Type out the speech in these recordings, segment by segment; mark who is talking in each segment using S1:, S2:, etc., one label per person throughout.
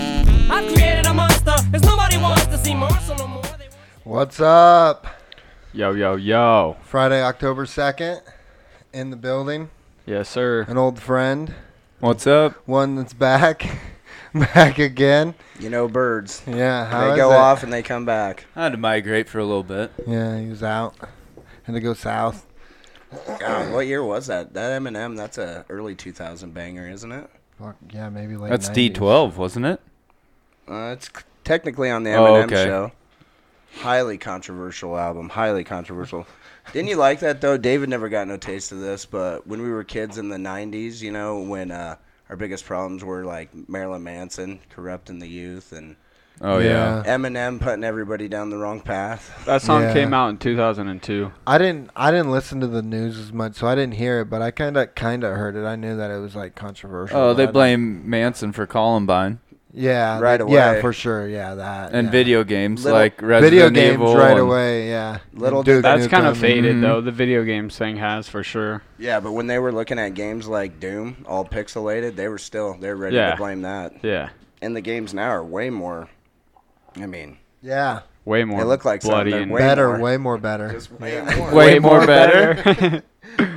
S1: I've created a monster, 'cause nobody wants to see Marshall no more. They-
S2: What's up?
S3: Yo, yo, yo.
S2: Friday, October 2nd, in the building.
S3: Yes, sir.
S2: An old friend,
S3: What's up?
S2: one that's back, back again.
S4: You know, birds.
S2: Yeah, how
S4: they
S2: is
S4: go
S2: it?
S4: off and they come back.
S3: I had to migrate for a little bit.
S2: Yeah, he was out. Had to go south.
S4: God, what year was that? That Eminem, that's a early 2000 banger, isn't it?
S2: Fuck, yeah, maybe late.
S5: That's
S2: 90s.
S5: D12, wasn't it?
S4: Uh, it's c- technically on the
S5: Oh,
S4: Eminem
S5: okay.
S4: show. Highly controversial album. Highly controversial. Didn't you like that though? David never got no taste of this, but when we were kids in the '90s, you know, when uh, our biggest problems were like Marilyn Manson corrupting the youth and
S5: Oh yeah.
S4: Eminem putting everybody down the wrong path.
S3: That song
S2: Yeah.
S3: came out in 2002.
S2: I didn't. I didn't listen to the news as much, so I didn't hear it. But I kind of, kind of heard it. I knew that it was like controversial.
S5: Oh,
S2: but I
S5: they
S2: didn't-
S5: blame Manson for Columbine
S2: Yeah,
S4: Right
S2: they- Yeah,
S4: away.
S2: for sure. Yeah, that
S5: and
S2: yeah.
S5: video games
S4: Little-
S5: like Resident
S2: Video games
S5: Evil
S2: right
S5: and-
S2: away. Yeah,
S4: Little
S2: Duke
S3: That's kind
S2: Nukem.
S3: of faded,
S5: Mhm.
S3: though. The video games thing has for sure.
S4: Yeah, but when they were looking at games like Doom, all pixelated, they were still they're ready
S3: Yeah.
S4: to blame that.
S3: Yeah.
S4: and the games now are way more. I mean,
S2: Yeah,
S3: Way more
S4: They look like something
S3: bloody
S4: they're
S3: and
S4: way-
S2: better,
S4: more.
S2: way more better.
S4: way more.
S5: Way, more, better.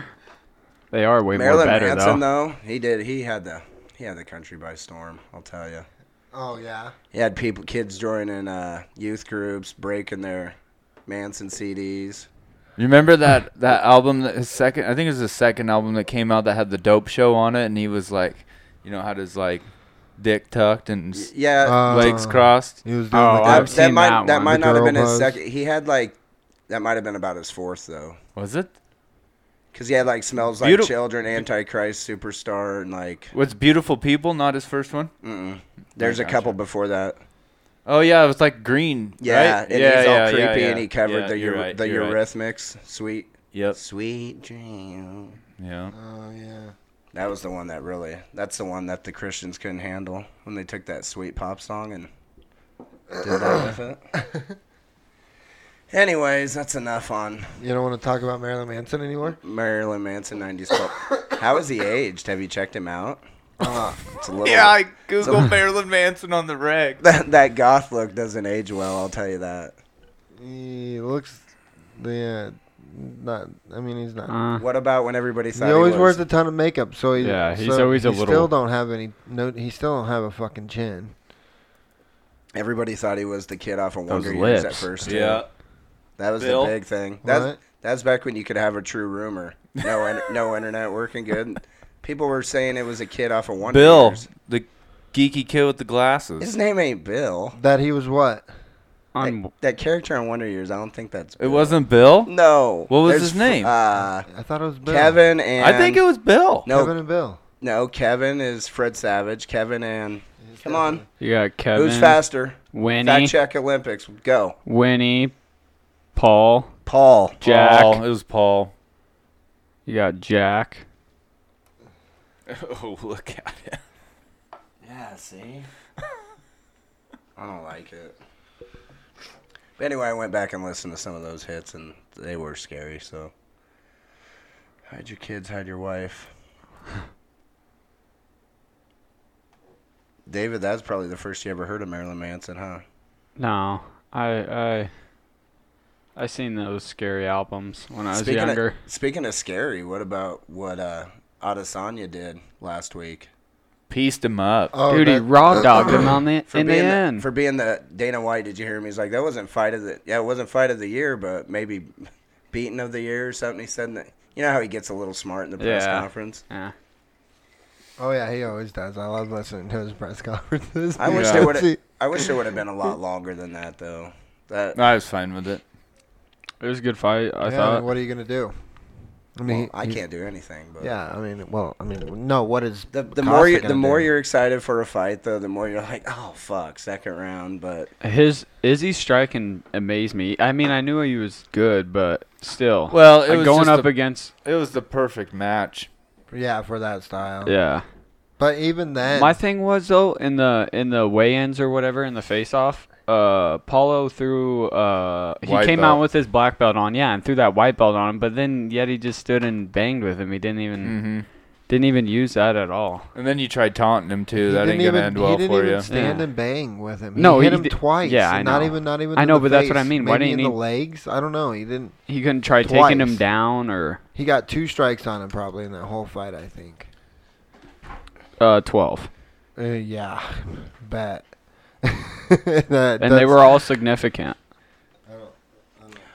S3: they are way
S4: Marilyn
S3: more better,
S4: Manson
S3: though.
S4: though. he did. He had the he had the country by storm. I'll tell you.
S2: oh yeah.
S4: He had people, kids joining uh, youth groups, breaking their Manson CDs.
S5: You remember that that album that his second I think it was the second album that came out that had the dope show on it and he was like, you know, had his like dick tucked and s-
S4: Yeah,
S2: Uh,
S5: legs crossed.
S2: He was doing
S3: Oh,
S2: the
S3: I've
S4: that,
S2: good-
S4: that
S3: seen
S4: might
S3: that
S4: that,
S3: one.
S4: might
S2: The
S4: not have
S2: girl
S4: been his
S2: buzz.
S4: second. He had like that might have been about his fourth though,
S5: Was it?
S4: because he had like smells like
S5: Beautiful-
S4: children, Antichrist, Superstar, and like
S5: Was Beautiful People not his first one?
S4: mm-mm. there's a
S5: gotcha.
S4: couple before that.
S5: Oh yeah, it was like green.
S4: Yeah,
S5: right?
S4: and he's all creepy, and he covered
S5: Yeah,
S4: the
S5: you're
S4: ur-
S5: right,
S4: the
S5: you're right.
S4: Eurythmics, sweet
S5: Yep.
S4: sweet dream.
S5: Yeah.
S2: Oh yeah.
S4: That was the one that really. That's the one that the Christians couldn't handle when they took that sweet pop song and did that with it. Anyways, that's enough on
S2: You don't want to talk about Marilyn Manson anymore?
S4: Marilyn Manson '90s pop. How is he aged? Have you checked him out?
S2: Uh,
S4: It's a little.
S5: Google Marilyn Manson on the reg.
S4: that that goth look doesn't age well. I'll tell you that.
S2: He looks, yeah, not. I mean, he's not.
S3: Uh,
S4: What about when everybody
S2: he
S4: thought
S2: always
S4: he was?
S2: wears a ton of makeup, so he,
S3: Yeah, he's
S2: so
S3: always a
S2: he
S3: little-
S2: Still don't have any. No, he still don't have a fucking chin.
S4: everybody thought he was the kid off of
S3: Those
S4: Wonder Years at
S3: lips.
S4: first. too.
S5: Yeah.
S4: That was
S5: Bill?
S4: the big thing. That's
S2: What?
S4: that's back when you could have a true rumor. No, in, no internet working good. People were saying it was a kid off of Wonder
S5: Bill,
S4: Years.
S5: the geeky kid with the
S4: His
S5: glasses.
S4: name ain't Bill.
S2: That he was what?
S3: un-
S4: That, that character on Wonder Years, I don't think that's.
S5: It
S4: Bill.
S5: wasn't Bill?
S4: No.
S5: What was
S4: There's
S5: his
S4: f-
S5: name?
S4: Uh,
S2: I thought it was Bill.
S4: Kevin and
S5: I think it was Bill.
S4: no,
S2: Kevin and Bill.
S4: no. Kevin is Fred Savage. Kevin and come on,
S3: you got Kevin,
S4: who's faster?
S3: Winnie,
S4: Fact check Olympics. Go,
S3: Winnie, Paul,
S4: Paul.
S3: Jack.
S5: Paul. It was Paul.
S3: You got Jack.
S5: Oh, look at it.
S4: Yeah, see? I don't like it. But anyway, I went back and listened to some of those hits, and they were scary, so. Hide your kids, hide your wife. David, that's probably the first you ever heard of Marilyn Manson, huh?
S3: No, I I I seen those scary albums when I was younger.
S4: Of, speaking of scary, what about what uh, Adesanya did last week?
S5: Pieced him up.
S2: Oh,
S3: Dude, he
S2: that-
S3: raw dogged him on the,
S4: For
S3: in the
S4: being
S3: end.
S4: for being the Dana White, did you hear him? He's like, that wasn't fight of the yeah, it wasn't fight of the year, but maybe beating of the year or something. He said in the you know how he gets a little smart in the press
S3: Yeah.
S4: conference.
S3: yeah.
S2: oh yeah, he always does. I love listening to his press conferences.
S4: I wish
S5: Yeah.
S4: there would I wish there would have been a lot longer than that though. That
S5: I was fine with it.
S3: It was a good fight, I
S2: Yeah,
S3: thought.
S2: mean, what are you gonna do? I
S4: well,
S2: mean,
S4: I
S2: he-
S4: can't do anything. But
S2: Yeah, I mean, well, I mean, no. What is
S4: the the
S2: Costa
S4: more you,
S2: gonna
S4: the more
S2: do?
S4: you're excited for a fight though, the more you're like, oh fuck, second round. But
S3: His Izzy striking amazed me. I mean, I knew he was good, but still.
S5: Well, it
S3: Like,
S5: was
S3: going
S5: just
S3: up
S5: a-
S3: against
S5: It was the perfect match.
S2: yeah for that style.
S3: yeah.
S2: But even then,
S3: My thing was though in the in the weigh-ins or whatever in the face-off, uh, Paulo threw uh he
S5: White
S3: came
S5: belt.
S3: out with his black belt on, yeah, and threw that white belt on him. But then yet he just stood and banged with him. He didn't even
S5: Mhm.
S3: Didn't even use that at all.
S5: And then you tried taunting him too. that ain't
S2: didn't
S5: gonna
S2: even,
S5: end
S2: he
S5: well
S2: didn't
S5: for
S2: even
S5: you.
S2: stand
S3: Yeah.
S2: and bang with him. He
S3: No,
S2: hit
S3: he
S2: him
S3: did-
S2: twice.
S3: yeah, I
S2: Not
S3: know.
S2: even, not even.
S3: I
S2: in
S3: know,
S2: the
S3: but that's what
S2: face,
S3: I mean. Why
S2: maybe
S3: didn't
S2: in the
S3: he-
S2: legs? I don't know. He didn't.
S3: He couldn't try taking him
S2: Twice.
S3: down or
S2: He got two strikes on him probably in that whole fight. I think.
S3: uh, twelve,
S2: Uh, yeah, bet.
S3: and they were all significant.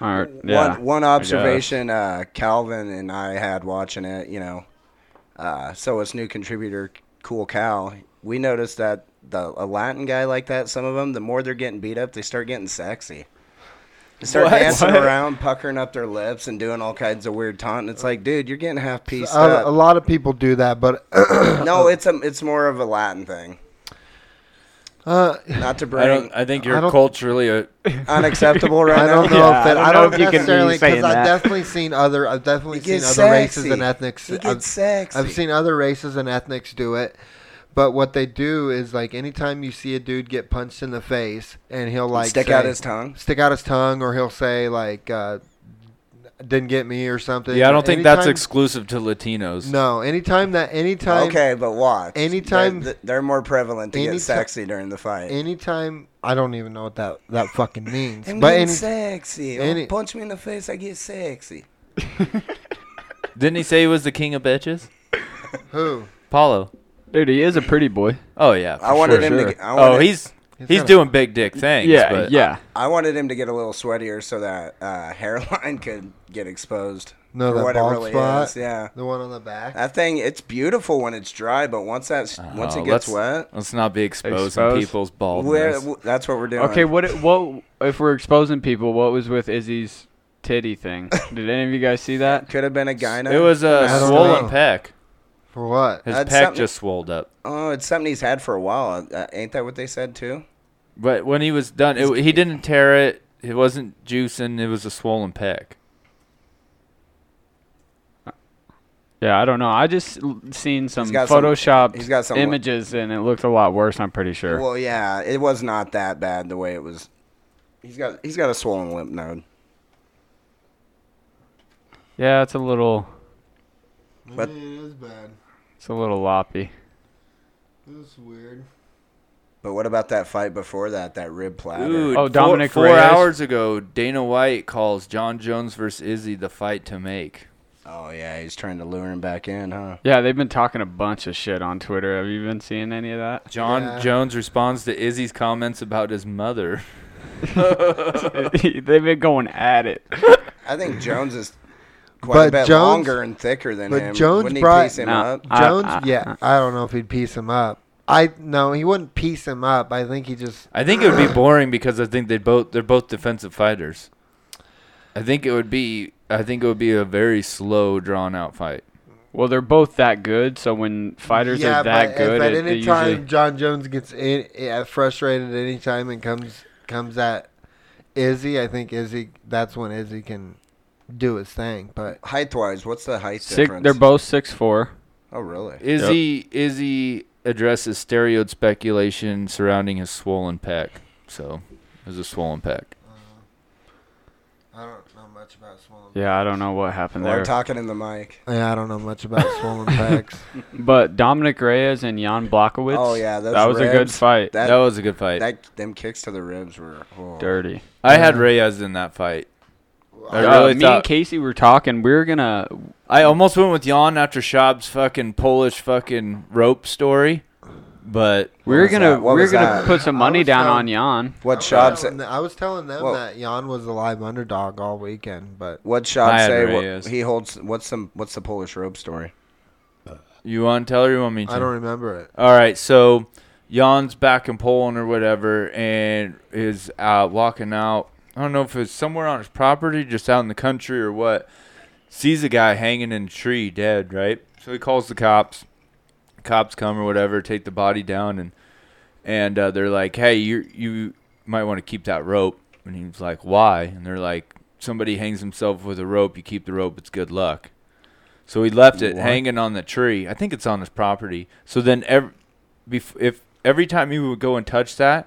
S3: Or, yeah.
S4: One one
S3: I guess.
S4: observation uh, Calvin and I had watching it, you know, uh, so it's new contributor Cool Cal. We noticed that the a Latin guy like that, some of them, the more they're getting beat up, they start getting sexy. They start
S5: What?
S4: dancing
S5: What?
S4: around, puckering up their lips, and doing all kinds of weird taunting. It's like, dude, you're getting half pieced
S2: A, a
S4: up.
S2: lot of people do that, but
S4: No, it's a, it's more of a Latin thing.
S2: uh,
S4: Not to
S5: I don't.
S4: bring
S5: I think
S2: I
S5: you're
S2: don't-
S5: culturally a.
S4: unacceptable right
S2: I
S4: now.
S2: don't know
S6: Yeah,
S2: if that. I
S6: I don't know
S2: don't,
S6: if you can be
S2: necessarily because
S6: saying
S2: I've
S6: that.
S2: definitely seen other. I've definitely
S4: He
S2: seen
S4: gets
S2: other races
S4: sexy.
S2: and ethnics.
S4: He
S2: I've-
S4: gets sexy.
S2: I've seen other races and ethnics do it. But what they do is like anytime you see a dude get punched in the face and he'll like
S4: stick
S2: say-
S4: out his tongue.
S2: stick out his tongue or he'll say like uh, didn't get me or something.
S5: Yeah, I don't think that's
S2: Anytime-
S5: exclusive to Latinos.
S2: No, anytime that anytime
S4: okay, but watch.
S2: Anytime-
S4: they're, they're more prevalent to
S2: anytime-
S4: get sexy during the fight.
S2: anytime I don't even know what that that fucking means.
S4: I'm
S2: but
S4: getting
S2: any,
S4: sexy.
S2: any-
S4: oh, punch me in the face, I get sexy.
S5: Didn't he say he was the king of bitches?
S2: who?
S5: Paulo.
S3: Dude, he is a pretty boy.
S5: Oh yeah.
S4: I
S5: sure.
S4: wanted him
S3: sure.
S4: to. Get, I wanted,
S5: oh, he's
S2: He's
S5: he's,
S2: got a-
S5: doing big dick things.
S3: yeah,
S5: but
S3: yeah.
S4: I wanted him to get a little sweatier so that uh, hairline could get exposed.
S2: No,
S4: for
S2: that
S4: what it
S2: bald
S4: really
S2: spot.
S4: is. Yeah,
S2: The one on the back.
S4: that thing. It's beautiful when it's dry, but once that's once
S5: Oh,
S4: it
S5: let's-
S4: gets wet,
S5: Let's not be exposing
S3: Exposed.
S5: people's
S4: we're-
S5: baldness.
S4: w- that's what we're doing.
S3: Okay, what it- what if we're exposing people? What was with Izzy's titty thing? Did any of you guys see that?
S4: could have been a gyno.
S5: It was uh, a
S2: I don't
S5: swollen
S2: know.
S5: pec.
S2: For what?
S5: His
S4: That's
S5: pec
S4: something-
S5: just swelled up.
S4: Oh, it's something he's had for a while. Uh, ain't that what they said too?
S5: But when he was done, it, he didn't tear it. It wasn't juicing. It was a swollen pec.
S3: Yeah, I don't know. I just l- seen some
S4: got some-
S3: Photoshop
S4: he's got some-
S3: images and it looked a lot worse. I'm pretty sure.
S4: Well, yeah, it was not that bad the way it was. He's got he's got a swollen lymph node.
S3: yeah, it's a little
S4: But-
S2: I mean, it is bad.
S3: it's a little loppy.
S2: It's weird.
S4: But what about that fight before that? That rib platter.
S5: Dude,
S3: Oh,
S5: four-
S3: Dominic
S5: Four,
S3: Reyes?
S5: hours ago, Dana White calls John Jones versus Izzy the fight to make.
S4: Oh yeah, he's trying to lure him back in, huh?
S3: Yeah, they've been talking a bunch of shit on Twitter. Have you been seeing any of that?
S5: John
S2: Yeah.
S5: Jones responds to Izzy's comments about his mother.
S3: they've been going at it.
S4: I think Jones is quite
S2: But
S4: a bit
S2: Jones-
S4: longer and thicker than
S2: but
S4: him.
S2: Jones
S4: Wouldn't he
S2: brought-
S4: piece him
S3: No.
S4: up?
S3: I-
S2: Jones,
S3: I-
S2: yeah, I don't know if he'd piece him up. I no, he wouldn't piece him up. I think he just
S5: I think it would be boring because I think they both they're both defensive fighters. I think it would be I think it would be a very slow drawn out fight.
S3: Well, they're both that good, so when fighters
S2: yeah.
S3: are that
S2: but
S3: good,
S2: if at
S3: it,
S2: any
S3: they
S2: time
S3: usually,
S2: John Jones gets in, uh, frustrated at any time and comes comes at Izzy, I think Izzy. That's when Izzy can do his thing. But
S4: Height wise, what's the height
S3: six,
S4: difference?
S3: they're both six four.
S4: oh really?
S5: Izzy Izzy addresses stereoed speculation surrounding his swollen pec. So it was a swollen pec.
S2: I don't know much about swollen.
S3: Yeah, I don't know what happened
S4: We're
S3: there.
S4: talking in the mic.
S2: Yeah, I don't know much about swollen pecs.
S3: But Dominic Reyes and Jan Blakowicz.
S4: Oh, yeah, those
S3: that was a good
S4: ribs.
S3: fight.
S4: That,
S5: That,
S4: that,
S5: was a good fight.
S4: them kicks to the ribs were oh.
S3: Dirty.
S5: I had Reyes in that fight. I
S3: Uh,
S5: really
S3: me and
S5: thought
S3: Casey were talking. We were gonna.
S5: I almost went with Jan after Shab's fucking Polish fucking rope story, but
S3: We were
S4: was
S3: gonna.
S4: that? What
S3: We were
S4: was
S3: gonna
S4: that?
S3: put some
S2: I
S3: money
S2: was
S3: down on
S2: telling-
S3: Jan.
S4: What
S2: I,
S4: Shab
S2: was
S4: say?
S2: telling- I was telling them
S4: Well-
S2: that Jan was the live underdog all weekend, but
S4: What Shab
S5: I had
S4: say? What,
S5: Reyes.
S4: he holds. What's some? What's the Polish rope story?
S5: you want to tell her you want me to?
S2: I don't remember it.
S5: All right, so Jan's back in Poland or whatever, and is uh, walking out. I don't know if it's somewhere on his property, just out in the country or what. Sees a guy hanging in a tree, dead, right? So he calls the cops. Cops come or whatever, take the body down, and and uh, they're like, "Hey, you you might want to keep that rope." And he's like, "Why?" And they're like, "Somebody hangs himself with a rope. You keep the rope. It's good luck." So he left it hanging on the tree. I think it's on his property. So then, every, bef- if every time he would go and touch that,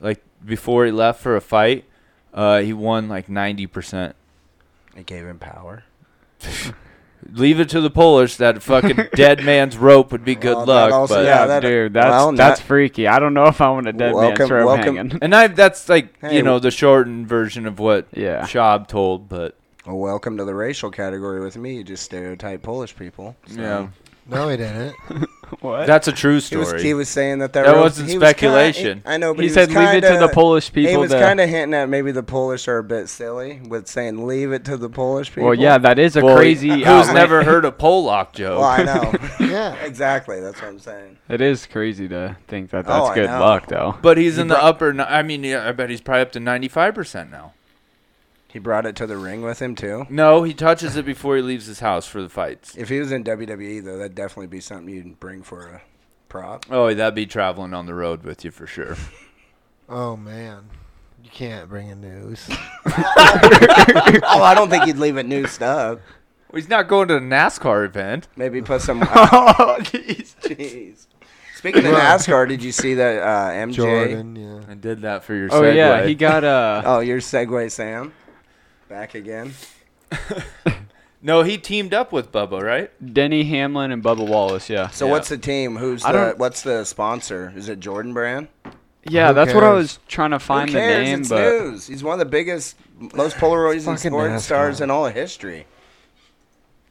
S5: like before he left for a fight, uh, he won like ninety percent.
S4: It gave him power.
S5: Leave it to the Polish. That fucking dead man's rope would be good
S4: Well, that
S5: luck.
S4: also-
S5: but,
S4: yeah, that-
S3: dude, that's
S4: well,
S3: that's
S4: not-
S3: freaky. I don't know if I want a dead
S4: Welcome-
S3: man's rope
S4: welcome-
S3: hanging.
S5: and I that's like
S4: Hey,
S5: you know the shortened version of what
S3: Yeah.
S5: Schaub told, but
S4: Well, welcome to the racial category with me. You just stereotype Polish people. So-
S5: yeah,
S2: No, he didn't.
S3: what?
S5: that's a true
S4: He
S5: story.
S4: was, he was saying that that,
S5: That
S4: rope-
S5: wasn't
S4: he was kinda-
S5: speculation.
S4: I know, but
S3: he
S4: was
S3: said, "Leave it to the
S4: kinda-
S3: Polish people."
S4: He was
S3: to-
S4: kind of hinting at maybe the Polish are a bit silly with saying "leave it to the Polish people."
S3: well, yeah, that is a
S5: Well,
S3: crazy.
S5: Who's
S3: outlet.
S5: never heard a Polak joke?
S4: Well, I know.
S2: Yeah.
S4: exactly. That's what I'm saying.
S3: It is crazy to think that
S4: Oh,
S3: that's
S4: I
S3: good
S4: know.
S3: luck, though.
S5: But he's in the upper. ni- I mean, yeah, I bet he's probably up to ninety-five percent now.
S4: He brought it to the ring with him too.
S5: No, he touches it before he leaves his house for the fights.
S4: If he was in WWE though, that'd definitely be something you'd bring for a prop.
S5: Oh, that'd be traveling on the road with you for sure.
S2: Oh man, you can't bring a news.
S4: oh, I don't think he'd leave it new stuff.
S5: he's not going to a NASCAR event.
S4: Maybe put some.
S5: Oh, jeez.
S4: Jeez. Speaking of NASCAR, did you see that uh, MJ?
S2: Jordan, yeah.
S5: I did that for your.
S3: Oh
S5: segue.
S3: yeah, he got uh
S4: Oh, your segue, Sam. Back again.
S5: No, he teamed up with Bubba, right?
S3: Denny Hamlin and Bubba Wallace. Yeah,
S4: So
S5: Yeah.
S4: what's the team? Who's
S3: I
S4: the?
S3: don't-
S4: What's the sponsor? Is it Jordan Brand?
S3: yeah,
S2: Who
S3: that's what I
S2: cares?
S3: was trying to find
S4: Who
S3: the
S4: cares?
S3: name,
S4: it's
S3: but
S4: news. He's one of the biggest, most polarizing
S2: Fucking
S4: sports
S2: NASCAR.
S4: stars in all of history.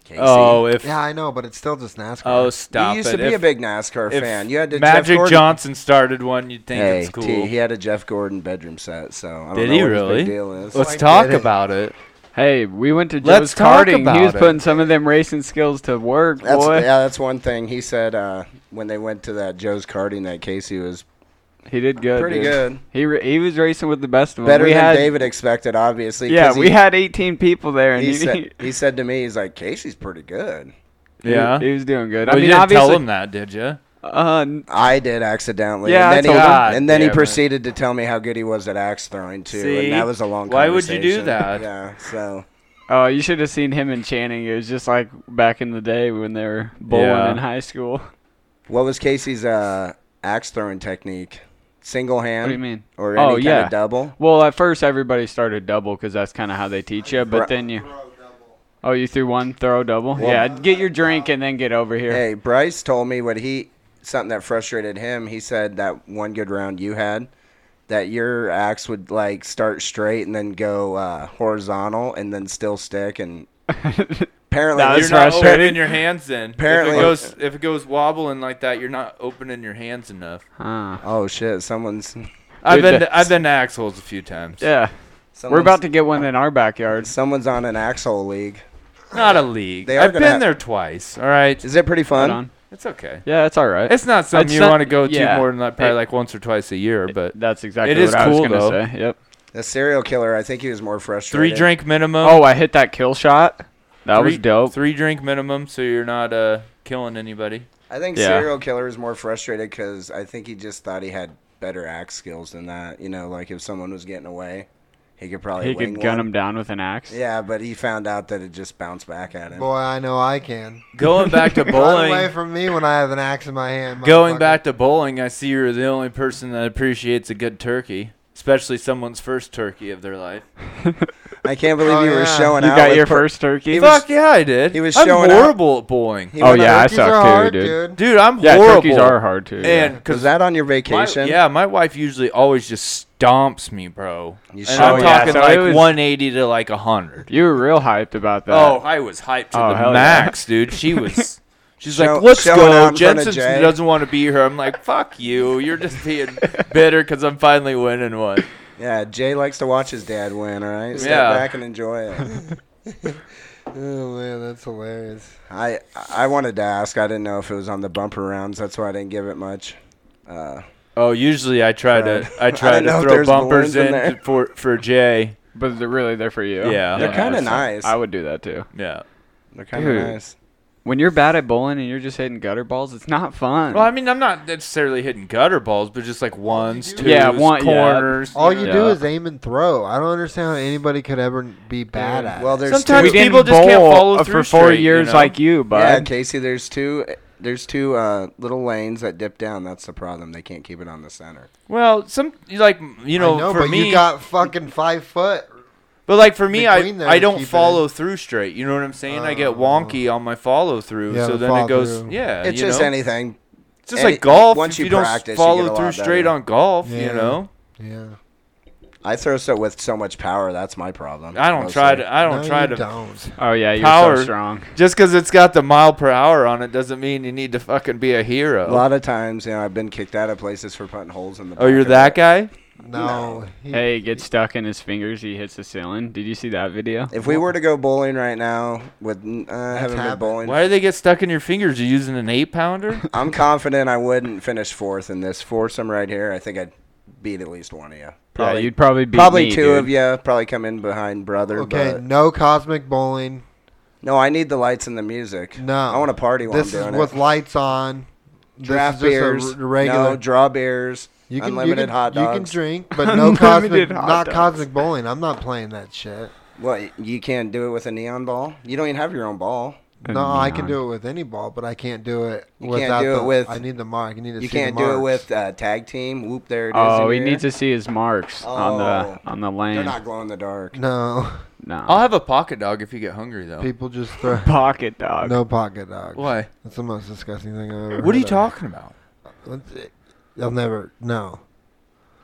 S4: Casey.
S5: Oh, if
S2: Yeah, I know, but it's still just NASCAR.
S5: oh stop
S4: you used
S5: it.
S4: to be
S5: if,
S4: a big NASCAR
S5: if
S4: fan. You had to Jeff
S5: Magic
S4: Gordon-
S5: Johnson started one. You'd think
S4: Hey,
S5: it's cool.
S4: T, he had a Jeff Gordon bedroom set, so I don't
S5: Did
S4: know
S5: he
S4: what his
S5: really?
S4: big deal is.
S5: Let's
S2: I
S5: talk
S2: get it.
S5: about it.
S3: hey, we went to Joe's
S5: Let's talk
S3: karting.
S5: about
S3: He was
S5: it.
S3: putting some of them racing skills to work,
S4: That's
S3: boy.
S4: yeah, that's one thing he said uh, when they went to that Joe's karting that Casey was
S3: He did good.
S4: pretty
S3: dude.
S4: good.
S3: He re- he was racing with the best of them.
S4: better
S3: we
S4: than
S3: had,
S4: David expected, obviously. 'cause
S3: Yeah,
S4: he,
S3: we had 18 people there, and
S4: He
S3: he,
S4: said, he said to me, he's like, Casey's pretty good.
S5: Yeah.
S3: he, was doing good.
S5: Well,
S3: I mean,
S5: you didn't
S3: obviously,
S5: tell him that, did you?
S3: uh, n-
S4: I did accidentally.
S3: Yeah, I
S4: and then,
S3: told
S4: he,
S5: him. God
S4: and then he
S5: damn it.
S4: proceeded to tell me how good he was at axe throwing too,
S5: See?
S4: and that was a long.
S5: Why would you do
S4: conversation.
S5: that?
S4: Yeah, so
S3: oh, you should have seen him and Channing. It was just like back in the day when they were bowling
S5: Yeah.
S3: in high school.
S4: what was Casey's uh, axe throwing technique? Single hand?
S3: What do you mean?
S4: Or any
S3: Oh,
S4: kind
S3: yeah.
S4: of double?
S3: Well, at first everybody started double because that's kind of how they teach you. But
S4: Right.
S3: then you, oh, you threw one throw double. yeah, get your drink and then get over here.
S4: Hey, Bryce told me what he something that frustrated him. He said that one good round you had, that your axe would like start straight and then go uh, horizontal and then still stick and. Apparently,
S3: That
S5: You're
S3: was
S5: not
S3: frustrating.
S5: opening your hands then.
S4: Apparently-
S5: if it goes if it goes wobbling like that, you're not opening your hands enough.
S3: Huh.
S4: oh shit! Someone's,
S5: I've been
S3: that-
S5: to, I've been to axles a few times.
S3: Yeah,
S4: someone's
S3: we're about to get one in our backyard.
S4: Someone's on an axle league.
S5: Not a league.
S4: They are
S5: I've
S4: gonna
S5: been
S4: have-
S5: there twice. All right,
S4: Is it pretty
S3: Hold
S4: fun?
S3: on.
S5: it's okay.
S3: Yeah, it's all right.
S5: It's not something
S3: It's
S5: you
S3: not-
S5: want to go to
S3: yeah.
S5: more than like, probably
S3: It-
S5: like once or twice a year, but
S3: That's exactly
S5: It
S3: what
S5: is
S3: I
S5: cool,
S3: was gonna
S5: though.
S3: say. Yep.
S4: The serial killer, I think he was more
S5: three
S4: frustrated.
S5: drink minimum.
S3: Oh, I hit that kill shot. That
S5: Um, three,
S3: was dope.
S5: Three drink minimum, so you're not uh killing anybody.
S4: I think
S3: Yeah.
S4: serial killer is more frustrated because I think he just thought he had better axe skills than that. You know, like if someone was getting away, he could probably
S3: He
S4: wing
S3: could gun
S4: one.
S3: him down with an axe.
S4: Yeah, but he found out that it just bounced back at him.
S2: Boy, I know I can.
S5: Going back to
S2: Run away
S5: bowling.
S2: from me when I have an axe in my hand.
S5: Going
S2: motherfucker.
S5: back to bowling, I see you're the only person that appreciates a good turkey, especially someone's first turkey of their life.
S4: I can't believe
S2: Oh,
S4: you were
S2: yeah.
S4: showing
S3: You
S4: out.
S3: got
S4: with
S3: your
S4: per-
S3: first turkey.
S5: Fuck yeah, I did.
S4: he was
S5: I'm
S4: showing up-
S5: horrible at bowling.
S4: He
S3: Oh
S4: went
S3: yeah, I
S2: Turkeys
S3: suck too,
S2: are hard,
S3: dude.
S2: dude.
S5: Dude, I'm
S3: Yeah,
S5: horrible.
S3: turkeys are hard too.
S5: And
S3: yeah.
S4: Was
S5: because
S4: that on your
S5: my,
S4: vacation?
S5: yeah, my wife usually always just stomps me, bro.
S4: You
S5: and
S4: should-
S5: I'm
S4: Oh, yeah,
S5: talking
S3: so
S5: like
S3: it was-
S5: 180 to like 100.
S3: you were real hyped about that.
S5: Oh, I was hyped to
S3: Oh,
S5: the
S3: hell yeah.
S5: max, dude. She was. She's
S4: Show-
S5: like, let's
S4: showing out
S5: go.
S4: in front of
S5: Jensen
S4: Jay.
S5: doesn't want to be here. I'm like, fuck you. You're just being bitter because I'm finally winning one.
S4: Yeah, Jay likes to watch his dad win. All right, step
S5: Yeah.
S4: back and enjoy it.
S2: Oh man, that's hilarious.
S4: I I wanted to ask. I didn't know if it was on the bumper rounds. That's why I didn't give it much. Uh,
S5: Oh, usually I try to
S4: I
S5: I try
S4: don't know
S5: to
S4: if
S5: throw
S4: there's balloons
S5: bumpers
S4: in
S5: in,
S4: there.
S5: for for Jay.
S3: but they're really there for you.
S5: Yeah. They're
S4: kinda
S3: that's-
S4: nice.
S3: I would do that too.
S5: Yeah.
S4: they're kind of
S3: Dude.
S4: nice.
S3: When you're bad at bowling and you're just hitting gutter balls, it's not fun.
S5: Well, I mean, I'm not necessarily hitting gutter balls, but just like ones, twos,
S3: Yeah, one- yeah.
S5: corners.
S2: All you do
S3: Yeah.
S2: is aim and throw. I don't understand how anybody could ever be bad at.
S4: Well,
S2: it.
S4: there's
S5: Sometimes
S4: two-
S3: we didn't
S5: people just
S3: bowl
S5: can't follow
S3: uh,
S5: through
S3: for four
S5: straight, you
S3: years
S5: know?
S3: like you,
S4: Yeah,
S3: bud.
S4: Casey, there's two there's two uh, little lanes that dip down. That's the problem. They can't keep it on the center.
S5: Well, some like you know,
S2: I know
S5: for
S2: but
S5: me,
S2: you got fucking five foot
S5: But like for me, I
S2: Between there,
S5: I
S2: you
S5: don't
S2: keep it
S5: follow through straight. You know what I'm saying? I get
S2: Oh.
S5: wonky on my follow through.
S2: Yeah,
S5: so
S2: the
S5: then it goes,
S2: follow-through.
S5: yeah.
S4: It's
S5: Uh, you
S4: just
S5: know?
S4: anything.
S5: It's just
S4: any-
S5: like golf.
S4: once
S5: if
S4: you
S5: you, don't
S4: practice, you
S5: follow
S4: get a lot
S5: through straight
S4: better.
S5: on golf,
S2: Yeah.
S5: you know.
S2: Yeah.
S4: I throw stuff with so much power. That's my problem.
S5: I don't
S4: mostly.
S5: try to. I don't
S2: No,
S5: try
S2: you
S5: to.
S2: Don't.
S3: Oh yeah, you're
S5: Power.
S3: so strong.
S5: Just because it's got the mile per hour on it doesn't mean you need to fucking be a hero.
S4: A lot of times, you know, I've been kicked out of places for putting holes in the.
S5: oh, you're
S4: back of
S5: that
S4: it.
S5: guy?
S2: No. he-
S3: Hey, gets stuck in his fingers. He hits the ceiling. Did you see that video?
S4: If we were to go bowling right now, with uh, I haven't been
S2: happened.
S4: bowling.
S5: Why do they get stuck in your fingers? You using an eight pounder?
S4: I'm confident I wouldn't finish fourth in this foursome right here. I think I'd beat at least one of you.
S3: yeah, you'd probably beat
S4: probably
S3: me,
S4: two
S3: dude.
S4: of you. Probably come in behind brother.
S2: Okay.
S4: But
S2: No cosmic bowling.
S4: no, I need the lights and the music.
S2: No.
S4: I want to party while
S2: This
S4: I'm
S2: is
S4: doing
S2: with
S4: it.
S2: lights on. This
S4: Draft
S2: is just
S4: beers,
S2: a r- regular.
S4: no draw beers.
S2: you can
S4: unlimited
S2: you can,
S4: hot
S2: You can
S4: dogs.
S2: drink, but no cosmic.
S3: Unlimited hot
S2: Not
S3: dogs.
S2: cosmic bowling. I'm not playing that shit.
S4: What you can't do it with a neon ball. You don't even have your own ball.
S3: And
S2: No, I can do
S3: neon.
S2: it with any ball, but I can't do it
S4: You can't
S2: without
S4: do it
S2: the-
S4: with-
S2: I need the mark. I need to
S4: You
S2: see the
S4: can't do it
S2: marks.
S4: with uh, tag team. Whoop, there it is.
S3: Oh,
S4: in
S3: he
S4: your
S3: needs
S4: ear.
S3: to see his marks on
S4: Oh.
S3: the on the
S4: They're
S3: lane.
S4: not glow in the dark.
S2: No,
S3: no.
S5: I'll have a pocket dog if you get hungry though.
S2: people just throw
S3: pocket dog.
S2: no pocket dogs.
S5: Why?
S2: That's the most disgusting thing I've ever.
S5: What are
S2: heard
S5: you
S2: of.
S5: talking about?
S2: What's- I'll never. No.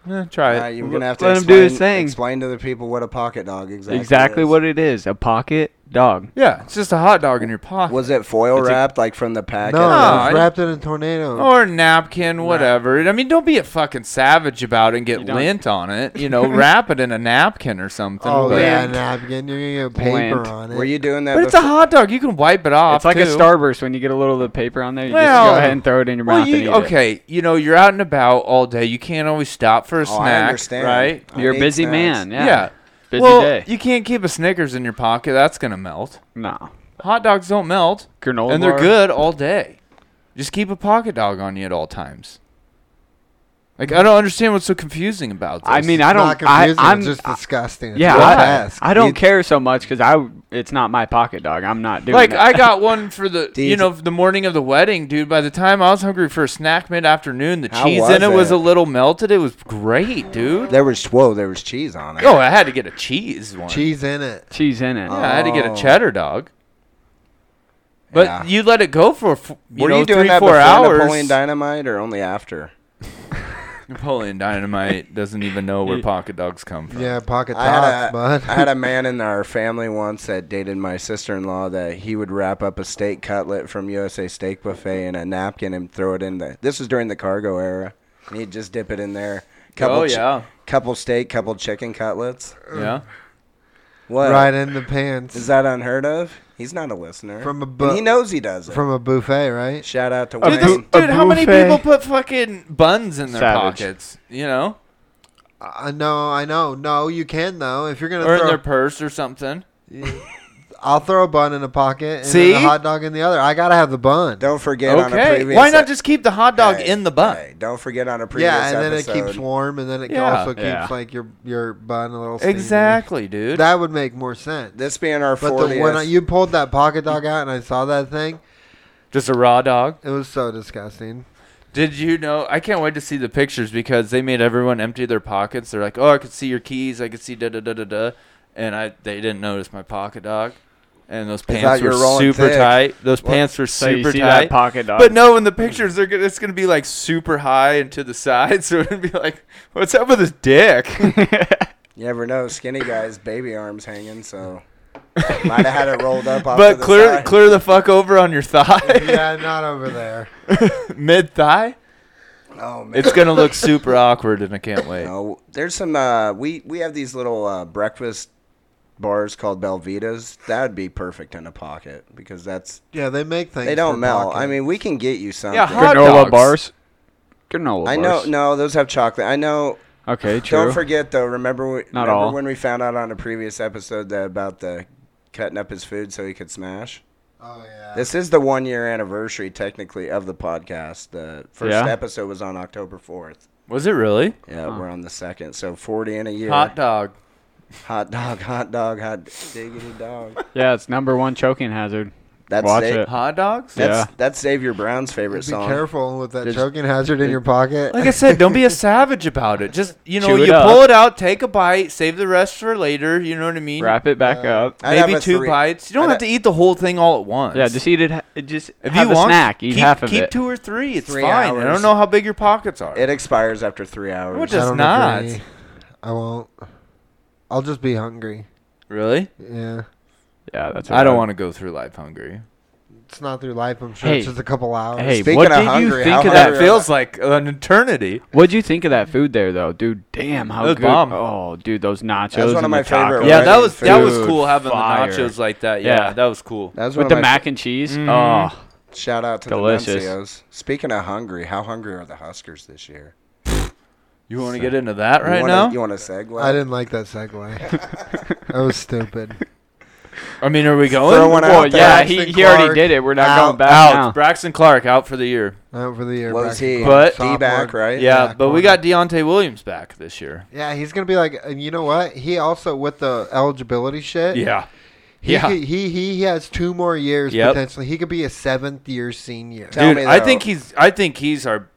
S5: Eh, try it.
S4: Uh, you're gonna have to
S3: Let him
S4: explain,
S3: do his thing.
S4: explain to the people what a pocket dog exactly.
S3: Exactly
S4: is.
S3: what it is. A pocket dog.
S5: yeah, it's just a hot dog in your pocket.
S4: was it foil
S3: It's a-
S4: wrapped like from the packet?
S2: No,
S5: No,
S2: it's
S5: I-
S2: wrapped in a tornado.
S3: Oh,
S5: or a napkin, whatever. I mean, don't be a fucking savage about it and get
S3: You don't-
S5: lint on it. You know, wrap it in a napkin or something.
S2: oh
S5: but,
S2: yeah,
S3: Bland.
S2: napkin. You're gonna get paper
S3: Bland.
S2: on it.
S4: Were you doing that?
S5: but it's a
S4: before-
S5: hot dog. You can wipe it off.
S3: It's like a
S5: too.
S3: starburst when you get a little of the paper on there. You just
S5: Well-
S3: go ahead and throw it in your
S5: Well,
S3: mouth. and
S5: you,
S3: eat it.
S5: okay, you know, you're out and about all day. You can't always stop for a
S4: Oh,
S5: snack,
S4: I understand.
S5: right?
S4: I
S3: You're a
S4: need
S3: busy
S4: snacks.
S3: man. Yeah. Busy
S5: well,
S3: day.
S5: you can't keep a Snickers in your pocket. That's gonna melt.
S3: no.
S5: Hot dogs don't melt,
S3: Granola.
S5: and they're
S3: bar.
S5: good all day. Just keep a pocket dog on you at all times. Like I don't understand what's so confusing about this.
S3: I mean, I
S2: It's
S3: don't.
S2: not
S3: I,
S2: confusing.
S3: I'm
S2: it's just
S3: I-
S2: disgusting. It's
S3: yeah.
S2: grotesque.
S5: Why?
S3: I, I don't
S4: You-
S3: care so much because I. w- It's not my pocket dog. I'm not doing
S5: like
S3: it.
S5: I got one for the
S4: Dude.
S5: you know the morning of the wedding, dude. By the time I was hungry for a snack mid afternoon, the
S4: How
S5: cheese
S4: was
S5: in it was
S4: it?
S5: a little melted. It was great, dude.
S4: There was whoa, there was cheese on it.
S5: Oh, I had to get a cheese one.
S2: Cheese in it.
S3: cheese in it.
S5: Yeah, I had to get
S4: Oh.
S5: a cheddar dog. But
S4: Yeah.
S5: you let it go for f- you
S4: Were
S5: know
S4: you doing
S5: three
S4: that
S5: four
S4: before
S5: hours.
S4: Napoleon Dynamite or only after?
S5: Napoleon Dynamite doesn't even know where pocket dogs come from.
S2: Yeah, pocket
S4: I had,
S2: tots,
S4: a,
S2: bud.
S4: I had a man in our family once that dated my sister in law that he would wrap up a steak cutlet from USA Steak Buffet in a napkin and throw it in the. This was during the cargo era. And he'd just dip it in there.
S5: Oh
S4: chi-
S5: yeah,
S4: couple steak, couple chicken cutlets.
S5: yeah.
S4: What?
S2: right in the pants
S4: Is that unheard of? He's not a listener.
S2: From a
S4: And
S2: bu-
S4: he knows he does it.
S2: from a buffet, right?
S4: Shout out to
S5: Dude,
S4: Wayne.
S5: that's-
S3: bu- a
S5: dude how many
S3: buffet.
S5: people put fucking buns in their
S3: Savage.
S5: pockets? You know,
S2: I know, I know. No, you can though. If you're gonna
S5: or in
S2: throw,
S5: their purse or something.
S2: I'll throw a bun in a pocket and
S5: See?
S2: then a hot dog in the other. I gotta have the bun.
S4: Don't forget on a
S5: Okay,
S4: previous.
S5: why not just keep the hot dog
S4: Hey,
S5: in the bun?
S4: hey, don't forget on a previous
S2: yeah, and then
S4: episode.
S2: it keeps warm, and then it
S5: Yeah.
S2: also keeps
S3: Yeah.
S2: like your your bun a little. steamy.
S5: Exactly, dude.
S2: That would make more sense.
S4: This being our
S2: But the,
S4: fortieth.
S2: when I, you pulled that pocket dog out and I saw that thing,
S5: just a raw dog.
S2: it was so disgusting.
S5: Did you know? I can't wait to see the pictures because they made everyone empty their pockets. They're like, "Oh, I could see your keys. I could see da da da da da," and I they didn't notice my pocket dog, and those
S4: thought
S5: pants
S4: you
S5: were
S4: were rolling
S5: super
S4: thick.
S5: tight. Those pants were
S3: so you
S5: super
S3: see
S5: tight.
S3: that pocket dog.
S5: but no, in the pictures, they're gonna, it's gonna be like super high and to the side, so it'd be like, "What's up with his dick?"
S4: You never know, skinny guys, baby arms hanging, so might have had it rolled up. Off to
S5: but
S4: the
S5: clear
S4: side.
S5: clear the fuck over on your thigh,
S2: yeah, not over there.
S5: mid thigh.
S4: Oh man.
S5: It's gonna look super awkward, and I can't wait.
S4: No, there's some. Uh, we we have these little uh, breakfast bars called Belvitas. That would be perfect in a pocket because that's
S2: Yeah, they make things.
S4: they
S2: for
S4: don't melt. I
S2: pockets.
S4: mean, we can get you some.
S5: Yeah, hot
S3: granola
S5: dogs.
S3: bars. Granola
S4: I know.
S3: bars.
S4: No, those have chocolate. I know.
S3: Okay, true.
S4: Don't forget though. Remember, we,
S3: Not
S4: remember
S3: all.
S4: when we found out on a previous episode that about the cutting up his food so he could smash.
S2: Oh yeah.
S4: This is the one year anniversary technically of the podcast. The first
S3: Yeah.
S4: episode was on October fourth.
S5: Was it really
S4: Yeah, we're on the second. So forty in a year.
S5: hot dog?
S4: hot dog, hot dog, hot diggity dog.
S3: Yeah, it's number one choking hazard.
S4: That's
S3: Watch
S4: Sa-
S3: it.
S5: Hot dogs?
S4: That's
S3: Yeah.
S4: that's Xavier Brown's favorite
S2: Be
S4: song.
S2: careful with that
S4: Just-
S2: choking hazard in your pocket.
S5: Like I said, don't be a savage about it. Just you know,
S3: Chew it
S5: you
S3: up.
S5: pull it out, take a bite, save the rest for later. You know what I mean?
S3: Wrap it back
S2: Uh,
S3: up.
S4: I'd have
S5: Maybe
S4: a
S5: two
S4: three-
S5: bites. You don't
S4: I'd
S5: have to
S4: ha-
S5: eat the whole thing all at once.
S3: Yeah, just eat it. ha- Just
S5: if
S3: have
S5: you
S3: a
S5: want
S3: snack. Eat
S5: keep,
S3: half of
S5: keep
S3: it.
S5: two or three. It's
S4: Three
S5: fine. I
S4: hours.
S5: don't know how big your pockets are.
S4: It expires after three
S5: What
S4: hours.
S5: the- does
S2: I don't
S5: not.
S2: agree. I won't. I'll just be hungry.
S5: really?
S2: Yeah.
S3: yeah, that's.
S5: I don't want to go through life hungry.
S2: It's not through life, I'm sure.
S3: Hey.
S2: It's just a couple hours.
S3: Hey,
S4: Speaking
S3: what
S4: of
S3: did
S4: hungry,
S3: you
S4: how
S3: think
S4: hungry
S3: of
S5: That
S3: that?
S4: are
S5: feels like an eternity.
S3: What'd you think of that food there, though, dude? Damn, how
S5: It was
S3: good!
S5: bomb.
S3: Oh, dude, those nachos.
S4: one of
S3: and
S4: my
S3: the
S4: favorite
S3: tacos.
S5: Yeah, that
S4: Alright,
S5: was that was
S3: food,
S5: cool having
S3: fire.
S5: the nachos like that. Yeah,
S3: Yeah.
S5: that was cool.
S4: That's one
S3: with
S4: of my
S3: the mac and cheese.
S5: Mm.
S3: Oh,
S4: Shout out to
S3: Delicious.
S4: the Nuncios. Speaking of hungry, how hungry are the Huskers this year?
S5: You want to get into that
S4: you
S5: right
S4: wanna,
S5: now?
S4: You want to segue?
S2: I didn't like that segue. that was stupid.
S5: I mean, are we
S4: Throw
S5: going?
S4: one
S3: well,
S4: out there.
S3: yeah,
S2: Ashton
S3: he, he already
S2: Clark,
S3: did it. We're not
S2: out,
S3: going back
S5: Out.
S3: now.
S5: Braxton Clark out for the year.
S2: Out for the year.
S4: What
S2: back
S4: was
S2: to
S4: he?
S2: college.
S5: But-
S4: D back,
S2: Sophomore.
S4: right?
S5: Yeah,
S2: Yeah,
S5: but
S2: corner.
S5: we got Deontay Williams back this year.
S2: Yeah, he's gonna be like, and you know what? He also with the eligibility shit.
S5: Yeah.
S2: he
S5: yeah.
S2: could- he he has two more years
S5: Yep.
S2: potentially. He could be a seventh year senior.
S4: Tell
S5: Dude,
S4: me
S5: I
S4: though.
S5: think he's. I think he's our.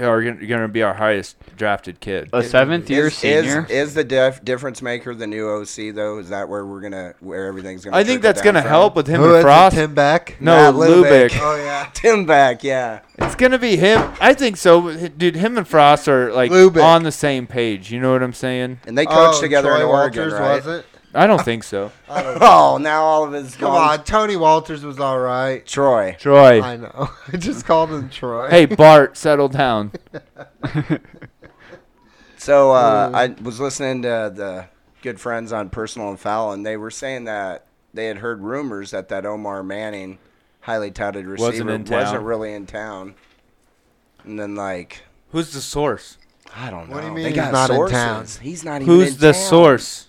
S5: Are going to be our highest drafted kid.
S3: A seventh year
S4: is,
S3: senior.
S4: Is, is the def- difference maker the new OC though? Is that where we're gonna where everything's gonna?
S5: I think
S4: trickle
S5: that's
S4: down
S5: going to
S4: from?
S5: help with him
S2: Who
S5: and
S2: is it,
S5: Frost.
S2: Tim Beck?
S5: No,
S4: Matt Lubick.
S5: Lubick.
S2: Oh yeah.
S4: Tim back, yeah.
S5: It's going to be him. I think so. Dude, him and Frost are like
S2: Lubick.
S5: on the same page. You know what I'm saying?
S4: And they coached
S2: Oh,
S4: together
S2: Troy
S4: in Oregon,
S2: Walters
S4: right?
S2: was it?
S5: I don't think so.
S4: Oh, now all of his
S2: Come on, Tony Walters was all right.
S4: Troy.
S5: Troy.
S2: I know. I just called him Troy.
S5: Hey, Bart, settle down.
S4: So
S2: Mm.
S4: uh, I was listening to the good friends on Personal and Foul, and they were saying that they had heard rumors that that Omar Manning, highly touted receiver,
S5: Wasn't in town.
S4: wasn't really in town. And then like,
S5: Who's the source?
S4: I don't know.
S2: What do you
S4: They
S2: mean he's
S4: got
S2: not in
S4: sources.
S2: town?
S4: He's not even.
S5: Who's
S4: in
S5: the
S4: town.
S5: source?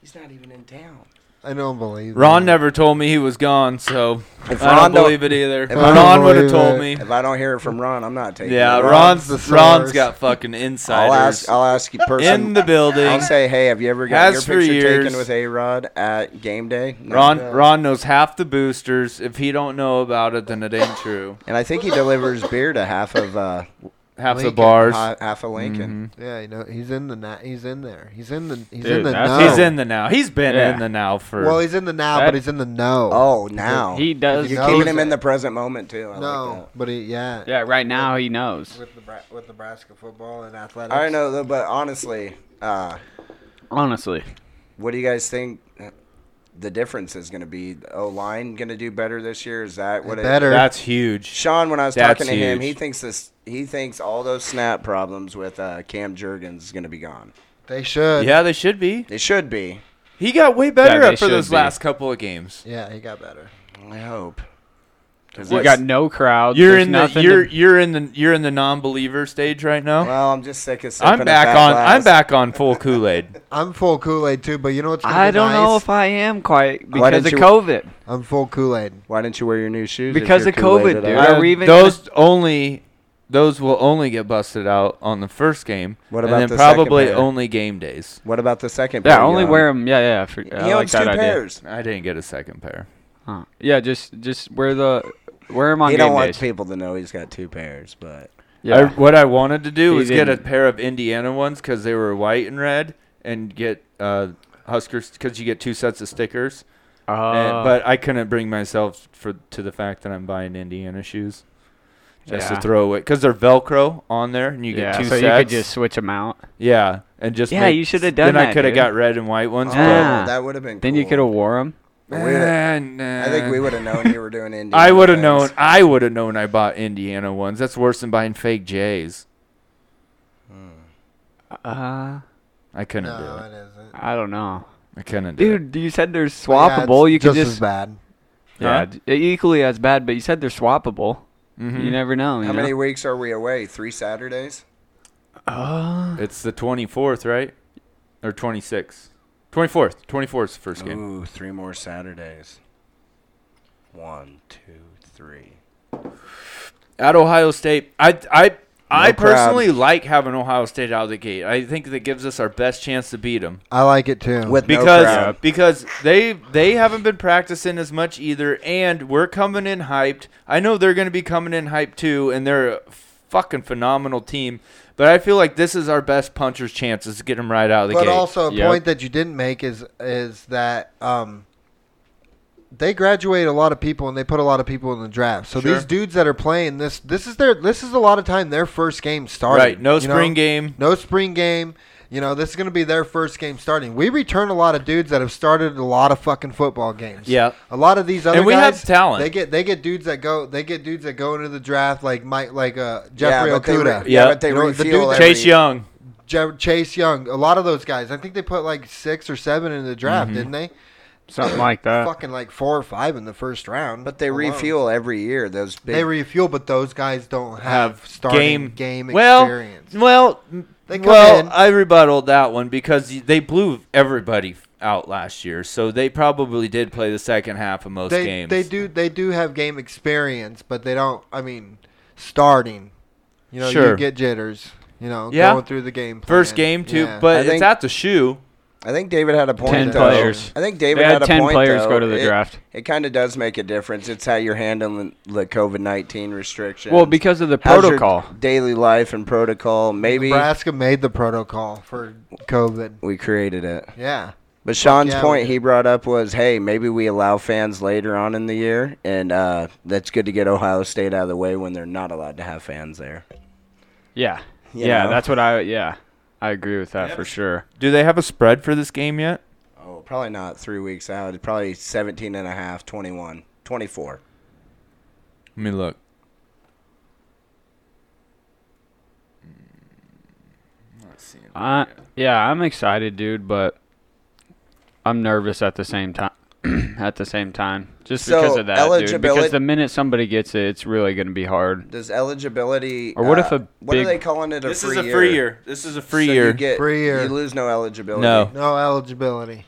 S4: He's not even in town.
S2: I don't believe
S5: Ron
S2: that.
S5: never told me he was gone, so
S4: If
S5: I
S4: Ron
S5: don't
S4: don't-
S5: believe it either.
S4: I don't
S5: Ron would
S2: believe
S5: have told
S2: it.
S5: me.
S4: If I don't hear it from Ron, I'm not taking.
S5: Yeah,
S4: it.
S5: Ron's
S2: Ron's the
S5: Ron's
S2: source.
S5: got fucking
S4: I'll
S5: insiders
S4: ask. I'll ask you personally.
S5: in the building.
S4: I'll say, hey, have you ever
S5: Has
S4: got your
S5: for
S4: picture
S5: years.
S4: taken with A Rod at game day? No.
S5: Ron
S2: Yeah.
S5: Ron knows half the boosters. If he don't know about it, then it ain't true.
S4: And I think he delivers beer to half of uh,
S5: Half
S2: Lincoln,
S5: the bars. Mm-hmm.
S4: ha- half of Lincoln.
S2: Yeah, you know he's in the na- he's in there. He's in the he's in
S3: Dude,
S2: the
S3: that's-
S2: know.
S5: He's in the now. He's been
S3: Yeah.
S5: in the now for.
S2: Oh. well, he's in the now,
S3: That-
S2: but he's in the know.
S4: Oh, now
S3: he does.
S4: You're
S2: No.
S4: keeping him in the present moment too. I
S2: no,
S4: Like
S2: but he, yeah,
S3: Yeah, right now he knows.
S2: With the with Nebraska football and athletics.
S4: that. I don't know though, but honestly, uh,
S3: Honestly,
S4: what do you guys think? The difference is going to be O line going to do better this year. Is that what it,
S2: Better.
S5: that's huge.
S4: Sean, when I was
S5: That's
S4: talking to him,
S5: huge.
S4: he thinks this. He thinks all those snap problems with uh, Cam Jurgens is going to be gone.
S2: They should.
S5: Yeah, they should be.
S4: They should be.
S5: He got way better
S3: they
S5: up for
S3: should
S5: those
S3: be.
S5: last couple of games.
S2: Yeah, he got better.
S4: I hope. 'Cause
S3: you
S4: that's-
S3: got no crowd.
S5: You're
S3: There's
S5: in the
S3: nothing to-
S5: you're you're in the you're in the non-believer stage right now.
S4: Well, I'm just sick of. sipping
S5: I'm
S4: a
S5: back
S4: fat
S5: on
S4: glass.
S5: I'm back on full Kool-Aid.
S2: I'm full Kool Aid too, but you know what's gonna
S3: I
S2: be
S3: don't
S2: nice?
S3: know if I am quite
S4: Why
S3: because of
S4: didn't
S3: COVID.
S2: I'm full Kool Aid.
S4: Why didn't you wear your new shoes? if
S3: Because
S4: you're
S3: of
S4: Kool-Aided
S3: COVID,
S4: up?
S3: dude. Are we even
S5: Uh, those only those will only get busted out on the first game.
S4: What
S5: and
S4: about
S5: then
S4: the second
S5: probably
S4: pair?
S5: only game days.
S4: What about the second?
S3: Yeah,
S4: pair,
S3: only
S4: Jan?
S3: wear them. Yeah, yeah. For,
S4: He
S3: I like
S4: owns
S3: that
S4: two
S3: idea.
S4: pairs.
S5: I didn't get a second pair.
S3: Huh. Yeah, just just wear the wear them on
S4: He
S3: game
S4: don't want
S3: days.
S4: people to know he's got two pairs, but
S3: Yeah.
S5: I, what I wanted to do
S3: He
S5: was get a
S3: didn't.
S5: pair of Indiana ones because they were white and red, and get uh, Huskers because you get two sets of stickers.
S3: Uh,
S5: and, but I couldn't bring myself for to the fact that I'm buying Indiana shoes just
S3: Yeah.
S5: to throw away because they're Velcro on there, and you
S3: yeah,
S5: get two
S3: so
S5: sets.
S3: you could just switch them out.
S5: yeah, and just
S3: Yeah,
S5: make-
S3: you shoulda done
S5: Then I
S3: that,
S5: could have
S3: dude. Ah.
S5: got red and white ones.
S3: Yeah.
S4: Oh, that would have been.
S3: Then you
S4: cool.
S3: could have wore them.
S5: But,
S4: But we would've-
S5: Eh, nah.
S4: I think we would have known you were doing Indiana.
S5: I would have
S4: things.
S5: known. I would have known. I bought Indiana ones. That's worse than buying fake J's.
S3: Uh,
S5: I couldn't
S2: No,
S5: do it.
S2: it isn't.
S3: I don't know,
S5: I couldn't do it.
S3: dude. You said they're
S2: But yeah, it's
S3: swappable. you could
S2: just,
S3: just
S2: as bad.
S3: yeah,
S5: Huh?
S3: d- equally as bad. But you said they're swappable.
S5: Mhm.
S3: You never know. You
S4: How
S3: know?
S4: many weeks are we away? Three Saturdays.
S3: Uh,
S5: It's the 24th, right? Or 26th. 24th. 24th is the first game.
S4: Ooh, three more Saturdays. One, two, three.
S5: At Ohio State, I I I
S4: crowd.
S5: personally like having Ohio State out of the gate. I think that gives us our best chance to beat them
S2: I like it too.
S4: With- No
S5: because
S4: crowd.
S5: because they they haven't been practicing as much either, and we're coming in hyped. I know they're going to be coming in hyped too, and they're a fucking phenomenal team. But I feel like this is our best puncher's chance is to get them right out of the
S2: but
S5: gate.
S2: also a
S3: Yep.
S2: point that you didn't make is is that um, they graduate a lot of people and they put a lot of people in the draft. So
S5: Sure.
S2: these dudes that are playing this this is their this is a lot of time their first game starting.
S5: right? No
S2: you know?
S5: spring game.
S2: No spring game. You know, this is going to be their first game starting. We return a lot of dudes that have started a lot of fucking football games.
S5: Yeah.
S2: A lot of these other
S5: And we have
S2: guys,
S5: talent.
S2: They get they get dudes that go they get dudes that go into the draft like Mike like uh Jeffrey
S4: but they re-
S2: Okuda,
S5: Yeah.
S4: yeah, but they
S2: You know, the
S4: refuel
S2: dude that-
S4: every-
S5: Chase Young.
S2: Je- Chase Young, a lot of those guys. I think they put like six or seven in the
S5: Mm-hmm.
S2: draft, didn't they?
S3: something like that.
S2: Fucking like four or five in the first round.
S4: Uh, But they
S2: alone.
S4: refuel every year. Those big.
S2: They refuel, but those guys don't have,
S5: have
S2: starting game,
S5: game experience.
S2: experience.
S5: Well, well,
S2: They come
S5: well,
S2: in.
S5: I rebutted that one because y- they blew everybody out last year, so they probably did play the second half of most
S2: they
S5: games.
S2: they do they do have game experience, but they don't. I mean, starting, you know, you
S5: Sure.
S2: get jitters. You know,
S5: Yeah.
S2: going through the game.
S5: first
S2: plan.
S5: game too,
S2: Yeah.
S5: but
S4: I
S5: it's
S4: think-
S5: at the shoe.
S4: I think David had a point.
S3: Ten
S4: though.
S3: players.
S4: I think
S3: They
S4: David
S3: had
S4: a
S3: ten
S4: point,
S3: players
S4: though.
S3: go to the
S4: It-
S3: draft.
S4: It kind of does make a difference. It's how you're handling the COVID nineteen restrictions.
S3: Well, because of the
S4: How's your
S3: protocol.
S4: daily life, and protocol. Maybe
S2: Nebraska made the protocol for COVID.
S4: we created it.
S2: Yeah,
S4: But Sean's
S2: yeah, we
S4: point
S2: do.
S4: he brought up was, hey, maybe we allow fans later on in the year, and uh, that's good to get Ohio State out of the way when they're not allowed to have fans there.
S3: Yeah.
S4: You
S3: Yeah,
S4: know?
S3: that's what I yeah. I agree with that for sure.
S5: Do they have a spread for this game yet?
S4: Oh, probably not three weeks out. It's Probably 17 and a half, 21, 24.
S5: Let me look.
S3: Uh, yeah, I'm excited, dude, but I'm nervous at the same time. at the same time, just
S4: So,
S3: because of that, dude. Because
S4: eligibility-
S3: the minute somebody gets it, it's really going to be hard.
S4: Does eligibility.
S3: Or what
S4: uh,
S3: if a
S4: What are
S3: big-
S4: they calling it? A
S5: This
S4: free
S5: is a free year. This is a free
S4: So
S5: year.
S4: You get,
S2: Free year.
S4: You lose no eligibility.
S5: No.
S2: no eligibility.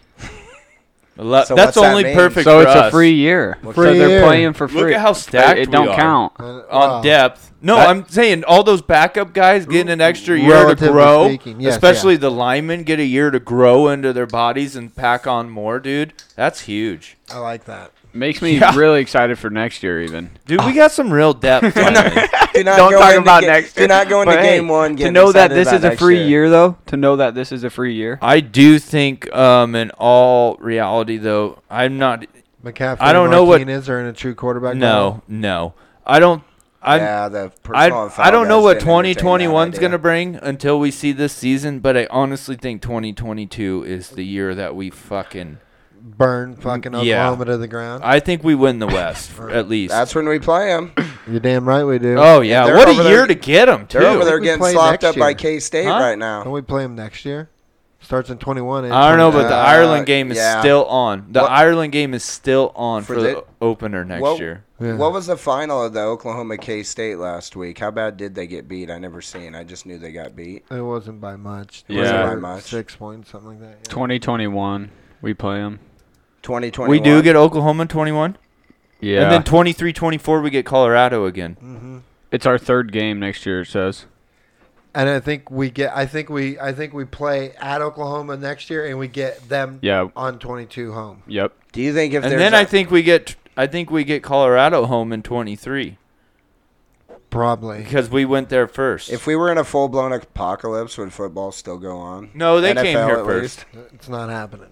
S5: Ele-
S4: So
S5: that's
S4: what's that
S5: only
S4: mean?
S5: perfect.
S3: So
S5: for
S3: it's a
S5: us.
S3: free year. so
S2: Free
S3: they're
S2: year.
S3: playing for free.
S5: Look at how stacked
S3: it
S5: we
S3: don't
S5: are.
S3: count.
S2: Uh,
S5: on
S2: wow.
S5: depth. No,
S3: That-
S5: I'm saying all those backup guys get an extra year
S2: Relatively
S5: to grow.
S2: speaking, yes,
S5: especially the linemen get a year to grow into their bodies and pack on more, dude. That's huge.
S2: I like that.
S3: Makes me
S5: Yeah.
S3: really excited for next year, even.
S5: Dude,
S4: Ah.
S5: we got some real depth. finally.
S4: Do not
S3: Don't
S4: go
S3: talk
S4: into
S3: about
S4: ga-
S3: next.
S4: Do not go into
S3: but hey,
S4: game one.
S3: To
S4: getting
S3: know that
S4: excited
S3: this
S4: about
S3: is a
S4: next
S3: free year. though. To know that this is a free year.
S5: I do think, um, in all reality, though, I'm not.
S2: McCaffrey,
S5: I don't
S2: and
S5: know what-
S2: Martinez are in a true quarterback.
S5: No, no, I don't. I'm,
S4: yeah, the personal
S5: I,
S4: and foul
S5: I don't know
S4: guys
S5: what
S4: didn't entertain that
S5: 2021 is
S4: idea.
S5: going to bring until we see this season, but I honestly think 2022 is the year that we fucking.
S2: role. burn fucking
S5: Yeah.
S2: Oklahoma to the ground.
S5: I think we win the West, at least.
S4: That's when we play them.
S2: You're damn right we do.
S5: oh, yeah.
S4: they're
S5: What
S4: over
S5: a
S4: there-
S5: year to get them, too.
S4: They're over there
S2: we
S4: getting
S2: play
S4: slopped
S2: next
S4: up by
S2: year.
S4: K State
S5: Huh?
S4: right
S2: Don't
S4: now.
S2: we play him next year? Starts in 21. and
S5: I don't know, but the
S4: Uh,
S2: 22.
S5: Ireland game is
S4: yeah.
S5: still on. The
S4: What-
S5: Ireland game is still on
S4: For
S5: for,
S4: the-
S5: the opener next
S4: What-
S5: year.
S2: Yeah.
S4: What was the final of the Oklahoma K State last week? How bad did they get beat? I never seen. I just knew they got beat.
S2: It wasn't by much.
S3: It wasn't
S2: They
S4: by
S2: were
S4: much.
S2: Six points, something like that. yeah.
S3: 2021, we play them.
S4: 2021.
S5: We do get Oklahoma 21.
S3: Yeah.
S5: And then 23 24, we get Colorado again.
S2: Mm-hmm.
S3: it's our third game next year. It says.
S2: And I think we get. I think we. I think we play at Oklahoma next year, and we get them.
S3: Yeah.
S2: On 22 home.
S3: Yep.
S4: Do you think if
S5: And
S4: there's
S5: then
S4: a-
S5: I think we get. I think we get Colorado home in 23
S2: Probably.
S5: because we went there first.
S4: if we were in a full blown apocalypse, would football still go on?
S5: No, they
S4: NFL
S5: came here
S4: at
S5: first.
S4: least.
S2: It's not happening.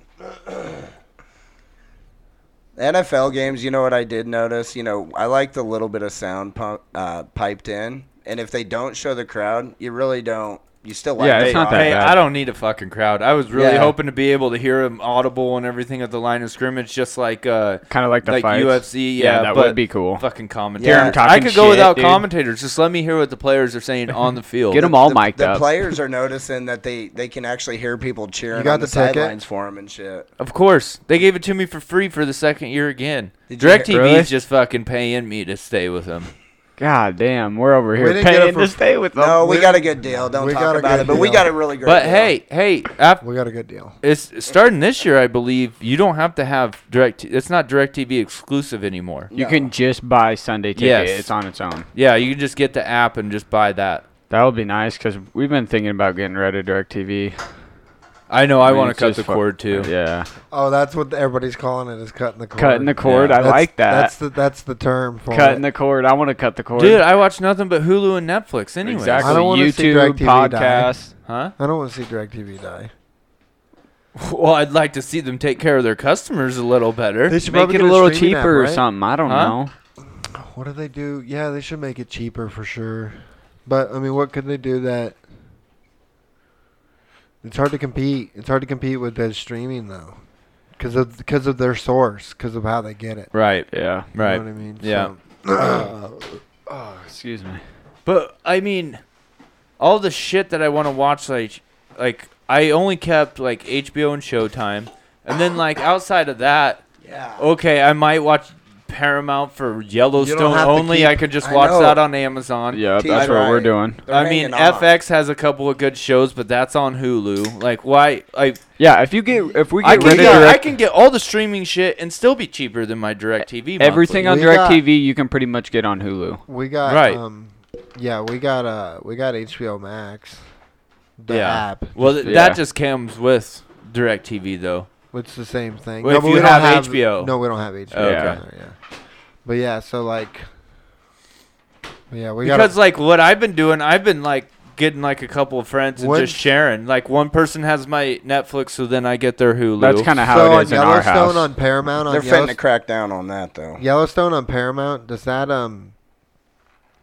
S4: NFL games, you know what I did notice? You know, I like the little bit of sound pump, uh, piped in, and if they don't show the crowd, you really don't. You still like
S3: Yeah,
S4: the
S3: it's not
S4: product.
S3: that
S5: Hey,
S3: bad.
S5: I don't need a fucking crowd. I was really
S4: Yeah.
S5: hoping to be able to hear them audible and everything at the line of scrimmage, just like uh,
S3: Kind of like the
S5: like
S3: fights.
S5: UFC. Yeah,
S3: that
S5: but
S3: would be cool.
S5: Fucking
S4: Hear 'em
S5: commentators. I
S3: talking
S5: could go
S3: shit,
S5: without
S3: dude.
S5: commentators. Just let me hear what the players are saying on the field.
S3: Get them all
S4: the,
S3: mic'd
S4: the
S3: up.
S4: players are noticing that they they can actually hear people cheering
S2: You got
S4: on
S2: the
S4: the,
S2: ticket?
S4: sidelines for them and shit.
S5: Of course, they gave it to me for free for the second year again.
S4: Did you-
S5: DirecTV's
S3: Really?
S5: just fucking paying me to stay with them.
S3: God damn, we're over here
S2: didn't get it
S3: paying
S2: for-
S3: to stay with them.
S4: No, we,
S2: we-
S4: got a good deal. Don't
S2: we got
S4: talk
S2: a
S4: about
S2: good
S4: it, but we
S2: deal.
S4: got a really great.
S5: But
S4: deal.
S5: hey, hey, af-
S2: We got a good deal.
S5: it's starting this year, I believe you don't have to have direct. It's not DirecTV exclusive anymore.
S3: You can just buy Sunday ticket.
S5: Yes.
S3: It's on its own.
S5: Yeah, you can just get the app and just buy that.
S3: That would be nice because we've been thinking about getting rid of DirecTV.
S5: I know. I,
S3: mean,
S5: want to
S3: it's
S5: cut
S3: just
S5: the
S3: fu-
S5: cord too.
S3: Yeah,
S2: Oh, that's what everybody's calling it is cutting the cord.
S3: cutting the cord.
S5: Yeah.
S3: I
S2: That's-
S3: like that.
S2: That's the that's the term for
S3: cutting
S2: it.
S3: the cord. I want to cut the cord.
S5: Dude, I watch nothing but Hulu and Netflix anyway.
S3: exactly.
S2: I don't wanna see
S3: YouTube
S2: DirecTV die.
S3: podcast.
S5: Huh?
S2: I don't want to see Directv die.
S5: Well, I'd like to see them take care of their customers a little better.
S2: They should
S3: Make
S2: probably
S3: it
S2: get
S3: a little
S2: streaming
S3: cheaper
S2: app,
S3: or
S2: right?
S3: something. I don't
S5: Huh?
S3: know.
S2: What do they do? Yeah, they should make it cheaper for sure. But I mean, what could they do that? It's hard to compete. It's hard to compete with the streaming though, because of because of their source, because of how they get it.
S5: Right.
S3: Yeah.
S2: You know
S5: Right.
S2: what I mean?
S5: Yeah.
S2: So,
S3: Excuse me.
S5: But I mean, all the shit that I want to watch, like, like I only kept like HBO and Showtime, and then like outside of that,
S4: Yeah.
S5: okay, I might watch Paramount for Yellowstone
S2: have to
S5: only.
S2: keep-
S5: I could just
S4: I
S5: watch
S4: know.
S5: that on Amazon.
S3: Yeah,
S4: Teeth
S3: that's what we're
S4: right.
S3: doing.
S4: They're
S5: I mean,
S4: hanging on.
S5: FX has a couple of good shows, but that's on Hulu. Like, why? I
S3: Yeah, if you get if we get
S5: I can,
S3: rid of
S5: get, I
S3: direct,
S5: can get all the streaming shit and still be cheaper than my DirecTV.
S3: everything
S5: monthly.
S3: on
S2: We got-
S3: DirecTV, you can pretty much get on Hulu.
S2: we got
S5: Right.
S2: Um, yeah, we got uh, we got HBO Max, the
S5: Yeah.
S2: app.
S5: Well, th-
S3: Yeah.
S5: that just comes with DirecTV, though.
S2: It's the same thing.
S5: Well, if
S2: but
S5: you
S2: we don't
S5: have HBO.
S2: No, we don't have HBO.
S5: Okay.
S2: Yeah. yeah. But yeah, so like, yeah, we got
S5: because like what I've been doing, I've been like getting like a couple of friends and
S2: What-
S5: just sharing. Like one person has my Netflix, so then I get their Hulu.
S3: That's kind of how
S2: so
S3: it is
S2: on
S3: in our house.
S2: Yellowstone on Paramount on
S4: They're
S2: Yellow-
S4: fitting to crack down on that though.
S2: Yellowstone on Paramount. Does that um,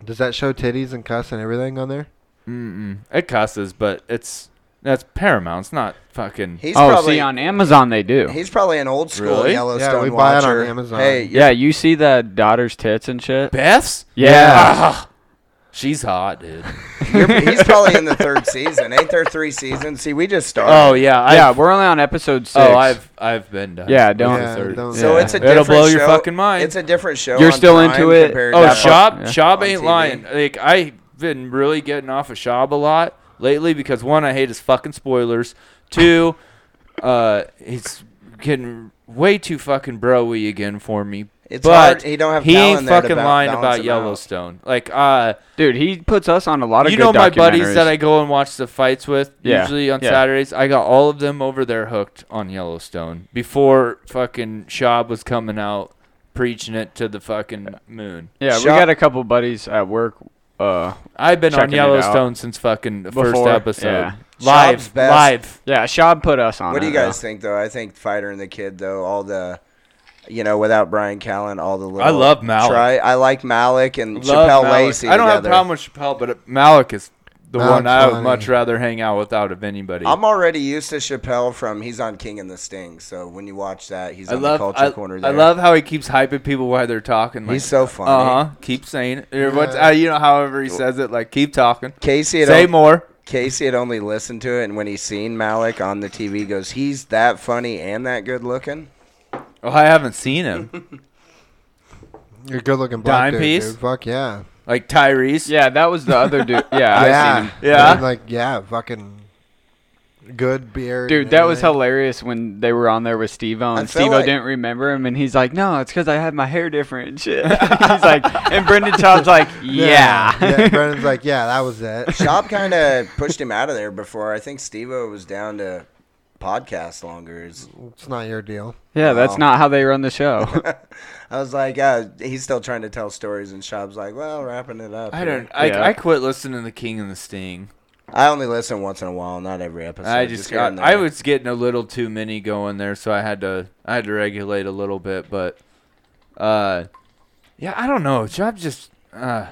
S2: does that show titties and cuss and everything on there?
S5: Mm-mm. It costs, us, but it's that's Paramount. It's not fucking.
S4: He's
S3: oh,
S4: probably
S3: see, on Amazon they do.
S4: he's probably an old school
S5: Really?
S4: Yellowstone
S2: Yeah, we buy it on
S4: watcher.
S2: Amazon.
S4: Hey,
S3: yeah, you see the daughter's tits and shit.
S5: Beth's.
S3: Yeah.
S5: Ah, she's hot, dude.
S4: you're, he's probably in the third season. Ain't there three seasons? See, we just started.
S5: oh yeah, I've,
S3: yeah, we're only on episode six.
S5: Oh, I've I've been done.
S3: Yeah, don't-
S2: Yeah, don't-
S4: So
S3: Oh, Yeah.
S4: it's a
S5: It'll
S4: different
S5: blow your
S4: show.
S5: fucking mind.
S4: It's a different show.
S3: You're
S4: on
S3: still
S4: Prime
S3: into it?
S4: compared
S5: Oh,
S4: to-
S5: Shab,
S3: yeah.
S5: Shab ain't
S4: TV.
S5: lying. Like I've been really getting off of Shab a lot lately because one, I hate his fucking spoilers. Two, uh, he's getting way too fucking broy again for me.
S4: It's
S5: but
S4: hard. He don't have
S5: he
S4: Cal in
S5: ain't
S4: there to
S5: fucking
S4: ba-
S5: lying
S4: balance
S5: about
S4: him
S5: Yellowstone. Like, uh,
S3: Dude, he puts us on a lot of
S5: you
S3: good
S5: know my buddities
S3: documentaries.
S5: that I go and watch the fights with
S3: Yeah,
S5: usually on
S3: yeah.
S5: Saturdays. I got all of them over there hooked on Yellowstone before fucking Shab was coming out preaching it to the fucking moon.
S3: yeah, we
S4: Shop-
S3: got a couple buddies at work. Uh,
S5: I've been on
S3: checking it out.
S5: Yellowstone since fucking the first
S3: Before,
S5: episode.
S3: yeah.
S5: Live,
S4: Shop's best.
S5: live.
S3: yeah, Shab put us on.
S4: What do
S3: it,
S4: you
S3: though.
S4: guys think though? I think Fighter and the Kid though, all the you know, without Brian Callen, all the little
S5: I love Malik.
S4: Try, I like Malik and
S5: Love
S4: Chappelle
S5: Malik.
S4: Lacey.
S5: I don't have a
S4: together.
S5: problem with Chappelle, but uh, Malik is the
S2: Malik's
S5: one I would
S2: funny.
S5: much rather hang out with out of anybody.
S4: I'm already used to Chappelle from he's on King and the Sting, so when you watch that, he's
S5: I
S4: on
S5: love,
S4: the culture
S5: I,
S4: corner
S5: I
S4: there.
S5: love how he keeps hyping people while they're talking. Like,
S4: He's so funny.
S5: Uh huh. Keep saying it. Or what's-
S2: Yeah.
S5: uh, you know, however he says it, like keep talking.
S4: Casey had
S5: Say
S4: on-
S5: more.
S4: Casey had only listened to it, and when he seen Malik on the TV, he goes, "He's that funny and that good looking."
S5: Oh, I haven't seen him.
S2: You're a good looking black
S5: Dime
S2: dude,
S5: piece?
S2: dude. Fuck yeah.
S5: like Tyrese.
S3: Yeah, that was the other dude. Yeah, I seen him.
S2: yeah.
S5: Yeah?
S2: And, like yeah, fucking good beard.
S3: Dude,
S2: and
S3: that was
S2: everything.
S3: hilarious when they were on there with Steve O, and
S4: feel
S3: Steve O
S4: like-
S3: didn't remember him, and he's like, "No, it's because I had my hair different." And shit, he's like, and Brendan Todd's like, "Yeah."
S2: yeah. Brennan's like, yeah, that was it.
S4: Shop kind of pushed him out of there before. I think Steve-O was down to podcast longer. It's-
S2: It's not your deal.
S3: Yeah, that's
S4: Wow.
S3: not how they run the show.
S4: I was like, uh, he's still trying to tell stories, and Shop's like, "Well, wrapping it up."
S5: I
S4: here."
S5: don't. I,
S3: Yeah.
S5: I quit listening to King and the Sting.
S4: I only listen once in a while, not every episode.
S5: I just
S4: here
S5: got.
S4: and
S5: I
S4: there.
S5: was getting a little too many going there, so I had to. I had to regulate a little bit, but, uh, yeah, I don't know. Job just uh,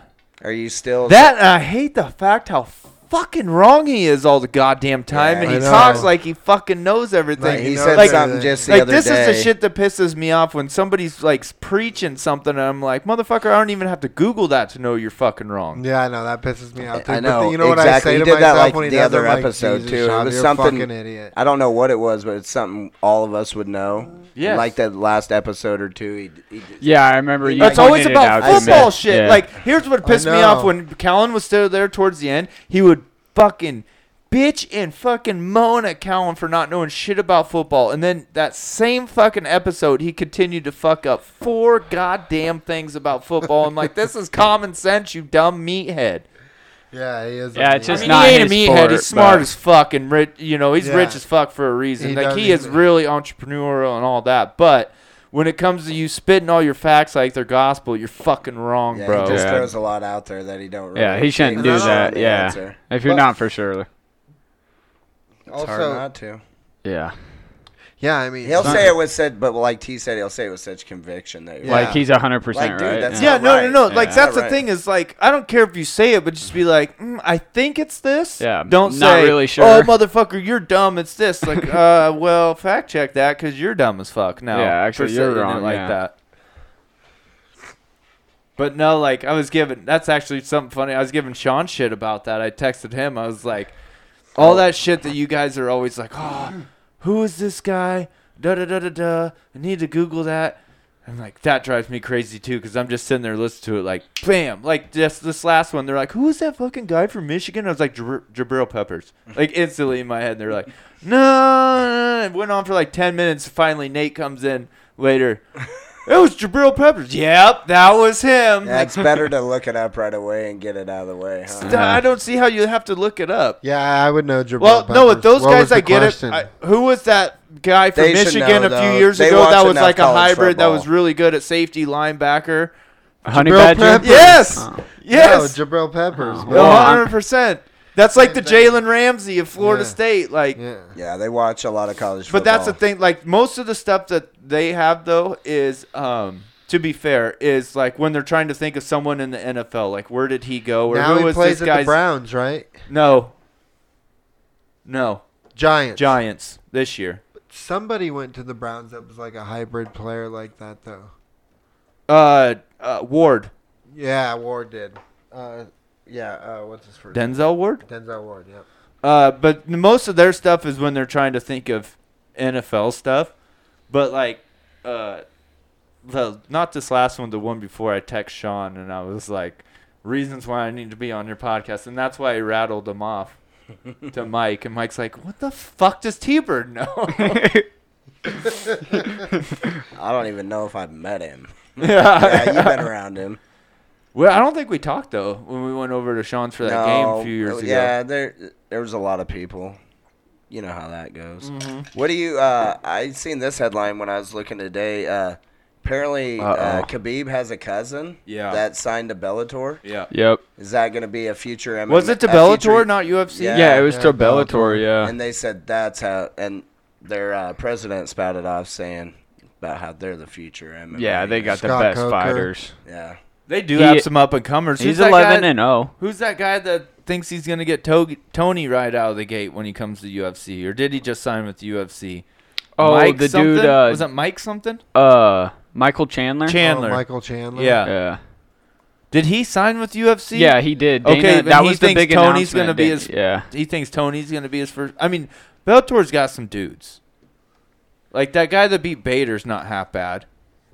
S4: Are you still
S5: that. I hate the fact how fucking wrong he is all the goddamn time,
S4: Yeah,
S5: and
S4: I
S5: he
S2: know.
S5: talks like he fucking knows everything.
S4: Like,
S2: Like,
S4: he
S2: you know,
S4: said
S5: like-
S4: something just the
S5: like
S4: other
S5: this
S4: day.
S5: is the shit that pisses me off when somebody's like s- preaching something and I'm like, motherfucker, I don't even have to Google that to know you're fucking wrong.
S2: Yeah, I know that pisses me out too.
S4: I
S2: But
S4: know.
S2: then you know what I say
S4: exactly. he
S2: to
S4: did
S2: myself
S4: that like
S2: when he
S4: the
S2: does it,
S4: other
S2: I'm like,
S4: episode
S2: Jesus,
S4: too.
S2: Sean,
S4: it was
S2: you're a
S4: something.
S2: fucking idiot.
S4: I don't know what it was, but it's something all of us would know.
S5: Yes.
S4: Like that last episode or two. He, he,
S3: yeah, I remember you.
S5: It's always
S3: pointed it
S5: about
S3: out to me.
S5: football shit.
S3: Yeah.
S5: Like, here's what pissed me off
S2: know.
S5: when Callen was still there towards the end. He would fucking bitch and fucking moan at Callen for not knowing shit about football. And then that same fucking episode, he continued to fuck up four goddamn things about football. I'm like, this is common sense, you dumb meathead.
S2: Yeah, he is.
S3: Yeah,
S2: a
S3: it's
S2: meathead.
S3: just
S5: I mean,
S3: not
S5: he ain't a
S3: his
S5: meathead.
S3: sport,
S5: he's smart
S3: but-
S5: as fuck and rich. You know, he's rich
S2: Yeah.
S5: as fuck for a reason.
S2: He
S5: like
S2: does,
S5: he
S2: he's
S5: is
S2: a-
S5: really entrepreneurial and all that. But when it comes to you spitting all your facts like they're gospel, you're fucking wrong,
S4: Yeah,
S5: bro.
S4: he just
S3: Yeah.
S4: throws a lot out there that he don't. Really
S3: Yeah, he shouldn't
S4: think
S3: do
S4: is
S3: that.
S4: the
S3: Yeah,
S4: answer.
S3: if you're
S4: But
S3: not for sure.
S4: it's hard
S2: Also-
S4: not to.
S3: Yeah,
S2: Yeah, I mean,
S4: He'll
S2: it's
S4: say
S2: not-
S4: it with said, but like T said, he'll say it with such conviction that you're
S2: Yeah.
S3: like he's hundred percent
S4: Like, dude,
S3: right.
S4: that's-
S3: yeah.
S5: Yeah, no,
S4: right.
S5: no, no. Like
S3: Yeah.
S5: that's the
S4: Right.
S5: thing is like I don't care if you say it, but just be like, mm, I think it's this.
S3: Yeah,
S5: Don't
S3: not
S5: say,
S3: really sure.
S5: Oh, motherfucker, you're dumb. It's this. Like, uh, well, fact check that because you're dumb as fuck. No,
S3: Yeah,
S5: for
S3: actually,
S5: saying
S3: you're
S5: it
S3: wrong,
S5: like
S3: yeah.
S5: that. But no, like I was giving. That's actually something funny. I was giving Sean shit about that. I texted him. I was like,
S3: Oh.
S5: all that shit that you guys are always like, oh, who is this guy? Da da da da da. I need to Google that. I'm like, that drives me crazy too, because I'm just sitting there listening to it, like, bam, like just this last one. They're like, who is that fucking guy from Michigan? I was like, Jabr- Jabril Peppers, like instantly in my head. They're like, no, no, no. It went on for like ten minutes. Finally, Nate comes in later. It was Jabril Peppers. Yep, that was him.
S4: Yeah, it's better to look it up right away and get it out of the way. Huh?
S5: Th- I don't see how you have to look it up.
S2: Yeah, I would know Jabril.
S5: Well, no, with
S2: Peppers.
S5: those
S2: What was
S5: guys,
S2: the
S5: I get
S2: question?
S5: it. I, who was that guy from
S4: They should
S5: Michigan
S4: know,
S5: a few
S4: though.
S5: years
S4: They
S5: ago? That
S4: watch
S5: was
S4: enough
S5: like a
S4: college
S5: hybrid that was
S4: football.
S5: really good at safety linebacker.
S3: Honey
S2: Jabril
S3: Badger.
S2: Peppers.
S5: Yes, yes,
S2: No, Jabril Peppers.
S3: Oh.
S2: What?
S3: Well, I'm-
S5: hundred percent. That's like the
S2: Same thing.
S5: Jalen Ramsey of Florida
S2: Yeah.
S5: State, like.
S2: Yeah.
S4: Yeah, they watch a lot of college football.
S5: But that's the thing. Like most of the stuff that they have though is, um, to be fair, is like when they're trying to think of someone in the NFL, like where did he go or
S2: Now
S5: who
S2: he
S5: was
S2: plays
S5: this
S2: at the
S5: guy's?
S2: Browns, right?
S5: no, no,
S2: Giants.
S5: Giants this year.
S2: Somebody went to the Browns that was like a hybrid player like that, though.
S5: Uh, uh Ward.
S2: Yeah, Ward did. Uh, yeah, uh, what's his first?
S5: Denzel Ward.
S2: Denzel Ward. Yep.
S5: Uh, but most of their stuff is when they're trying to think of NFL stuff. But like, uh, the not this last one, the one before, I text Sean and I was like, reasons why I need to be on your podcast, and that's why I rattled them off to Mike, and Mike's like, what the fuck does T Bird know?
S2: Oh,
S4: I don't even know if I've met him.
S5: yeah,
S4: Yeah, you've been around him.
S5: Well, I don't think we talked though when we went over to Sean's for that game a few years ago.
S4: Yeah, there there was a lot of people. You know how that goes.
S5: Mm-hmm.
S4: What do you? Uh, I seen this headline when I was looking today. Uh, apparently, uh,
S3: Uh-oh.
S4: Khabib has a cousin.
S5: Yeah.
S4: That signed to Bellator.
S5: Yeah.
S3: Yep.
S4: Is that going to be a future MMA?
S5: Was it to
S4: a future-
S5: Bellator, not UFC?
S4: E Yeah.
S3: Yeah, it was
S2: Yeah,
S3: to
S2: Bellator.
S3: Bellator. Yeah.
S4: And they said that's how. And their uh, president spouted off saying about how they're the future MMA.
S3: yeah, they got
S2: Scott
S3: the best
S2: Coker.
S3: fighters.
S4: Yeah.
S5: They do
S3: He-
S5: have some up and comers.
S3: He's 11 and oh. 0.
S5: Who's that guy that thinks he's going to get to- Tony right out of the gate when he comes to UFC? Or did he just sign with UFC?
S3: Oh,
S5: Mike
S3: the
S5: something?
S3: dude uh,
S5: was it Mike something?
S3: uh Michael Chandler?
S5: Chandler.
S2: Oh, Michael Chandler.
S5: Yeah.
S3: Yeah.
S5: Did he sign with UFC?
S3: Yeah, he did.
S5: Okay,
S3: Dana,
S5: then
S3: that
S5: he
S3: was the
S5: thinks
S3: big
S5: Tony's
S3: announcement.
S5: gonna be
S3: Dan-
S5: his-
S3: Yeah.
S5: He thinks Tony's going to be his first. I mean, Bellator's got some dudes. Like that guy that beat Bader's not half bad.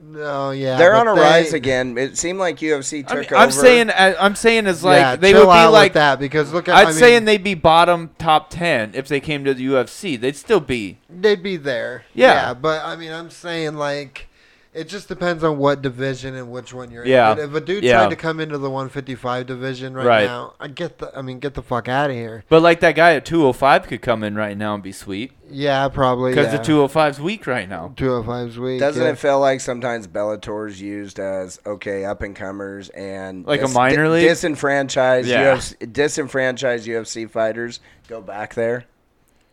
S2: No, yeah.
S4: They're
S2: but
S4: on a
S2: they-
S4: rise again. It seemed like UFC took
S5: I mean,
S4: over.
S5: I'm saying, I- I'm saying, is like
S2: yeah,
S5: they
S2: chill
S5: would be
S2: out with
S5: like
S2: that because look, at,
S5: I'd
S2: I mean,
S5: saying they'd be bottom top ten if they came to the UFC. They'd still be
S2: they'd be there.
S5: Yeah.
S2: but I mean, I'm saying like. It just depends on what division and which one you're
S5: Yeah.
S2: in. If a dude
S5: Yeah.
S2: tried to come into the 155 division right,
S5: Right.
S2: now, I get the. I mean, get the fuck out of here.
S5: But like that guy at 205 could come in right now and be sweet
S2: Yeah, probably.
S5: because
S2: yeah.
S5: the 205's weak right now.
S2: 205's weak.
S4: Doesn't
S2: yeah.
S4: it feel like sometimes Bellator's used as okay up and comers and
S5: Like a minor league?
S4: disenfranchised
S3: Yeah.
S4: UFC, disenfranchised UFC fighters go back there?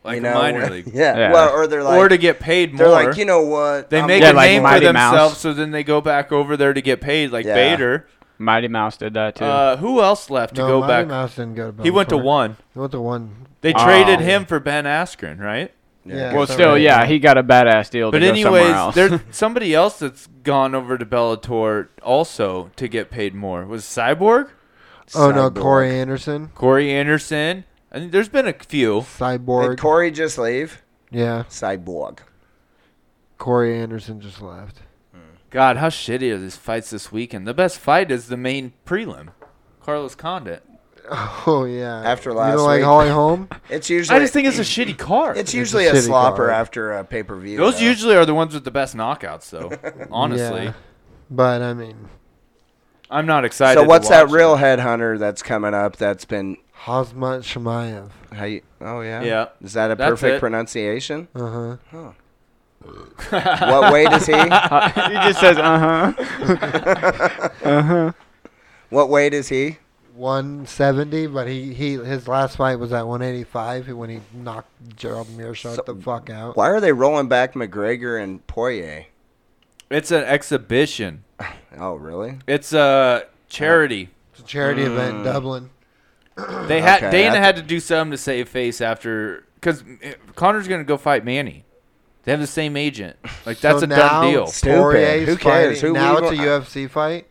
S5: Like
S4: you
S5: a
S4: know,
S5: minor
S4: where-
S5: league.
S4: Yeah.
S3: Yeah.
S4: Well, or they're like
S5: or to get paid more.
S4: they're like you know what
S5: they
S4: I'm
S5: make
S4: gonna-
S3: Yeah,
S5: a
S3: like
S5: name for
S3: Mighty Mouse.
S5: themselves, so then they go back over there to get paid, like
S4: Yeah.
S5: Bader.
S3: Mighty Mouse did that too.
S5: Uh, who else left to
S2: no,
S5: go
S2: Mighty
S5: back?
S2: Mouse didn't go to
S5: He went to
S2: Bellator.
S5: one.
S2: He went to one.
S5: They
S3: Oh.
S5: traded him for Ben Askren, right?
S2: Yeah.
S3: well,
S2: so
S3: still,
S2: right.
S3: yeah, he got a badass deal
S5: But
S3: to go somewhere
S5: anyways,
S3: else.
S5: there's somebody else that's gone over to Bellator also to get paid more. Was Cyborg,
S2: Oh no,
S4: Cyborg.
S2: Corey Anderson,
S5: Corey Anderson? I mean, there's been a few.
S2: Cyborg.
S4: Did Corey just leave?
S2: yeah,
S4: Cyborg.
S2: Corey Anderson just left.
S5: God, how shitty are these fights this weekend? The best fight is the main prelim, Carlos Condit.
S2: Oh yeah.
S4: After
S2: you
S4: last
S2: don't like
S4: week.
S2: Holly Holm.
S4: It's usually
S5: I just think it's a shitty card.
S4: it's usually a
S2: shitty
S4: slopper
S2: card.
S4: after a pay per view.
S5: Those usually are the ones with the best knockouts, though. Honestly,
S2: Yeah. But I mean,
S5: I'm not excited.
S4: so
S5: to
S4: what's that
S5: watch
S4: real
S5: it.
S4: headhunter that's coming up? That's been
S2: Hazmat Shemaev.
S4: how you? Oh yeah.
S5: Yeah.
S4: Is that a
S5: That's
S4: perfect
S5: it.
S4: pronunciation?
S2: Uh huh.
S4: what weight is he?
S3: he just says, uh huh.
S4: Uh-huh. What weight is he?
S2: 170, but he, he his last fight was at 185 when he knocked Gerald Mearshart
S4: So-
S2: the fuck out.
S4: Why are they rolling back McGregor and Poirier?
S5: It's an exhibition.
S4: Oh really?
S5: It's a charity.
S2: It's a charity
S5: Hmm.
S2: event in Dublin.
S5: They had
S4: Okay, I
S5: Dana
S4: th-
S5: had to do something to save face after because Connor's gonna go fight Manny. They have the same agent. Like that's
S2: So
S5: a
S2: now
S5: done deal.
S4: Stupid.
S2: Poirier's
S4: Who cares?
S2: fighting-
S4: Who-
S2: now
S4: we
S2: it's a
S4: go-
S2: UFC fight.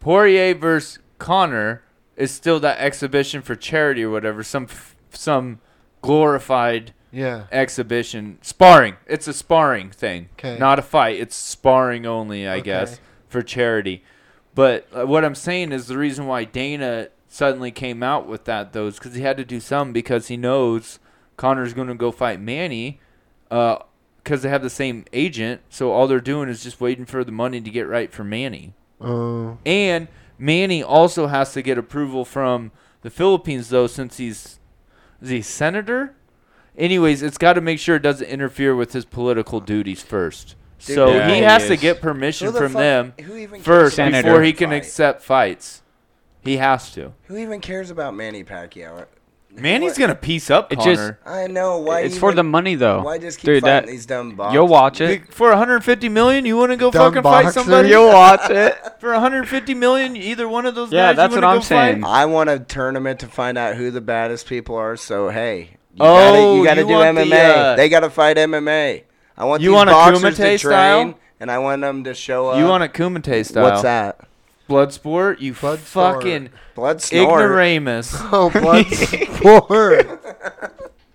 S5: Poirier versus Connor is still that exhibition for charity or whatever. Some f- some glorified
S2: Yeah.
S5: exhibition sparring. It's a sparring thing,
S2: 'Kay.
S5: not a fight. It's sparring only, I guess,
S2: Okay.
S5: for charity. But uh, what I'm saying is the reason why Dana suddenly came out with that though is because he had to do some because he knows Connor's going to go fight Manny, because they have the same agent. So all they're doing is just waiting for the money to get right for Manny.
S2: Oh.
S5: And Manny also has to get approval from the Philippines, though, since he's is he a senator. Anyways, it's got to make sure it doesn't interfere with his political duties first. so
S4: Yeah,
S5: he
S4: he
S5: has to
S3: is.
S5: get
S4: Who
S5: permission
S4: the
S5: from
S4: fuck-
S5: them
S4: who even
S5: first
S4: cares
S3: Senator.
S5: before he can
S4: Fight.
S5: accept fights. He has to.
S4: Who even cares about Manny Pacquiao?
S5: Manny's
S4: What?
S5: gonna piece up
S3: It
S5: Connor
S3: just-
S4: I know why.
S3: it's for the
S4: even-
S3: money though.
S4: Why just keep
S3: Dude,
S4: fighting
S3: that
S4: these dumb boxers?
S3: you'll watch it.
S5: Be- for 150 million. You wouldn't go
S2: Dumb
S5: fucking fight
S2: boxer.
S5: somebody.
S2: You'll
S5: watch it for 150 million. Either one of those
S3: Yeah,
S5: guys. you
S3: that's what
S5: wouldn't
S3: I'm
S5: go fight?
S3: saying.
S4: I want a tournament to find out who the baddest people are. So hey, you
S5: Oh,
S4: gotta,
S5: you
S4: you
S5: want
S4: gotta
S5: the,
S4: do MMA.
S5: uh,
S4: they gotta fight MMA. I want
S5: You
S4: these
S5: want a
S4: boxers to
S5: Kumite
S4: train,
S5: style?
S4: and I want them to show up.
S5: You want a Kumite style?
S4: what's that?
S5: Blood sport? You
S2: Blood sport.
S5: fucking
S4: Blood snort.
S5: ignoramus.
S2: Oh, blood sport. Uh,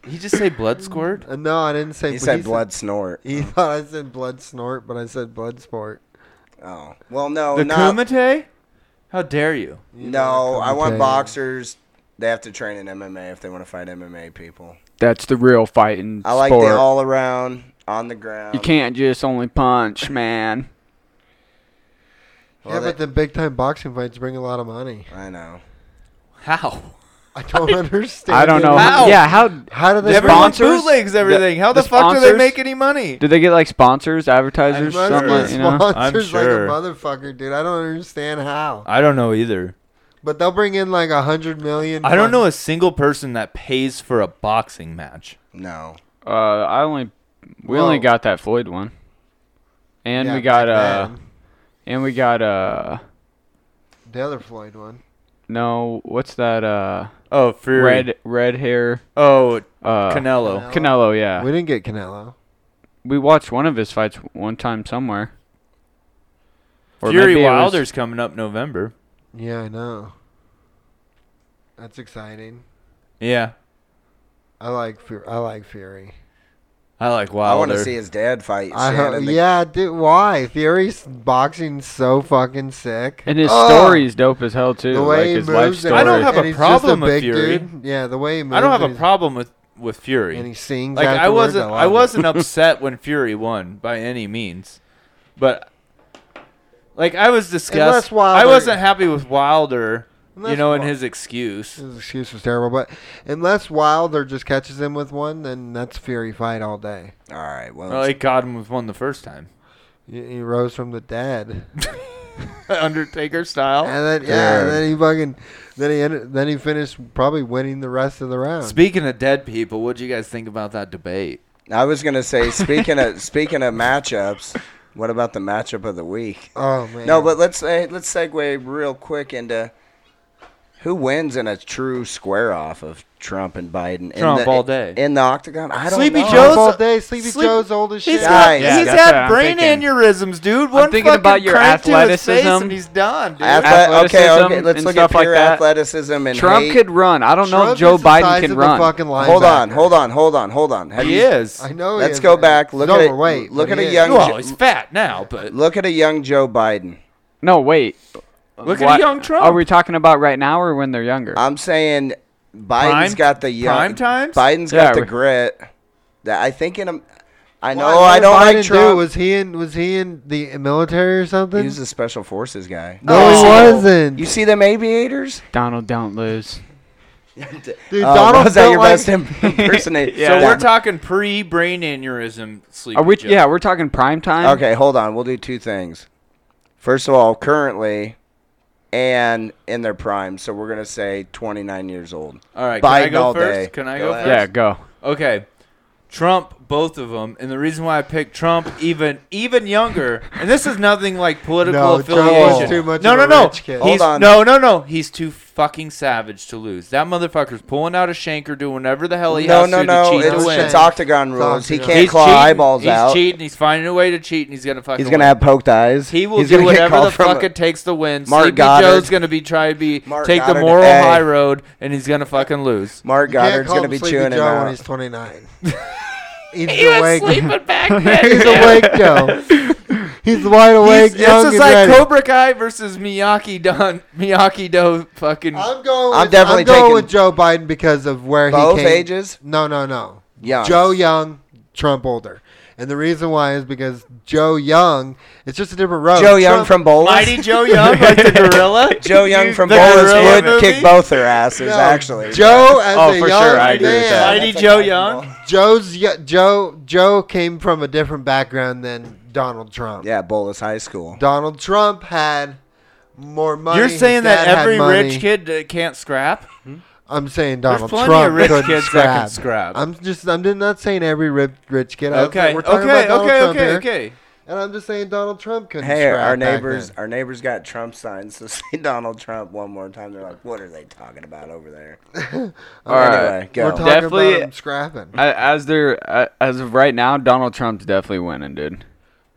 S5: Did he just say blood squirt?
S2: no, I didn't say.
S4: He said blood snort.
S2: He thought I said blood snort, but I said blood sport.
S4: Oh well, no,
S5: the
S4: not,
S5: Kumite? How dare you?
S4: no. I want
S2: Kumite.
S4: boxers. They have to train in MMA if they want to fight MMA people.
S3: That's the real fighting
S4: I like
S3: sport.
S4: the all around on the ground.
S3: you can't just only punch, man.
S4: Well,
S2: yeah,
S4: they-
S2: but the big time boxing fights bring a lot of money.
S4: I know.
S5: How?
S2: I don't understand.
S3: I don't
S2: it.
S3: know.
S5: How?
S3: Yeah, how do
S2: How do they?
S3: Everyone-
S2: Sponsor-
S3: Sponsors?
S5: bootlegs everything. How the,
S3: the
S5: fuck do they
S3: sponsors?
S5: make any money?
S3: they get like sponsors, advertisers,
S5: I'm
S3: something?
S5: sure.
S3: Like, you know?
S5: I'm
S2: sponsors like
S5: sure.
S2: a motherfucker, dude. I don't understand how.
S5: I don't know either.
S2: But they'll bring in like a hundred million.
S5: I don't
S2: from-
S5: know a single person that pays for a boxing match.
S4: No.
S3: Uh, I only we only
S2: Whoa.
S3: got that Floyd one, and
S2: Yeah,
S3: we got
S2: back
S3: uh,
S2: then.
S3: and we got uh,
S2: the other Floyd one.
S3: no, what's that uh,
S5: Oh, Fury.
S3: red red hair
S5: Oh,
S3: uh,
S2: Canelo.
S5: Canelo.
S3: Canelo, yeah.
S2: We didn't get Canelo.
S3: We watched one of his fights one time somewhere.
S5: Fury
S3: maybe it was-
S5: Wilder's coming up November.
S2: Yeah, I know. That's exciting.
S5: Yeah,
S2: I like Fury. I like Fury.
S5: I like Wilder.
S4: I want to see his dad fight
S2: I ho-
S4: Shannon. the-
S2: yeah, dude. Why Fury's boxing's so fucking sick.
S3: and his
S2: Ugh.
S3: story story's dope as hell too.
S2: Oh! the way
S3: like
S2: he
S3: his life
S2: moves, and-
S3: story.
S5: I don't have
S2: and
S5: a
S2: he's just
S5: problem with
S2: big
S5: Fury.
S2: Dude. Yeah, the way he moves.
S5: I don't have
S2: and
S5: a
S2: he's-
S5: problem with with Fury.
S2: And he sings.
S5: like I
S2: afterwards,
S5: wasn't
S2: love
S5: I
S2: it.
S5: wasn't upset when Fury won by any means, but like I was disgusted.
S2: Unless Wilder-
S5: I wasn't happy with Wilder, you
S2: Unless
S5: know, and
S2: Wil-
S5: his excuse.
S2: His excuse was terrible, but unless Wilder just catches him with one, then that's Fury fight all day.
S4: All right. Well,
S5: Well, he got him with one the first time,
S2: He, he rose from the dead,
S5: Undertaker style.
S2: and then yeah, and
S4: Dude.
S2: then he fucking, then he ended, then he finished probably winning the rest of the round.
S5: Speaking of dead people, what do you guys think about that debate?
S4: I was gonna say speaking of speaking of matchups, what about the matchup of the week?
S2: oh man,
S4: No, but let's say let's segue real quick into who wins in a true square off of Trump and Biden.
S5: Trump
S4: in the,
S5: all day.
S4: in the octagon. I don't
S5: Sleepy
S4: know.
S5: Joe's-
S2: all day Sleepy
S5: Sleep-
S2: Joe's old as shit.
S5: He's
S4: got-
S5: got,
S4: Yeah,
S5: he's
S3: that's what
S5: had
S3: I'm
S5: brain
S3: thinking.
S5: aneurisms, dude. One
S3: thinking
S5: fuking
S3: about your
S5: crank to his face
S3: athleticism.
S5: and he's done, dude.
S4: Athle- okay,
S3: athleticism
S4: okay. Let's
S3: and
S4: look
S3: stuff
S4: at
S3: like
S4: pure
S3: that.
S4: athleticism and
S3: Trump
S4: hate.
S3: could run. I don't know
S2: Trump
S3: if Joe
S2: is the
S3: Biden
S2: size
S3: can
S2: of a
S3: run.
S2: fucking
S4: Hold on,
S2: linebacker.
S4: hold on, hold on, hold on. Have
S5: he
S4: you,
S5: is.
S2: I know. he
S4: Let's
S2: is.
S4: go back. Look
S2: he's
S4: at it-
S2: overweight,
S4: look
S2: but
S4: at
S2: he
S4: a
S2: is.
S4: young-
S5: Well, he's fat now, but
S4: Look at a young Joe Biden.
S3: No, wait.
S5: Look at
S3: What-
S5: young Trump.
S3: Are we talking about right now or when they're younger?
S4: I'm saying Biden's
S5: Prime-
S4: got the young
S5: prime times?
S4: Biden's
S3: Yeah,
S4: got the
S3: we-
S4: grit. That I think in a, I know
S2: Well,
S4: I
S2: know
S4: don't like
S2: Biden do.
S4: Trump.
S2: Was he in? Was he in the military or something?
S4: he was a special forces guy.
S2: no,
S4: You see-
S2: he wasn't.
S4: You see them aviators?
S3: Donald, don't lose.
S2: Dude,
S4: Oh,
S2: Donald
S4: was that
S2: felt
S4: your
S2: like-
S4: best im- impersonate?
S5: So
S4: That-
S5: we're talking pre brain aneurysm sleep.
S3: Are we?
S5: Joe.
S3: Yeah, we're talking prime time.
S4: Okay, hold on. We'll do two things. First of all, currently and in their prime, so we're gonna say 29 years old.
S5: All right. Can I
S4: Biden
S5: go
S4: all
S5: first?
S4: day.
S5: Can I
S4: Go
S5: go
S4: ahead.
S5: first?
S3: Yeah, go.
S5: Okay. Trump, both of them, and the reason why I picked Trump, even even younger, and this is nothing like political
S2: No, Trump was
S5: affiliation.
S2: too much
S5: no,
S2: of
S5: no,
S2: a
S5: no.
S2: rich kid.
S5: He's,
S4: Hold on.
S5: No, no, no. He's too fucking savage to lose. That motherfucker's pulling out a shank or doing whatever the hell he
S4: No,
S5: has
S4: no,
S5: to
S4: no.
S5: to cheat
S4: It's,
S5: to win.
S4: it's octagon rules. He
S2: octagon.
S4: can't
S5: he's
S4: claw
S5: cheating.
S4: eyeballs
S5: he's
S4: out.
S5: cheating. He's finding a way to cheat, and he's gonna fucking.
S4: He's gonna
S5: win.
S4: have poked eyes.
S5: He will
S4: He's
S5: do
S4: gonna get
S5: whatever
S4: called
S5: the
S4: from a-
S5: fuck it takes to win.
S4: Mark
S5: Sleepy
S4: Goddard.
S5: Joe's gonna be try to be
S4: Mark
S5: take
S4: Goddard,
S5: the moral
S4: hey.
S5: high road, and he's gonna fucking lose.
S4: Mark
S2: You can't
S4: Goddard's
S2: call
S4: gonna
S2: him
S4: be
S2: Sleepy
S4: chewing him
S2: Joe when
S4: out.
S2: he's 29. He's awake.
S5: back
S2: He's awake, Joe. He's wide awake,
S5: He's-
S2: young
S5: this
S2: and
S5: is like
S2: ready.
S5: Cobra Kai versus Miyaki Don Miyaki Do fucking.
S2: I'm going. With,
S4: I'm definitely
S2: I'm going
S4: taking
S2: with Joe Biden because of where
S4: Both
S2: he came.
S4: ages?
S2: No, no, no.
S4: Young.
S2: Joe Young, Trump older, and the reason why is because Joe Young. It's just a different road.
S4: Joe Young
S2: Trump-
S4: from Bowlers.
S5: Mighty Joe Young, like the gorilla.
S4: Joe Young from
S5: the
S4: Bowlers
S5: gorilla
S4: would
S5: movie?
S4: kick both their asses.
S2: No,
S4: Actually,
S2: Joe as
S3: Oh,
S2: a
S3: for
S2: young
S3: sure, I agree with
S2: man.
S3: that.
S5: Mighty Joe Young.
S2: Joe's y- Joe Joe came from a different background than Donald Trump.
S4: Yeah, Bowlers High School.
S2: Donald Trump had more money.
S5: You're
S2: his
S5: saying that
S2: dad had
S5: every
S2: money.
S5: rich kid that can't scrap?
S2: I'm saying Donald
S5: plenty
S2: Trump
S5: of rich
S2: couldn't
S5: kids that
S2: scrap.
S5: can scrap.
S2: I'm just I'm just not saying every rich, rich kid. I was
S5: Okay,
S2: like, we're talking
S5: okay,
S2: about Donald
S5: okay,
S2: Trump
S5: okay,
S2: here,
S5: okay.
S2: And I'm just saying Donald Trump couldn't
S4: Hey,
S2: scrap.
S4: our
S2: back
S4: neighbors,
S2: then.
S4: our neighbors got Trump signs. So say Donald Trump one more time. They're like, "What are they talking about over there?"
S3: All right.
S4: Anyway, go.
S2: We're talking
S3: Definitely-
S2: about him scrapping.
S3: I, as they're uh, as of right now, Donald Trump's definitely winning, dude.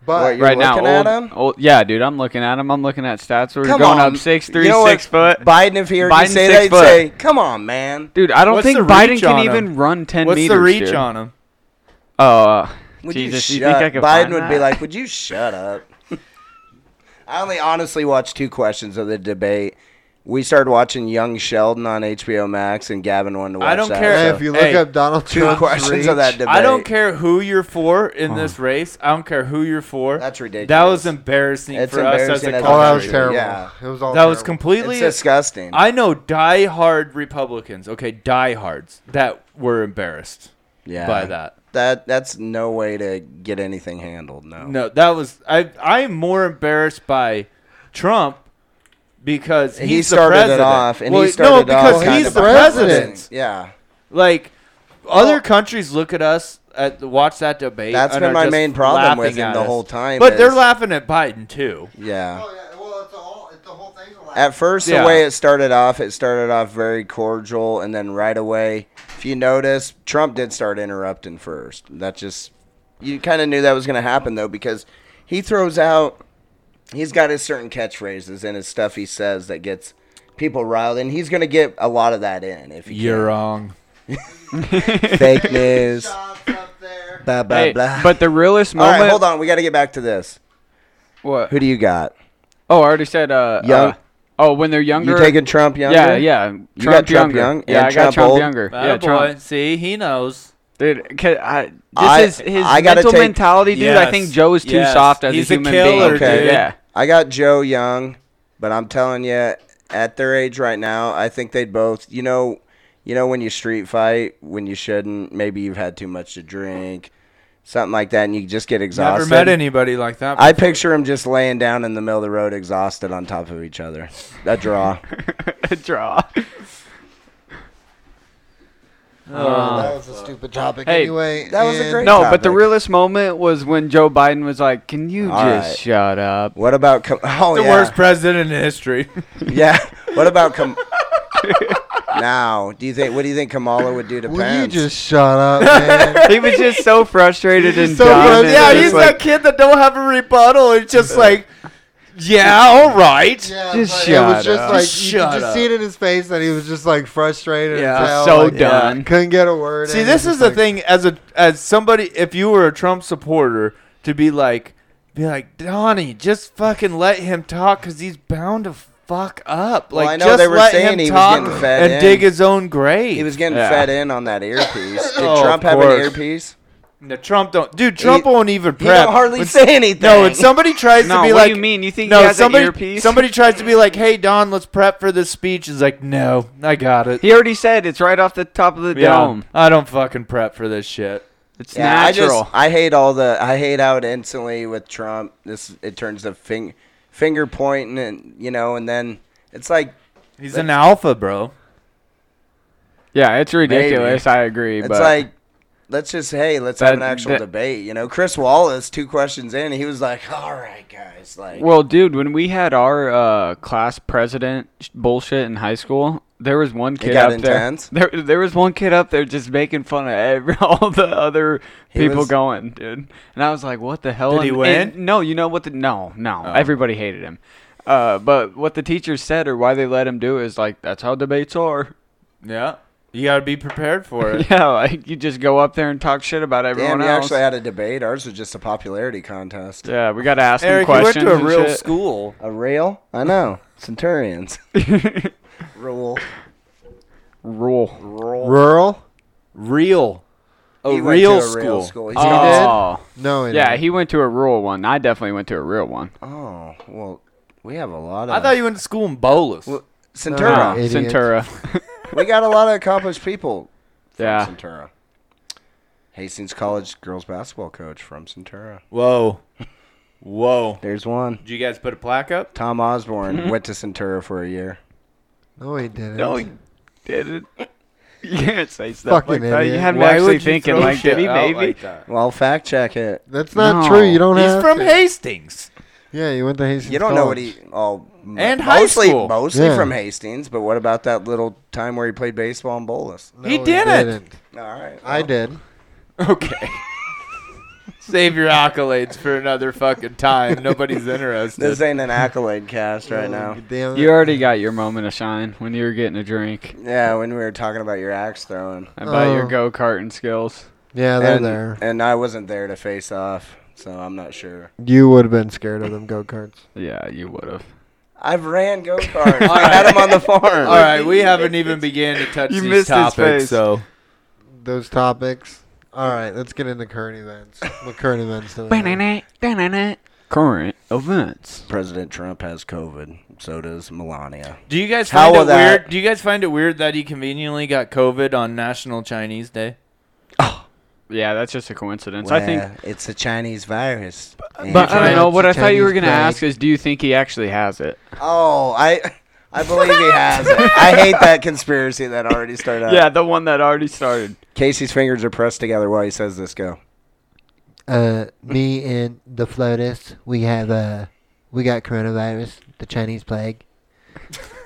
S2: But
S4: What, you're
S3: right now,
S4: looking at
S3: old,
S4: him?
S3: old- yeah, dude. I'm looking at him. I'm looking at stats. We're
S4: Come
S3: going
S4: on.
S3: up six three,
S4: You know what?
S3: six foot.
S4: Biden, if he heard you
S3: Biden's
S4: say
S3: six
S4: that, he'd
S3: foot.
S4: say, "Come on, man."
S3: Dude, I don't
S5: What's
S3: think
S5: the
S3: Biden
S5: reach
S3: can
S5: on him?
S3: even run ten
S5: What's
S3: meters.
S5: the reach
S3: dude.
S5: on him?
S3: Uh,
S4: Would
S3: Jesus,
S4: you
S3: you
S4: shut?
S3: think I
S4: Biden
S3: could find
S4: would be
S3: that?
S4: like, "Would you shut up?" I only honestly watched two questions of the debate. We started watching Young Sheldon on HBO Max, and Gavin wanted to watch
S5: I don't
S4: that,
S5: care.
S2: hey,
S4: so-
S2: if you look
S5: Hey,
S2: up Donald
S4: two
S2: Trump's
S4: questions
S2: reach,
S4: of that debate.
S5: I don't care who you're for in
S2: Uh-huh.
S5: this race. I don't care who you're for.
S4: That's ridiculous.
S5: That was embarrassing
S4: It's
S5: for us as
S4: embarrassing
S5: a
S4: as a
S5: country.
S2: Oh, that was
S4: Yeah.
S2: terrible.
S4: Yeah.
S2: It was all.
S5: That was
S2: terrible.
S5: completely
S4: It's disgusting.
S5: I know diehard Republicans, okay, diehards that were embarrassed
S4: yeah,
S5: by that.
S4: That that's no way to get anything handled. No.
S5: No, that was I. I am more embarrassed by Trump because
S4: He
S5: he's
S4: started it
S5: the president.
S4: off, and he
S5: well, no,
S4: started off
S5: because
S2: kind
S5: he's
S2: of
S5: the
S2: by
S5: president.
S2: president.
S4: Yeah.
S5: Like other countries look at us at watch that debate.
S4: That's
S5: and
S4: been
S5: are
S4: my
S5: just
S4: main problem with
S5: laughing
S4: him
S5: at
S4: the
S5: us.
S4: whole time
S5: But they're
S4: is-
S5: laughing at Biden too.
S4: Yeah.
S2: Oh, yeah, well, it's the whole- it's the whole thing's a lie.
S4: At first,
S5: Yeah.
S4: the way it started off, it started off very cordial, and then right away, if you notice, Trump did start interrupting first. That just you kind of knew that was going to happen though, because he throws out. He's got his certain catchphrases and his stuff he says that gets people riled, and he's going to get a lot of that in. If he
S5: You're wrong.
S4: can. fake news,
S2: Shots up there.
S4: blah blah
S3: Hey,
S4: blah.
S3: but the realest
S4: All
S3: moment.
S4: right, hold on. We got to get back to this.
S3: What?
S4: Who do you got?
S3: Oh, I already said. Uh,
S4: Young-
S3: uh, oh, when they're younger.
S4: You taking Trump younger?
S3: Yeah, yeah.
S4: You got Trump young and
S3: Yeah, I got
S4: Trump
S3: Trump,
S4: old?
S3: younger.
S5: Oh
S3: yeah,
S5: boy,
S3: Trump.
S5: see, he knows.
S3: Dude, ca- I, just
S4: I-
S3: his, his
S4: I gotta
S3: mental
S4: take-
S3: mentality, dude. I
S5: Yes,
S3: think Joe is too
S5: yes.
S3: soft as
S5: He's
S3: a
S5: a
S3: human
S5: killer,
S3: being.
S4: Okay. dude.
S3: Yeah.
S4: I got Joe Young, but I'm telling you, at their age right now, I think they'd both. You know, you know when you street fight when you shouldn't. Maybe you've had too much to drink, something like that, and you just get
S5: Never
S4: exhausted.
S5: met anybody like that.
S4: I picture them just laying down in the middle of the road, exhausted on top of each other. A draw.
S3: Draw.
S2: that was a stupid topic.
S3: Uh, Hey,
S2: anyway,
S4: that was a
S2: and-
S4: great-
S3: Um, No, but the
S4: topic.
S3: realest moment was when Joe Biden was like, "Can you
S4: All
S3: just
S4: right.
S3: shut up?"
S4: What about? Com- oh
S5: the
S4: yeah.
S5: worst president in history.
S4: Yeah. What about? Com- now, do you think? What do you think Kamala would do to
S2: Will you
S4: Pence?
S2: just shut up, man?
S3: He was just so frustrated and
S2: so
S3: done. and
S2: frustrated.
S5: yeah,
S3: just
S5: he's
S3: like,
S5: that kid that don't have a rebuttal. It's just like, yeah, all right.
S2: Yeah,
S3: Just
S2: but it
S3: shut
S2: was just
S3: up.
S2: like
S5: Just
S2: you could
S5: shut
S2: just
S5: up.
S2: see it in his face that he was just like frustrated.
S5: Yeah.
S2: as hell,
S3: so
S2: like,
S3: done.
S2: Couldn't get a word.
S5: See,
S2: in.
S5: this
S2: Just
S5: is the
S2: like,
S5: thing as a as somebody if you were a Trump supporter to be like be like Donnie, just fucking let him talk cuz he's bound to fuck up.
S4: Well,
S5: Like
S4: I know
S5: just
S4: they were
S5: let
S4: saying
S5: him
S4: he was
S5: talk
S4: getting fed
S5: and
S4: in.
S5: dig his own grave.
S4: He was getting
S3: Yeah.
S4: fed in on that earpiece. Did
S5: Oh,
S4: Trump
S5: of
S4: have an
S5: course.
S4: earpiece?
S5: No, Trump don't. Dude, Trump won't even
S4: He
S5: prep.
S4: don't hardly
S5: When-
S4: say anything.
S5: No, when somebody tries
S3: No,
S5: to be
S3: what
S5: like,
S3: do you mean? You think
S5: no,
S3: he has
S5: somebody,
S3: an earpiece?
S5: somebody tries to be like, "Hey, Don, let's prep for this speech." Is like, "No, I got it."
S3: He already said it's right off the top of the
S5: Yeah,
S3: dome.
S5: I don't fucking prep for this shit.
S3: It's
S4: Yeah, I
S3: natural.
S4: just I hate all the I hate how it instantly with Trump this it turns to fing, finger pointing and you know and then it's like
S5: He's an alpha, bro.
S3: yeah, it's ridiculous. I agree,
S4: it's
S3: but
S4: like let's just hey let's
S3: That-
S4: have an actual
S3: that-
S4: debate you know Chris Wallace two questions in he was like all right guys like
S3: well, dude, when we had our uh, class president sh- bullshit in high school, there was one kid
S4: got
S3: up there.
S4: intense?
S3: There, there was one kid up there just making fun of every, all the other people
S4: was-
S3: going, dude. And I was like, "What the hell?"
S5: Did he
S3: And-
S5: win?
S3: and- no, you know what? The, no, no.
S4: Oh.
S3: Everybody hated him. Uh, but what the teacher said or why they let him do it is like that's how debates are.
S5: Yeah, you gotta be prepared for it.
S3: Yeah, like you just go up there and talk shit about
S4: damn
S3: everyone
S4: we
S3: else.
S4: actually had a debate ours was just a popularity contest
S3: yeah, we got to ask
S5: Eric,
S3: them
S5: you went
S3: questions.
S5: to a real
S3: and shit.
S5: school.
S4: a real I know Centurions rule
S3: Rule.
S4: rule
S2: Rural?
S5: Real, a,
S4: He
S5: real,
S4: went to a
S5: school.
S4: real school He's gonna-
S3: Oh,
S2: No, it
S3: yeah,
S2: ain't.
S3: he went to a rural one. I definitely went to a real one.
S4: oh well we have a lot of
S5: I thought you went to school in Bolus.
S4: Centura
S2: No. idiot.
S3: Centura.
S4: we got a lot of accomplished people from
S3: yeah.
S4: Centura. Hastings College girls basketball coach from Centura.
S5: Whoa, whoa.
S4: There's one.
S5: Did you guys put a plaque up?
S4: Tom Osborne went to Centura for a year.
S2: No, he didn't.
S3: No, Oh, he didn't. You can't say stuff
S2: Fucking
S3: like that. You
S2: idiot.
S3: had me
S5: Why
S3: actually
S5: would you
S3: thinking,
S5: throw
S3: like,
S5: shit
S3: did he
S5: out
S3: maybe?
S5: like that?
S4: Well, fact check it.
S2: That's not
S3: No.
S2: true. You don't have
S5: He's from
S2: to.
S5: Hastings.
S2: Yeah, you went to Hastings.
S4: You don't know what he
S2: College.
S4: oh m-
S5: And high
S4: mostly,
S5: school.
S4: Mostly
S2: Yeah.
S4: from Hastings, but what about that little time where he played baseball in Bolus?
S2: No,
S5: He didn't.
S4: All right.
S2: I
S4: well,
S2: did.
S5: Okay. Save your accolades for another fucking time. Nobody's
S4: This
S5: interested.
S4: ain't an accolade cast right now.
S2: Damn it.
S3: You already got your moment of shine when you were getting a drink
S4: Yeah, when we were talking about your axe throwing.
S3: about your
S2: Oh.
S3: go karting skills.
S2: yeah, they're
S4: and,
S2: there.
S4: And I wasn't there to face off, so I'm not sure.
S2: You would have been scared of them go karts.
S3: Yeah, you would have.
S4: I've ran go karts. I had him on the farm.
S5: All right, we haven't even began to touch
S3: You
S5: these
S3: missed his
S5: topics,
S3: face.
S5: so
S2: Those topics. All right, let's get into current events. What current events? do we have?
S3: Current events.
S4: President Trump has COVID. So does Melania.
S5: Do you guys
S4: How
S5: find
S4: will
S5: it
S4: that-
S5: weird? Do you guys find it weird that he conveniently got COVID on National Chinese Day?
S3: Yeah, that's just a coincidence. I think.
S4: Well, it's a Chinese virus. And-
S3: But uh, I don't know.
S2: It's
S3: What
S2: a
S3: I thought you were
S2: Chinese
S3: gonna
S2: plague.
S3: ask is, do you think he actually has it?
S4: oh, I I believe he has it. I hate that conspiracy that already started. out.
S3: Yeah, the one that already started.
S4: Casey's fingers are pressed together while he says this. Go.
S2: Uh, me and the floatus, we have uh, we got coronavirus, the Chinese plague.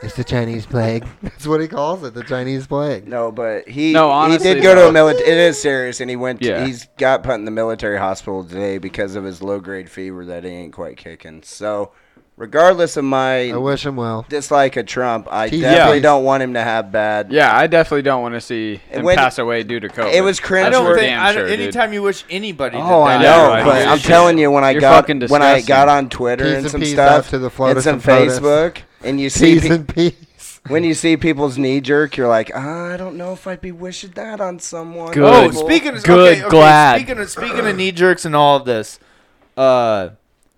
S2: It's the Chinese plague. That's what he calls it, the Chinese plague.
S4: No, but he
S3: No,
S4: he
S3: honestly,
S4: did go to
S3: though.
S4: a military. It is serious, and he went.
S3: Yeah.
S4: To, he's got put in the military hospital today because of his low grade fever that he ain't quite kicking. So, regardless of my
S2: I wish him well.
S4: dislike of Trump, I
S2: He's-
S4: definitely
S2: Yeah.
S4: don't want him to have bad.
S3: Yeah, I definitely don't want to see him
S4: When-
S3: pass away due to COVID.
S4: It was cringe.
S5: I
S3: That's
S5: don't
S3: for
S5: think.
S3: damn
S5: I don't,
S3: sure, dude.
S5: anytime you wish anybody.
S4: Oh,
S5: did
S4: I
S5: that,
S4: know,
S3: right.
S4: but
S3: You're
S4: I'm
S3: shit.
S4: telling you, when I
S3: You're
S4: got
S3: fucking
S4: when I
S3: disgusting.
S4: got on Twitter
S2: Peas
S4: and
S2: and
S4: some
S2: peas
S4: stuff
S2: off to the
S4: and
S2: Florida
S4: some
S2: Floridas.
S4: Facebook, and you see
S2: Peace
S4: pe-
S2: and peace.
S4: when you see people's knee jerk, you're like, "Ah, I don't know if I'd be wishing that on someone.
S3: Good.
S5: Oh,
S4: People-
S5: speaking of
S3: Good,
S5: okay, okay,
S3: glad.
S5: Speaking of speaking of knee jerks and all of this, uh,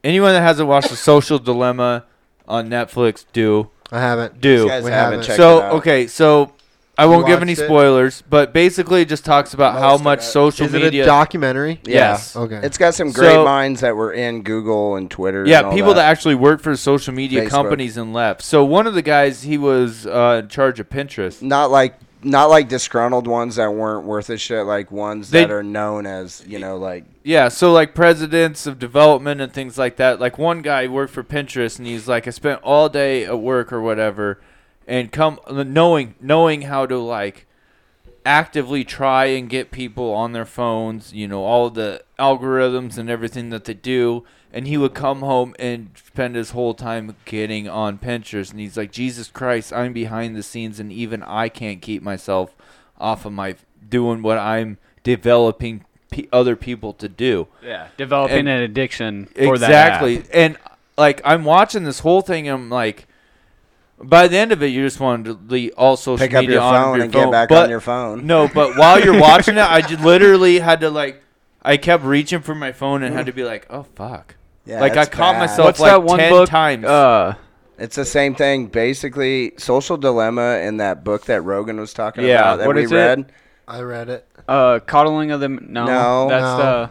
S5: anyone that hasn't watched the Social Dilemma on Netflix, do
S2: I haven't.
S5: do.
S4: These guys
S2: We
S4: haven't
S2: haven't.
S4: checked
S5: so
S4: it out.
S5: okay, so I won't give any
S2: watched it?
S5: spoilers, but basically it just talks about how
S4: Most of
S5: much
S4: it.
S5: social
S2: Is it
S5: media.
S2: a documentary?
S5: yes.
S2: Okay.
S4: It's got some great
S5: So-
S4: minds that were in Google and Twitter. and
S5: Yeah,
S4: all
S5: people that.
S4: that.
S5: actually work for social media
S4: Facebook.
S5: companies and left. So one of the guys, he was uh, in charge of Pinterest.
S4: not like not like disgruntled ones that weren't worth a shit, like ones
S5: They-
S4: that are known as you know, like
S5: Yeah, so like presidents of development and things like that. Like one guy worked for Pinterest, and he's like, I spent all day at work or whatever, and come knowing knowing how to like actively try and get people on their phones, you know, all the algorithms and everything that they do. And he would come home and spend his whole time getting on Pinterest. And he's like, Jesus Christ, I'm behind the scenes, and even I can't keep myself off of my doing what I'm developing pe other people to do.
S3: yeah, developing
S5: And-
S3: an addiction for
S5: Exactly.
S3: that.
S5: And like I'm watching this whole thing and I'm like by the end of it you just want to delete all social
S4: Pick up
S5: media
S4: your
S5: off of
S4: phone and get back on your phone.
S5: No, but while you're watching it I just literally had to like I kept reaching for my phone and had to be like, oh fuck.
S4: Yeah,
S5: like I
S4: that's
S5: caught
S4: bad.
S5: myself
S3: What's
S5: like
S3: that one
S5: ten
S3: book?
S5: times.
S3: Uh,
S4: It's the same thing, basically. Social dilemma in that book that Rogan was talking
S3: Yeah,
S4: about that
S3: what
S4: we
S3: is it?
S4: read.
S2: I read it.
S3: uh, coddling of the M- no,
S4: No.
S3: that's
S2: No.
S3: the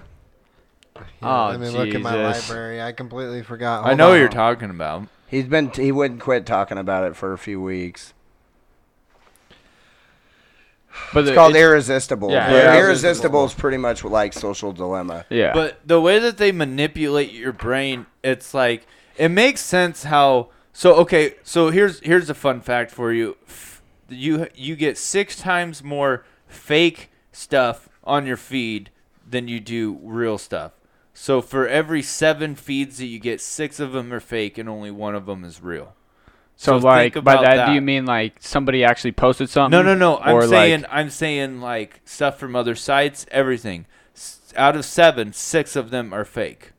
S3: Oh,
S2: let me look at my
S3: Jesus.
S2: library. I completely forgot.
S5: I
S2: Hold
S5: know
S2: on.
S5: what you're talking about.
S4: He's been he wouldn't quit talking about it for a few weeks.
S3: but
S4: It's
S3: it-
S4: called irresistible.
S3: Yeah,
S4: but
S5: Irresistible.
S4: irresistible is pretty much like social dilemma.
S3: yeah.
S5: But the way that they manipulate your brain, it's like it makes sense how. So okay, so here's here's a fun fact for you. F- You you get six times more fake stuff on your feed than you do real stuff. So for every seven feeds that you get, six of them are fake and only one of them is real.
S3: so
S5: think
S3: like by
S5: about
S3: that, do you mean like somebody actually posted something?
S5: No, no, no. I'm
S3: or,
S5: saying
S3: like,
S5: I'm saying like stuff from other sites, everything. S- out of 7, 6 of them are fake.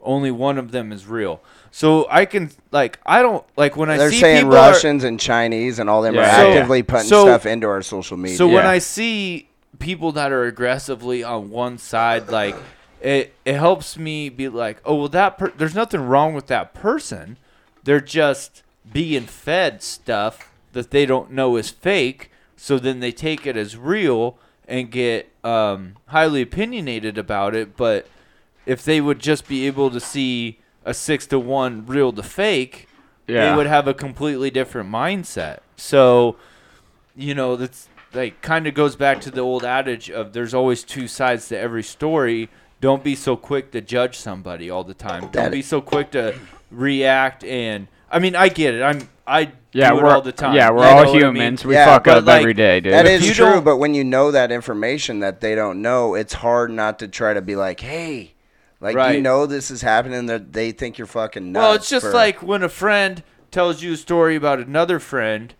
S5: Only one of them is real. So I can like I don't like when I
S4: They're
S5: see
S4: saying
S5: people are-
S4: Russians and Chinese and all them are
S3: Yeah.
S5: So-
S4: actively putting
S5: so-
S4: stuff into our social media.
S5: so when
S3: Yeah.
S5: I see people that are aggressively on one side, like it, it helps me be like, oh well, that per- there's nothing wrong with that person. They're just being fed stuff that they don't know is fake. So then they take it as real and get um, highly opinionated about it. But if they would just be able to see a six to one real to fake,
S3: Yeah.
S5: they would have a completely different mindset. So, you know, that's like kind of goes back to the old adage of there's always two sides to every story. Don't be so quick to judge somebody all the time. Don't
S4: That-
S5: be so quick to react and I mean, I get it. I'm I
S3: yeah,
S5: do it
S3: we're
S5: all the time.
S3: Yeah, we're
S5: You know
S3: all
S5: what I mean?
S3: humans. We
S4: Yeah,
S3: fuck
S5: but,
S3: up
S5: like,
S3: every day, dude.
S4: That
S5: If you
S4: is true,
S5: don't-
S4: but when you know that information that they don't know, it's hard not to try to be like, "Hey, like you
S5: Right.
S4: know this is happening." That they think you're fucking nuts.
S5: Well, it's just
S4: for-
S5: like when a friend tells you a story about another friend,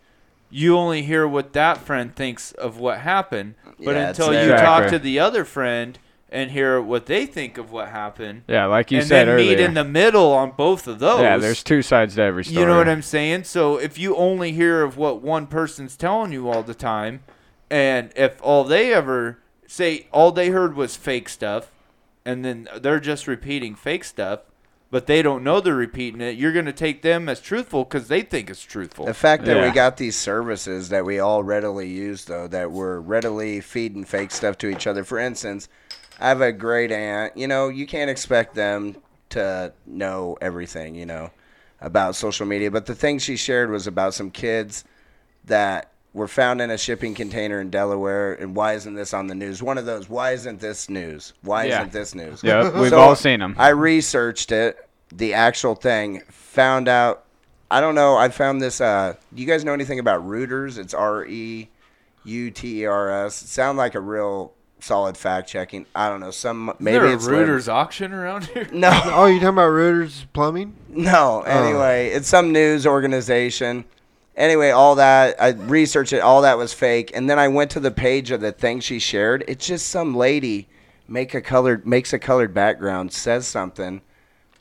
S5: you only hear what that friend thinks of what happened. But
S4: Yeah, it's
S5: until you
S3: never-
S5: talk
S3: Exactly.
S5: to the other friend and hear what they think of what happened,
S3: yeah, like you
S5: and
S3: said
S5: then
S3: earlier.
S5: meet in the middle on both of those.
S3: yeah, there's two sides to every story.
S5: You know what I'm saying? So if you only hear of what one person's telling you all the time, and if all they ever say, all they heard was fake stuff, and then they're just repeating fake stuff, but they don't know they're repeating it, you're going to take them as truthful because they think it's truthful.
S4: the fact that we
S3: Yeah.
S4: got these services that we all readily use, though, that we're readily feeding fake stuff to each other. For instance, I have a great aunt. You know, you can't expect them to know everything. You know, about social media, but the thing she shared was about some kids that were found in a shipping container in Delaware. And why isn't this on the news? One of those. Why isn't this news? Why
S3: Yeah.
S4: isn't this news?
S3: Yep, we've
S4: So,
S3: all seen them.
S4: I researched it, the actual thing, found out. I don't know. I found this. Uh, you guys know anything about rooters? It's R E U T E R S. Sound like a real solid fact checking. I don't know. Some
S5: Is
S4: maybe
S5: there a
S4: it's lib-
S5: Reuters auction around here?
S4: No,
S2: Oh, you're talking about Reuters plumbing?
S5: Mm.
S4: no.
S3: Oh.
S4: Anyway, it's some news organization. Anyway, all that I researched it. All that was fake. And then I went to the page of the thing she shared. It's just some lady make a colored makes a colored background, says something,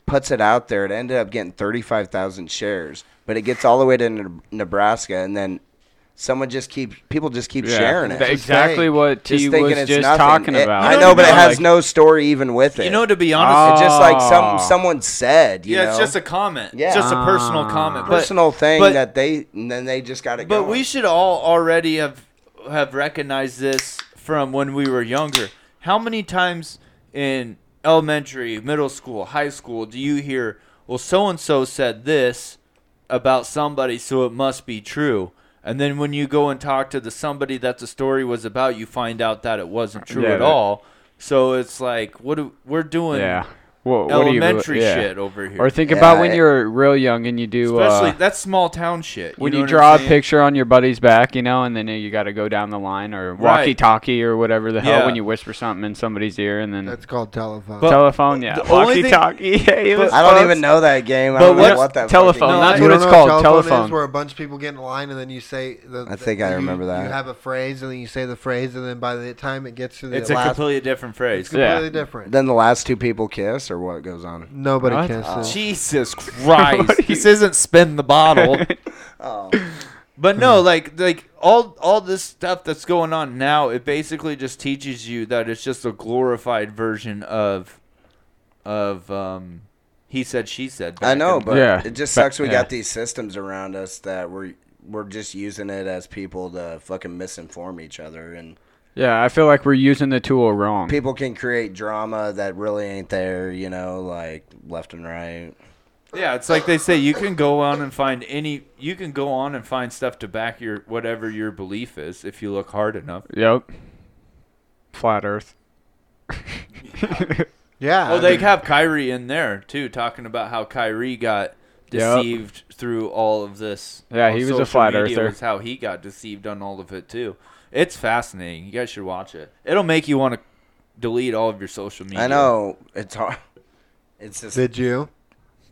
S4: puts it out there. It ended up getting thirty five thousand shares, but it gets all the way to Ne- Nebraska, and then someone just keeps people just keep
S3: Yeah.
S4: sharing
S3: That-
S4: it.
S3: Exactly
S2: fake.
S3: what
S4: Just
S3: T
S4: thinking
S3: was
S4: it's
S3: just
S4: nothing.
S3: talking
S4: It-
S3: about.
S4: I know, but it
S3: Like,
S4: has no story even with it.
S5: You know, to be
S3: Ah,
S5: honest,
S4: it's just like some
S3: Oh.
S4: someone said. You
S5: yeah,
S4: know?
S5: it's just a comment.
S4: Yeah.
S5: It's just a personal
S3: Ah.
S5: comment. but-
S4: personal thing
S5: but-
S4: that they and then they just got it
S5: But
S4: going.
S5: we should all already have have recognized this from when we were younger. How many times in elementary, middle school, high school do you hear, "Well, so and so said this about somebody, so it must be true." And then when you go and talk to the somebody that the story was about, you find out that it wasn't true
S3: Yeah,
S5: at
S3: that-
S5: all. So it's like, what do, we're doing
S3: Yeah. Wha- What, do you-
S5: elementary
S3: yeah.
S5: shit over here.
S3: Or think
S4: Yeah,
S3: about when
S4: it-
S3: you're real young and you do.
S5: Especially
S3: uh,
S5: that's small town shit.
S3: when
S5: know
S3: you
S5: what I'm
S3: draw a
S5: saying?
S3: picture on your buddy's back, you know, and then you got to go down the line or
S5: Right.
S3: walkie-talkie or whatever the hell
S5: Yeah.
S3: when you whisper something in somebody's ear and then
S2: That's called telephone.
S5: But-
S3: telephone, yeah,
S5: the only thing-
S3: walkie-talkie. yeah, you
S5: but-
S4: I don't
S3: fucks.
S4: even know that game. I
S5: But
S4: don't know
S5: what's-
S4: what that
S3: telephone,
S4: fucking-
S5: No, that's
S2: You
S3: what
S2: don't
S3: it's
S2: know
S3: called,
S2: Telephone is
S3: telephone.
S2: where a bunch of people get in line and then you say. The,
S4: I think I
S2: you-
S4: remember that.
S2: You have a phrase and then you say the phrase and then by the time it gets to the
S5: It's a
S2: last,
S5: completely different
S2: it's
S5: phrase.
S3: Yeah.
S2: completely different.
S4: Then the last two people kiss, or what goes on?
S2: Nobody
S3: What?
S4: Oh.
S2: kisses.
S5: Jesus
S3: What are
S5: Christ.
S3: you-
S5: this isn't spin the bottle.
S4: Oh,
S5: But no, like like all all this stuff that's going on now, it basically just teaches you that it's just a glorified version of of um he said she said.
S4: I
S5: back
S4: know,
S5: in-
S4: but
S3: Yeah.
S4: it just
S3: But-
S4: sucks. We
S3: yeah.
S4: got these systems around us that we're we're just using it as people to fucking misinform each other, and
S3: Yeah, I feel like we're using the tool wrong.
S4: people can create drama that really ain't there. You know, like left and right.
S5: yeah, it's like they say you can go on and find any you can go on and find stuff to back your whatever your belief is if you look hard enough.
S3: Yep. Flat Earth.
S2: Yeah.
S5: Oh, they have Kyrie in there too, talking about how Kyrie got
S3: Yep.
S5: deceived through all of this.
S3: Yeah,
S5: On
S3: he was a
S5: social
S3: flat
S5: media
S3: earther.
S5: Was how he got deceived on all of it too. It's fascinating. You guys should watch it. It'll make you want to delete all of your social media.
S4: I know it's hard. It's just
S2: Did you?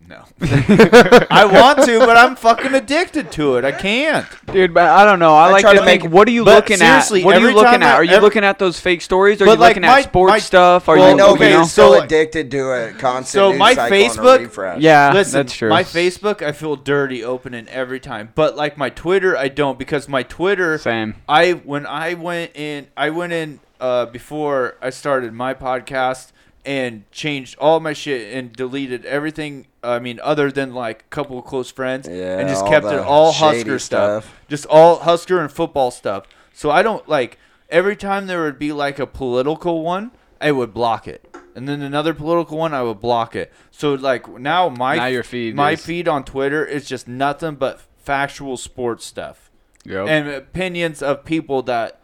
S5: No, I want to, but I'm fucking addicted to it. I can't.
S3: Dude, but I don't know. I,
S4: I
S3: like
S4: try
S3: to
S4: to
S3: think.
S4: make-
S3: What are you
S5: but
S3: looking at?
S5: seriously,
S3: What are you
S5: every
S3: looking
S5: time I-
S3: at? Are you
S5: every-
S3: looking at those fake stories? Are you
S5: But, like,
S3: looking
S5: my-
S3: at sports
S5: my-
S3: stuff? Are
S5: well,
S4: I
S3: you
S4: know,
S3: looking
S4: but
S5: okay,
S3: you
S4: you're
S3: know?
S5: so-
S4: still
S5: like-
S4: addicted to a constant.
S5: So
S4: news
S5: my
S4: cycle and a
S5: Facebook-
S4: refresh.
S3: Yeah,
S5: Listen,
S3: that's true.
S5: my Facebook, I feel dirty opening every time, but like my Twitter, I don't because my Twitter,
S3: Same.
S5: I when I went in, I went in uh, before I started my podcast and changed all my shit and deleted everything. I mean, other than like a couple of close friends,
S4: Yeah,
S5: and just
S4: all
S5: kept it
S4: the
S5: all
S4: shady
S5: Husker stuff.
S4: stuff.
S5: just all Husker and football stuff. So I don't like every time there would be like a political one, I would block it. And then another political one, I would block it. So like now my
S3: Now your feed
S5: my
S3: is-
S5: feed on Twitter is just nothing but factual sports stuff
S3: Yep.
S5: and opinions of people that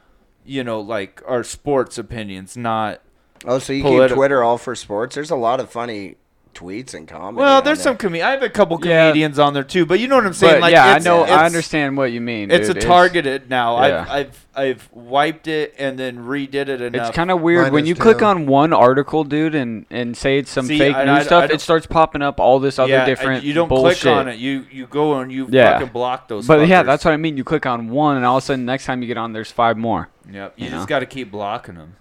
S5: you know like are sports opinions not
S4: Oh, so you
S5: Politi-
S4: keep Twitter all for sports? There's a lot of funny tweets and comments.
S5: well there's some com- i have a couple
S3: Yeah.
S5: comedians on there too but you know what i'm saying
S3: but
S5: like
S3: yeah, I
S5: it's-
S3: know. I
S5: it's-
S3: understand what you mean.
S5: it's
S3: dude.
S5: a targeted now
S3: Yeah.
S5: I've, I've i've wiped it and then redid it enough
S3: It's kind of weird
S2: Mine
S3: when
S2: is
S3: you click
S2: too.
S3: on one article, dude, and and say it's some
S5: See,
S3: fake
S5: I- I-
S3: news
S5: I
S3: stuff.
S5: don't-
S3: it starts popping up all this other
S5: yeah,
S3: different.
S5: you don't
S3: bullshit.
S5: click on it you you go and you
S3: Yeah.
S5: fucking block those
S3: But yeah,
S5: fuckers.
S3: that's what I mean. You click on one, and all of a sudden, next time you get on, there's five more.
S5: Yep. You,
S3: You know?
S5: just got to keep blocking them.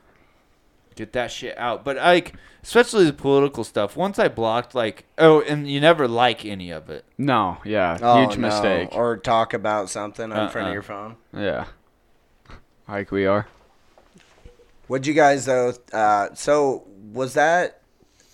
S5: Get that shit out. But like, especially the political stuff. Once I blocked, like, oh, and you never like any of it.
S3: No, yeah,
S4: Oh,
S3: huge
S4: no.
S3: mistake.
S4: Or talk about something in front
S5: Uh-uh.
S4: of your phone.
S3: yeah, like we are.
S4: What'd you guys though? Uh, so was that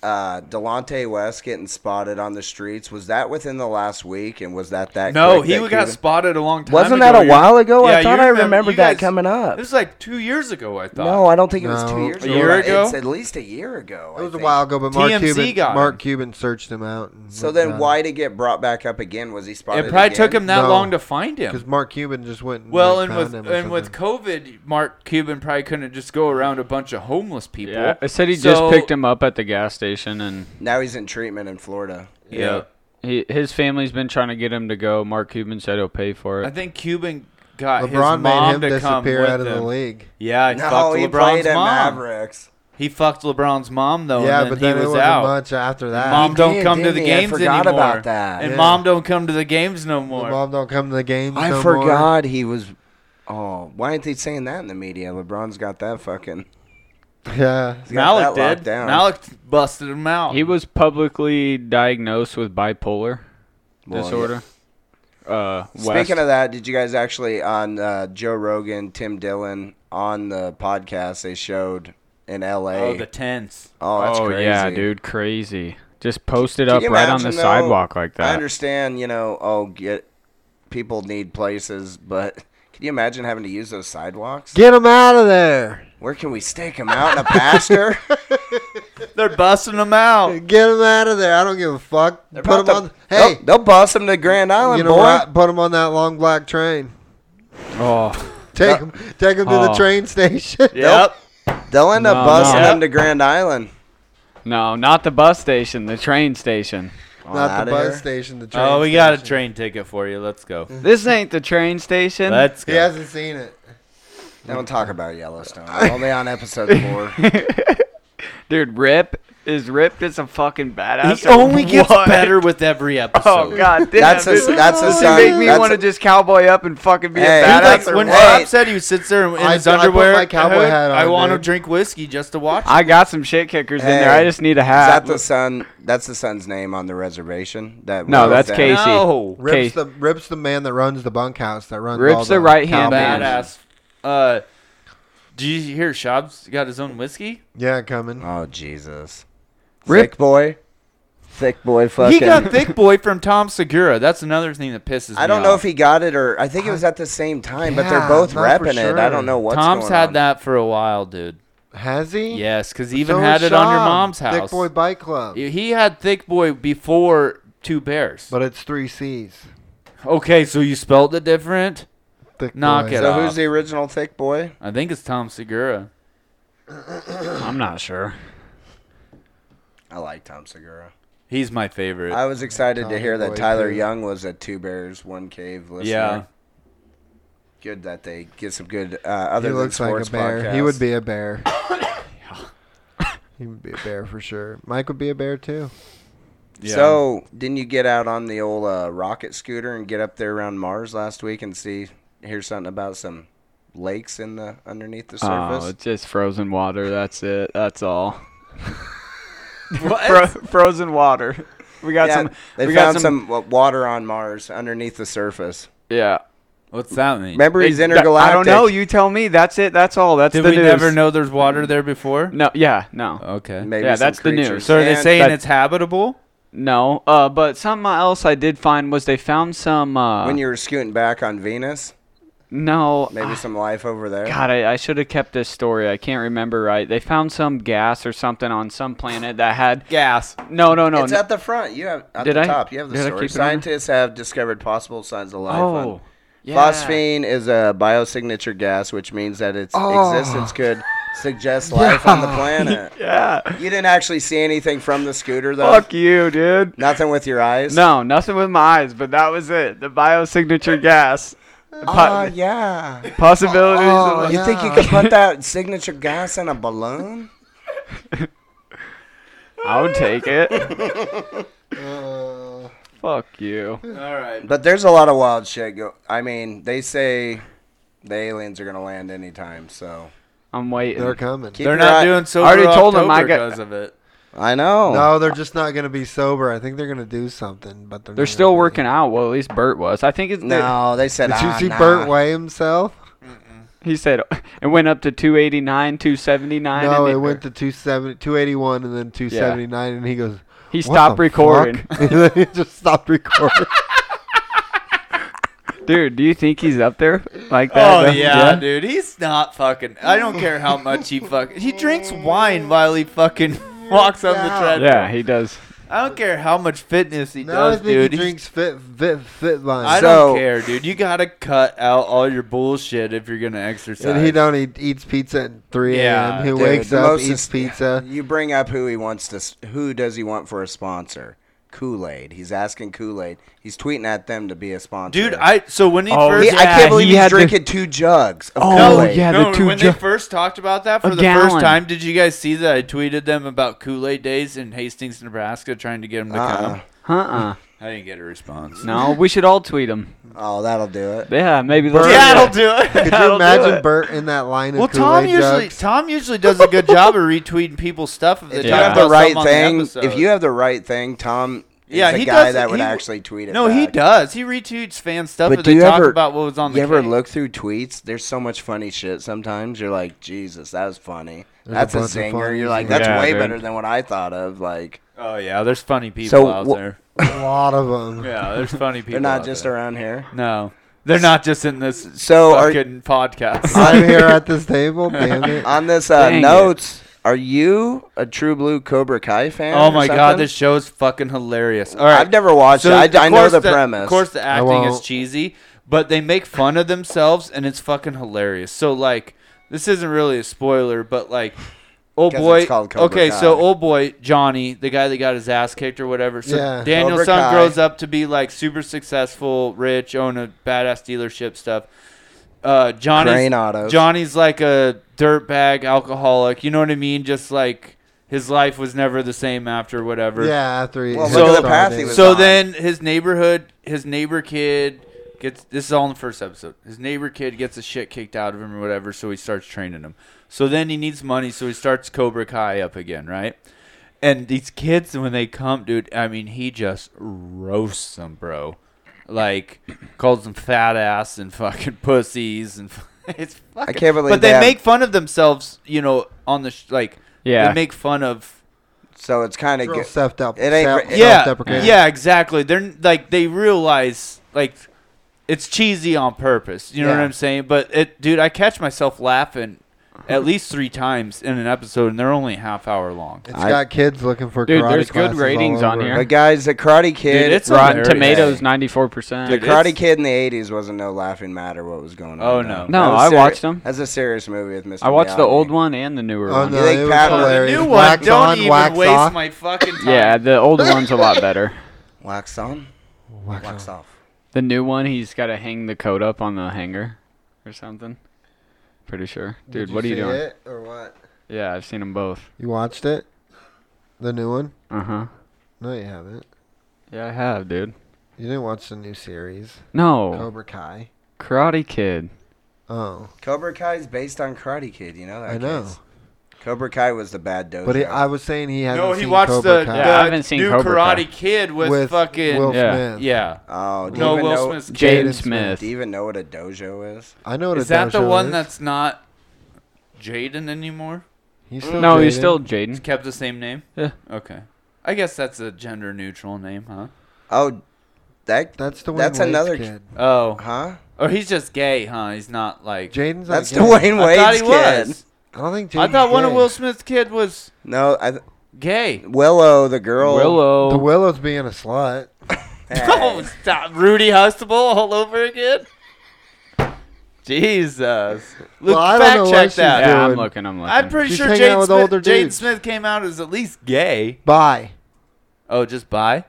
S4: uh, Delonte West getting spotted on the streets? Was that within the last week? And was that that?
S5: No,
S4: quick
S5: he
S4: that
S5: got
S4: Cuban-
S5: spotted a long time.
S4: Wasn't
S5: ago.
S4: that a
S5: You-
S4: while ago? I
S5: Yeah, you
S4: thought I
S5: remember-
S4: remember
S5: you
S4: that
S5: guys-
S4: coming up.
S5: It was like two years ago. I thought.
S4: No, I don't think it was two
S2: No.
S4: years.
S2: A
S4: ago.
S5: year ago?
S4: It's at least a year ago.
S2: It
S4: Oh, I
S2: was a
S4: think.
S2: while ago, but Mark
S5: TMZ
S2: Cuban
S5: got him.
S2: Mark Cuban searched him out. And
S4: So then, why did it get brought back up again? Was he spotted?
S5: It probably took
S4: again?
S5: him that
S2: No.
S5: long to find him.
S2: Because Mark Cuban just went. And,
S5: Well,
S2: like,
S5: and
S2: found
S5: with
S2: him
S5: and
S2: or
S5: with
S2: something.
S5: COVID, Mark Cuban probably couldn't just go around a bunch of homeless people.
S3: Yeah, I said he
S5: So-
S3: just picked him up at the gas station, and
S4: Now he's in treatment in Florida.
S5: Yeah.
S3: he, his family's been trying to get him to go. Mark Cuban said he'll pay for
S5: I
S3: it.
S5: think Cuban got his
S2: LeBron made
S5: mom
S2: him
S5: to come
S2: disappear
S5: with
S2: out of the
S5: him.
S2: league.
S5: Yeah, he
S4: No,
S5: fucked
S4: he
S5: LeBron's
S4: played at
S5: mom.
S4: Mavericks.
S5: He fucked LeBron's mom though,
S2: yeah,
S5: Oh, and then
S2: but then
S5: he
S2: it
S5: was
S2: wasn't
S5: out.
S2: much after that.
S5: Mom
S4: He
S5: don't
S4: did,
S5: come to the
S4: didn't he? I
S5: games
S4: forgot
S5: anymore.
S4: about that.
S5: And
S2: Yeah.
S5: mom don't come to the games no
S2: The
S5: more.
S2: mom don't come to the games.
S4: I
S2: no More.
S4: forgot he was. Oh, why ain't they saying that in the media? LeBron's got that fucking.
S2: Yeah.
S4: he's got
S5: Malik
S4: that
S5: did.
S4: locked down.
S5: Malik busted him out.
S3: He was publicly diagnosed with bipolar
S4: Well,
S3: disorder. Uh, West.
S4: Speaking of that, did you guys actually on uh, Joe Rogan, Tim Dillon on the podcast they showed in L.A.
S5: oh the tens.
S4: Oh, that's
S3: oh
S4: crazy.
S3: yeah, dude, crazy. Just posted
S4: Can
S3: up
S4: you
S3: right on the
S4: imagine, though?
S3: sidewalk like
S4: I
S3: that.
S4: understand, you know, oh, get people need places, but can you imagine having to use those sidewalks?
S2: Get him out of there.
S4: Where can we stake them out in a pasture?
S5: They're busting him out.
S2: Get him out of there. I don't give a fuck. Put him
S4: They'll-
S2: on. Hey,
S4: they'll, they'll bust them to Grand Island,
S2: you know
S4: boy.
S2: what? Put him on that long black train.
S3: Oh,
S2: Take him. Take him to the
S3: Oh.
S2: train station.
S5: Yep.
S4: They'll end
S3: No,
S4: up busting
S3: no.
S4: them to Grand Island.
S3: no, not the bus station, the train station.
S4: On
S2: Not
S4: outta
S2: the bus
S4: here.
S2: station. The train.
S5: Oh, we got a
S2: station.
S5: train ticket for you. Let's go.
S3: This ain't the train station.
S5: Let's
S2: Mm-hmm.
S5: go.
S2: He hasn't seen it.
S4: Don't talk about Yellowstone. Only on episode four.
S3: Dude, rip is ripped as a fucking badass.
S6: He only
S3: or
S6: gets
S3: what?
S6: better with every episode.
S3: Oh god, damn,
S4: That's a-
S3: dude.
S4: that's a
S3: Does it
S4: sign-
S3: make me
S4: that's
S3: want
S4: a-
S3: to just cowboy up and fucking be
S4: Hey. Dude,
S3: a
S6: Dude,
S3: badass.
S6: like
S4: That's
S6: when
S4: right.
S6: Rob said he sits there in
S2: I-
S6: his
S2: I put
S6: underwear,
S2: my cowboy
S6: hood,
S2: hat on,
S6: I want to
S2: dude.
S6: drink whiskey just to
S2: Ah,
S6: watch.
S3: I got some shit kickers in there.
S4: Hey,
S3: I just need a
S4: Is
S3: hat.
S4: that the son? That's the son's name on the reservation. That
S3: no,
S4: was
S3: that's
S4: that-
S3: Casey.
S5: No.
S3: Case-
S2: Rips the rips the man that runs the bunkhouse that runs.
S3: Rips
S2: all
S3: the right hand
S2: cowboys.
S3: man.
S5: Badass. Uh, do you hear Shab's got his own whiskey?
S2: Yeah, coming.
S4: Oh Jesus,
S3: Rip-
S4: thick boy, thick boy, fucking.
S5: He got Thick Boy from Tom Segura. That's another thing that pisses me
S4: I don't know
S5: off.
S4: if he got it or I think it was at the same time, but
S2: Yeah,
S4: they're both
S2: not for
S4: repping it. I
S2: sure.
S4: don't know what's
S5: Tom's
S4: going
S5: had
S4: on.
S5: that for a while, dude.
S2: Has he?
S5: Yes, because
S2: So
S5: even
S2: is
S5: had it on your
S2: Sean,
S5: mom's house.
S2: Thick boy bike club.
S5: He had Thick Boy before Two Bears.
S2: But it's three C's.
S5: okay, so you spelled it different.
S2: Thick
S5: Knock
S2: boy.
S5: it
S4: So
S5: off.
S4: who's the original thick boy?
S5: I think it's Tom Segura.
S3: I'm not sure.
S4: I like Tom Segura.
S5: He's my favorite.
S3: Uh,
S4: I was excited to
S2: Tommy
S4: hear that
S2: Boy,
S4: Tyler
S2: too.
S4: Young was a Two Bears One Cave listener.
S5: yeah,
S4: good that they get some good uh, other
S2: He
S4: than
S2: looks like
S4: sports
S2: a bear.
S4: podcasts.
S2: He would be a bear. he would be a bear for sure. Mike would be a bear too.
S5: yeah.
S4: So didn't you get out on the old uh, rocket scooter and get up there around Mars last week and see hear something about some lakes in the underneath the
S3: Oh,
S4: surface?
S3: it's just frozen water. That's it. That's all. Fro- frozen water. We got
S4: yeah,
S3: some.
S4: they
S3: we
S4: found
S3: got some.
S4: some, wa- water on Mars underneath the surface.
S3: Yeah.
S5: what's that mean?
S4: Remember, he's
S3: It- th-
S4: intergalactic.
S3: I don't know. You tell me. That's it. That's all. That's
S5: Did
S3: the
S5: we
S3: news.
S5: never know there's water there before?
S3: No. Yeah. No.
S5: Okay.
S4: Oh, Maybe
S3: Yeah,
S4: some
S3: that's the news.
S4: creatures.
S5: so are they
S4: And-
S5: saying
S3: that-
S5: it's habitable?
S3: No. Uh, but something else I did find was they found some. Uh,
S4: when you were scooting back on Venus,
S3: no. ah,
S4: maybe some life over there.
S3: God, I, I should have kept this story. I can't remember right. They found some gas or something on some planet that had.
S5: Gas.
S3: No, no, no.
S4: it's
S3: no-
S4: at the front. You have at
S3: Did
S4: the
S3: I-
S4: top. You have the
S3: did I
S4: story.
S3: keep it on there?
S4: Scientists have discovered possible signs of life. on-
S3: oh. Yeah.
S4: Phosphine is a biosignature gas, which means that its
S3: Oh.
S4: existence could suggest life on the planet.
S3: Yeah.
S4: You didn't actually see anything from the scooter, though.
S3: Fuck you, dude.
S4: Nothing with your eyes.
S3: No, nothing with my eyes, but that was it. The biosignature gas. The po-
S2: Uh,
S4: Ah, yeah.
S3: possibilities of
S4: You think you could put that signature gas in a balloon?
S3: I would take it. Fuck you.
S4: But there's a lot of wild shit. Go- I mean, they say the aliens are gonna land anytime, so
S3: I'm waiting.
S2: They're coming.
S4: keep
S5: They're
S4: your
S5: not
S4: eye-
S5: doing so.
S3: I already told 'em I got-
S5: because of it.
S4: I know.
S2: No, they're just not gonna be sober. I think they're gonna do something, but they're.
S3: They're
S2: not
S3: still
S2: gonna
S3: working out. Well, at least Bert was. I think it's
S4: No, they said.
S2: Be. Did you
S4: "Ah,
S2: see
S4: nah."
S2: Burt weigh himself?
S3: He said it went up to 289, 279.
S2: No,
S3: and
S2: it went to 270, 281 and then 279, and he goes.
S3: He
S2: "What
S3: stopped
S2: the
S3: recording.
S2: fuck?" he just stopped recording.
S3: Dude, do you think he's up there like that?
S5: Oh yeah,
S3: though?
S5: dude, he's not fucking. I don't care how much he fuck. He drinks wine while he fucking walks on the treadmill.
S3: Yeah, he does.
S5: I don't care how much fitness he
S2: no, I
S5: does,
S2: think
S5: dude.
S2: he
S5: He's-
S2: drinks fit fit fit
S5: I
S2: vines.
S5: don't
S4: So-
S5: care, dude. You gotta cut out all your bullshit if you're gonna exercise.
S2: And he don't eat, eats pizza at 3
S5: Yeah,
S2: a.m. he
S4: Dude,
S2: wakes
S4: the
S2: up,
S4: most
S2: eats
S4: is-
S2: pizza.
S4: You bring up who he wants to. s- Who does he want for a sponsor? Kool Aid. He's asking Kool Aid. He's tweeting at them to be a sponsor.
S5: Dude, I so when he
S3: Oh,
S5: first
S4: He- I
S3: yeah,
S4: can't believe
S3: he
S4: he's
S3: had to-
S4: drinking two jugs. Of
S3: Oh,
S4: Kool-Aid.
S3: yeah,
S5: no,
S3: the two
S5: when
S3: ju-
S5: they first talked about that for
S3: A
S5: the first
S3: gallon.
S5: time, did you guys see that I tweeted them about Kool Aid days in Hastings, Nebraska, trying to get them to
S4: Uh-uh.
S5: come?
S3: Uh-uh.
S5: I didn't get a response.
S3: No, we should all tweet him.
S4: Oh, that'll do it.
S3: Yeah, maybe they'll.
S5: that'll do it.
S2: Could you
S5: That'll do
S2: imagine
S5: it.
S2: Bert in that line of
S5: Well, Tom
S2: Kool-Aid
S5: usually
S2: jugs?
S5: Tom usually does a good job of retweeting people's stuff if they talk
S4: If you have
S5: about
S4: the right
S5: something on
S4: thing,
S5: The
S4: if you have the right thing, Tom is
S5: Yeah,
S4: the
S5: he
S4: guy
S5: does-
S4: that would
S5: he-
S4: actually tweet it.
S5: no, he
S4: back.
S5: does. He retweets fan stuff
S4: But
S5: if
S4: do
S5: they
S4: you
S5: talk
S4: ever
S5: about what was on the.
S4: You ever
S5: cake.
S4: look through tweets? There's so much funny shit. Sometimes you're like, Jesus, that was funny.
S2: There's
S4: that's
S2: a
S4: a,
S2: bunch of
S4: singer.
S2: funnies
S4: You're
S2: in
S4: like,
S2: there.
S4: that's
S3: Yeah,
S4: way
S3: dude.
S4: better than what I thought of. Like,
S5: Oh yeah, there's funny people
S4: So,
S5: out
S4: wh-
S5: there.
S2: a lot of them.
S5: Yeah, there's funny people.
S4: they're not
S5: out
S4: just
S5: there.
S4: around here.
S5: No, they're not just in this
S4: So are-
S5: fucking podcast.
S2: I'm here at this table, damn it.
S4: On this uh,
S3: Dang it.
S4: notes, are you a True Blue Cobra Kai fan?
S5: Oh
S4: or
S5: my god,
S4: something?
S5: this show is fucking hilarious. All right,
S4: I've never watched
S5: so
S4: it.
S5: of
S4: I, I know
S5: course
S4: the, premise.
S5: Of course, the acting is
S2: won't.
S5: cheesy, but they make fun of themselves, and it's fucking hilarious. So like, this isn't really a spoiler, but like. Old
S4: 'Cause
S5: boy.
S4: it's called Cobra
S5: okay,
S4: Kai.
S5: so old boy Johnny, the guy that got his ass kicked or whatever. So
S2: Yeah.
S5: Daniel's
S4: Cobra
S5: son
S4: Kai.
S5: grows up to be like super successful, rich, own a badass dealership stuff. Uh, Johnny's
S4: Crane Autos.
S5: Johnny's like a dirtbag alcoholic. You know what I mean? Just like his life was never the same after whatever.
S2: Yeah, after he.
S4: Well,
S2: he
S5: look at
S2: started
S5: the
S4: path he
S2: it.
S4: was-
S5: So
S4: on.
S5: then his neighborhood, his neighbor kid gets. This is all in the first episode. His neighbor kid gets the shit kicked out of him or whatever, so he starts training him. So then he needs money, so he starts Cobra Kai up again, right? And these kids, when they come, dude, I mean, he just roasts them, bro. Like, calls them fat ass and fucking pussies and. It's fucking,
S4: can't believe
S5: But they
S4: that-
S5: make fun of themselves, you know, on the sh- like.
S3: Yeah.
S5: They make fun of
S4: So it's kind of
S2: Real
S4: good.
S2: self-dep-
S4: It ain't-
S2: self-
S4: it-
S5: yeah,
S2: self-deprecating.
S5: yeah, exactly. They're n- like they realize like it's cheesy on purpose. You know what
S4: Yeah.
S5: I'm saying? But it, dude, I catch myself laughing at least three times in an episode, and they're only a half hour long.
S2: It's
S4: I-
S2: got kids looking for
S3: Dude,
S2: karate
S3: there's good
S2: classes all
S3: ratings on
S2: over.
S3: here.
S4: But guys, the Karate Kid,
S5: Dude, it's
S3: Rotten
S5: hilarious.
S3: Tomatoes,
S4: Hey.
S3: ninety-four
S4: the
S3: percent.
S5: Dude, it's-
S4: Karate Kid in the '80s wasn't no laughing matter what was going on.
S5: Oh,
S4: though.
S5: no.
S4: That
S3: No,
S4: was
S3: I
S4: seri-
S3: watched them.
S4: That's a serious movie with Mr.
S3: I watched the
S4: Miyagi.
S3: old one and the newer
S2: Oh
S3: one.
S2: no,
S4: They
S2: it was
S4: pat- Oh, the
S2: hilarious.
S5: new one,
S2: Wax
S5: don't
S2: on,
S5: even
S2: wax
S5: waste
S2: off.
S5: my fucking time.
S3: Yeah, the old one's a lot better.
S4: Wax on,
S2: Wax
S4: wax off.
S3: The new one, he's got to hang the coat up on the hanger or something. Pretty sure. Dude,
S2: Did
S3: what are you
S2: see
S3: doing?
S2: it, or what?
S3: Yeah, I've seen them both.
S2: You watched it? The new one?
S3: Uh huh.
S2: No, you haven't.
S3: Yeah, I have, dude.
S2: You didn't watch the new series,
S3: No,
S2: Cobra Kai.
S3: Karate Kid.
S2: Oh,
S4: Cobra Kai is based on Karate Kid. You know that?
S2: I know.
S4: kids. Cobra Kai was the bad dojo.
S2: But he, I was saying he hasn't
S5: No,
S2: seen
S5: he watched
S2: Cobra
S5: the,
S2: Kai.
S5: the
S3: Yeah, I haven't seen
S5: new
S3: Cobra Kai.
S5: Karate Kid with,
S2: with
S5: fucking
S2: Will
S3: Yeah.
S2: Smith.
S5: yeah.
S4: oh, do you
S5: No,
S4: even know,
S5: Will Smith's
S2: Jaden
S5: kid.
S3: Jaden
S2: Smith.
S3: Smith.
S4: Do you even know what a dojo is?
S2: I know what a
S5: Is that the
S2: dojo
S5: one
S2: is.
S5: that's not Jaden anymore?
S2: He's still
S3: No, he's
S2: Jaden.
S3: still
S5: He's
S3: Jaden.
S5: kept the same name.
S3: Yeah.
S5: Okay. I guess that's a gender neutral name, huh?
S4: Oh, that
S2: That's the one.
S4: That's another
S2: kid.
S5: Oh.
S4: huh?
S5: Or he's just gay, huh? He's not like.
S2: Jaden's
S4: That's
S2: not gay.
S4: Dwayne
S5: I
S4: Wade's
S5: thought he
S4: kid.
S5: was.
S2: I don't think. Jaden's
S5: I thought one of
S2: gay.
S5: Will Smith's kid was
S4: No, I th-
S5: gay.
S4: Willow, the girl.
S3: Willow.
S2: The Willow's being a slut.
S4: Hey.
S5: Oh, stop. Rudy Hustable all over again? Jesus. Look,
S2: Well, I don't
S5: fact
S2: know what
S5: check
S2: she's
S5: that.
S3: yeah, I'm
S2: doing.
S3: looking. I'm looking.
S5: I'm pretty
S2: She's
S5: sure
S2: hanging out
S5: Jade
S2: with
S5: Smith,
S2: older
S5: Jade
S2: dudes.
S5: Smith came out as at least gay.
S2: Bye.
S5: Oh, just bi?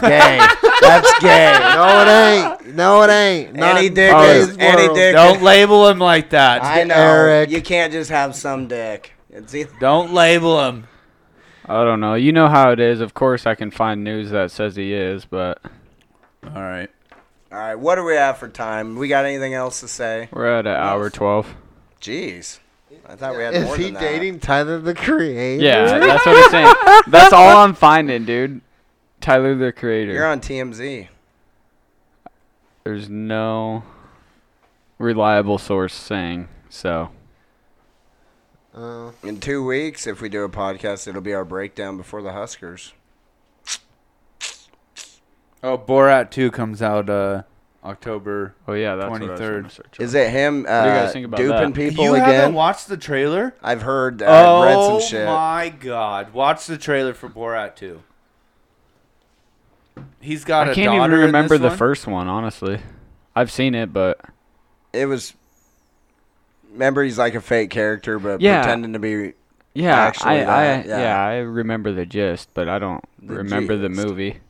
S4: gay. That's gay.
S2: No, it ain't. No, it ain't. Not
S4: Any
S2: in
S4: dick
S3: Oh,
S2: today's
S4: is any
S2: world.
S4: dick.
S5: Don't
S4: Is,
S5: label him like that.
S4: I know.
S2: Eric.
S4: You can't just have some dick. It's e-, either,
S5: Don't label him.
S3: I don't know. You know how it is. Of course, I can find news that says he is, but
S5: All right.
S4: all right. What are we at for time? We got anything else to say?
S3: we're at an hour twelve.
S4: Jeez. I thought we had
S2: Is
S4: more
S2: he
S4: than that.
S2: dating Tyler the Creator?
S3: Yeah, that's what I'm saying. That's all I'm finding, dude. Tyler the Creator.
S4: You're on TMZ.
S3: There's no reliable source saying so.
S2: Uh,
S4: In two weeks, if we do a podcast, it'll be our breakdown before the Huskers.
S5: Oh, Borat 2 comes out uh October.
S3: Oh yeah, that's what I was trying
S5: 23rd.
S3: to search
S4: Is
S3: up.
S4: it him uh,
S3: guys think about
S4: duping
S3: that?
S4: people
S5: you haven't
S4: again?
S5: watched the trailer?
S4: I've heard. Uh,
S5: oh
S4: I've read some shit.
S5: my god! Watch the trailer for Borat 2. He's got.
S3: I
S5: a
S3: can't even
S5: daughter in
S3: remember
S5: this
S3: the
S5: one.
S3: first one, honestly. I've seen it, but
S4: It was. Remember, he's like a fake character, but
S3: Yeah.
S4: pretending to be.
S3: yeah,
S4: Actually,
S3: I, I
S4: that- yeah.
S3: yeah. I remember the gist, but I don't
S4: The
S3: remember the
S4: gist.
S3: movie.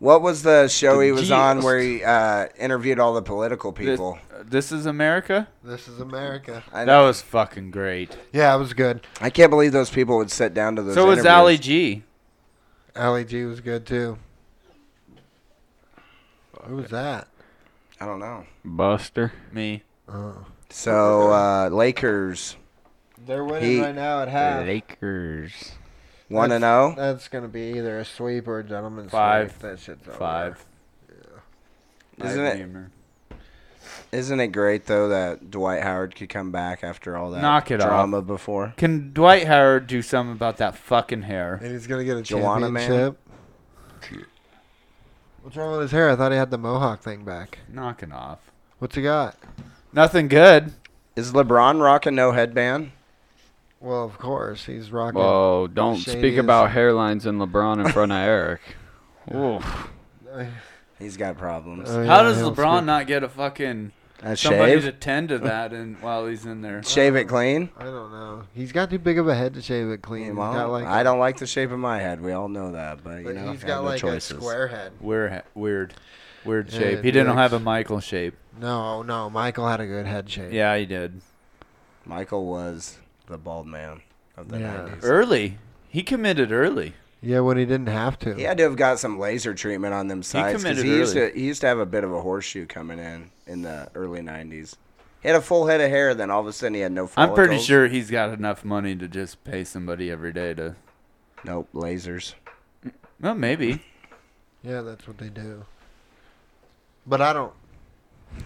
S4: What was the show he was on
S3: Gist.
S4: where he uh, interviewed all the political people?
S5: This, this is America.
S2: this is America.
S4: I,
S5: That was fucking great.
S2: Yeah, it was good.
S4: I can't believe those people would sit down to those.
S5: so was
S4: interviews.
S5: Ali G.
S2: Ali G was good too. Who was that?
S4: I don't know.
S3: Buster.
S5: Me.
S2: Oh.
S4: So uh, Lakers
S2: They're winning
S4: He-
S2: right now at
S4: Uh,
S2: half.
S3: Lakers.
S4: one and oh? zero.
S2: That's gonna be either a sweep or a gentleman's
S5: Five.
S2: sweep. That shit's over.
S5: Five.
S4: Isn't
S5: Five
S4: it-
S5: gamer.
S4: Isn't it great though that Dwight Howard could come back after all that
S5: Knock it off.
S4: drama before?
S5: Can Dwight Howard do something about that fucking hair?
S2: And he's gonna get a
S4: Joanna man.
S2: championship. What's wrong with his hair? I thought he had the mohawk thing back.
S5: Knocking off.
S2: What's he got?
S5: Nothing good.
S4: Is LeBron rocking no headband?
S2: Well, of course he's rocking.
S3: Whoa! Don't
S2: Shady
S3: speak
S2: as-
S3: about hairlines and LeBron in front of Eric. Ooh.
S4: He's got problems.
S2: Oh,
S5: How
S2: yeah,
S5: does
S2: he'll
S5: LeBron
S2: speak-
S5: not get a fucking
S4: A
S5: Uh, somebody
S4: shave,
S5: to tend to that and while he's in there?
S4: shave it clean.
S2: I don't know. He's got too big of a head to shave it clean. He's
S4: Well,
S2: got like
S4: I don't like the shape of my head. We all know that, but you
S2: but
S4: know,
S2: he's
S4: I
S2: got
S4: have
S2: like
S4: no
S2: a
S4: choices.
S2: square head.
S5: Weird, weird, weird
S2: Yeah,
S5: shape.
S2: it
S5: He didn't
S2: looks-
S5: have a Michael shape.
S2: No, no. Michael had a good head shape.
S5: Yeah, he did.
S4: Michael was the bald man. of the
S2: Yeah.
S4: 90s.
S5: Early. He committed early.
S2: Yeah, when he didn't have to.
S4: He had to have got some laser treatment on them sides. 'cause
S5: committed
S4: he, used
S5: early.
S4: to, he used to have a bit of a horseshoe coming in in the early 90s. He had a full head of hair, then all of a sudden he had no
S5: I'm pretty
S4: follicles.
S5: sure he's got enough money to just pay somebody every day to.
S4: Nope, lasers.
S5: Well, maybe.
S2: Yeah, that's what they do. But I don't.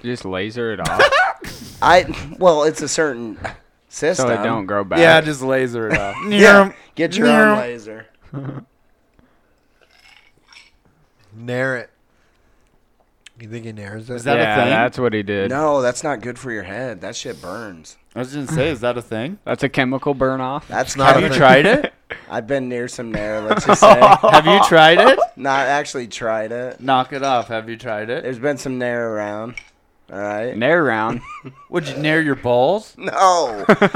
S3: Just laser it off
S4: I Well, it's a certain system.
S3: so it don't grow back.
S5: Yeah, just laser it off.
S4: Yeah, get your own
S5: Yeah.
S4: laser.
S2: Nair it. You think he nairs it?
S6: Is that a
S3: yeah,
S6: thing?
S3: that's what he did.
S4: No, that's not good for your head. That shit burns.
S5: I was gonna say, is that a thing?
S3: That's a chemical burn off.
S4: That's
S2: not
S4: not.
S2: a
S5: Have you tried it?
S4: I've been near some there. Let's just say,
S5: Have you tried it?
S4: not actually tried it.
S5: Knock it off. Have you tried it?
S4: There's been some there around. All right.
S3: Nair round.
S5: Would you nair your balls?
S4: No, dude.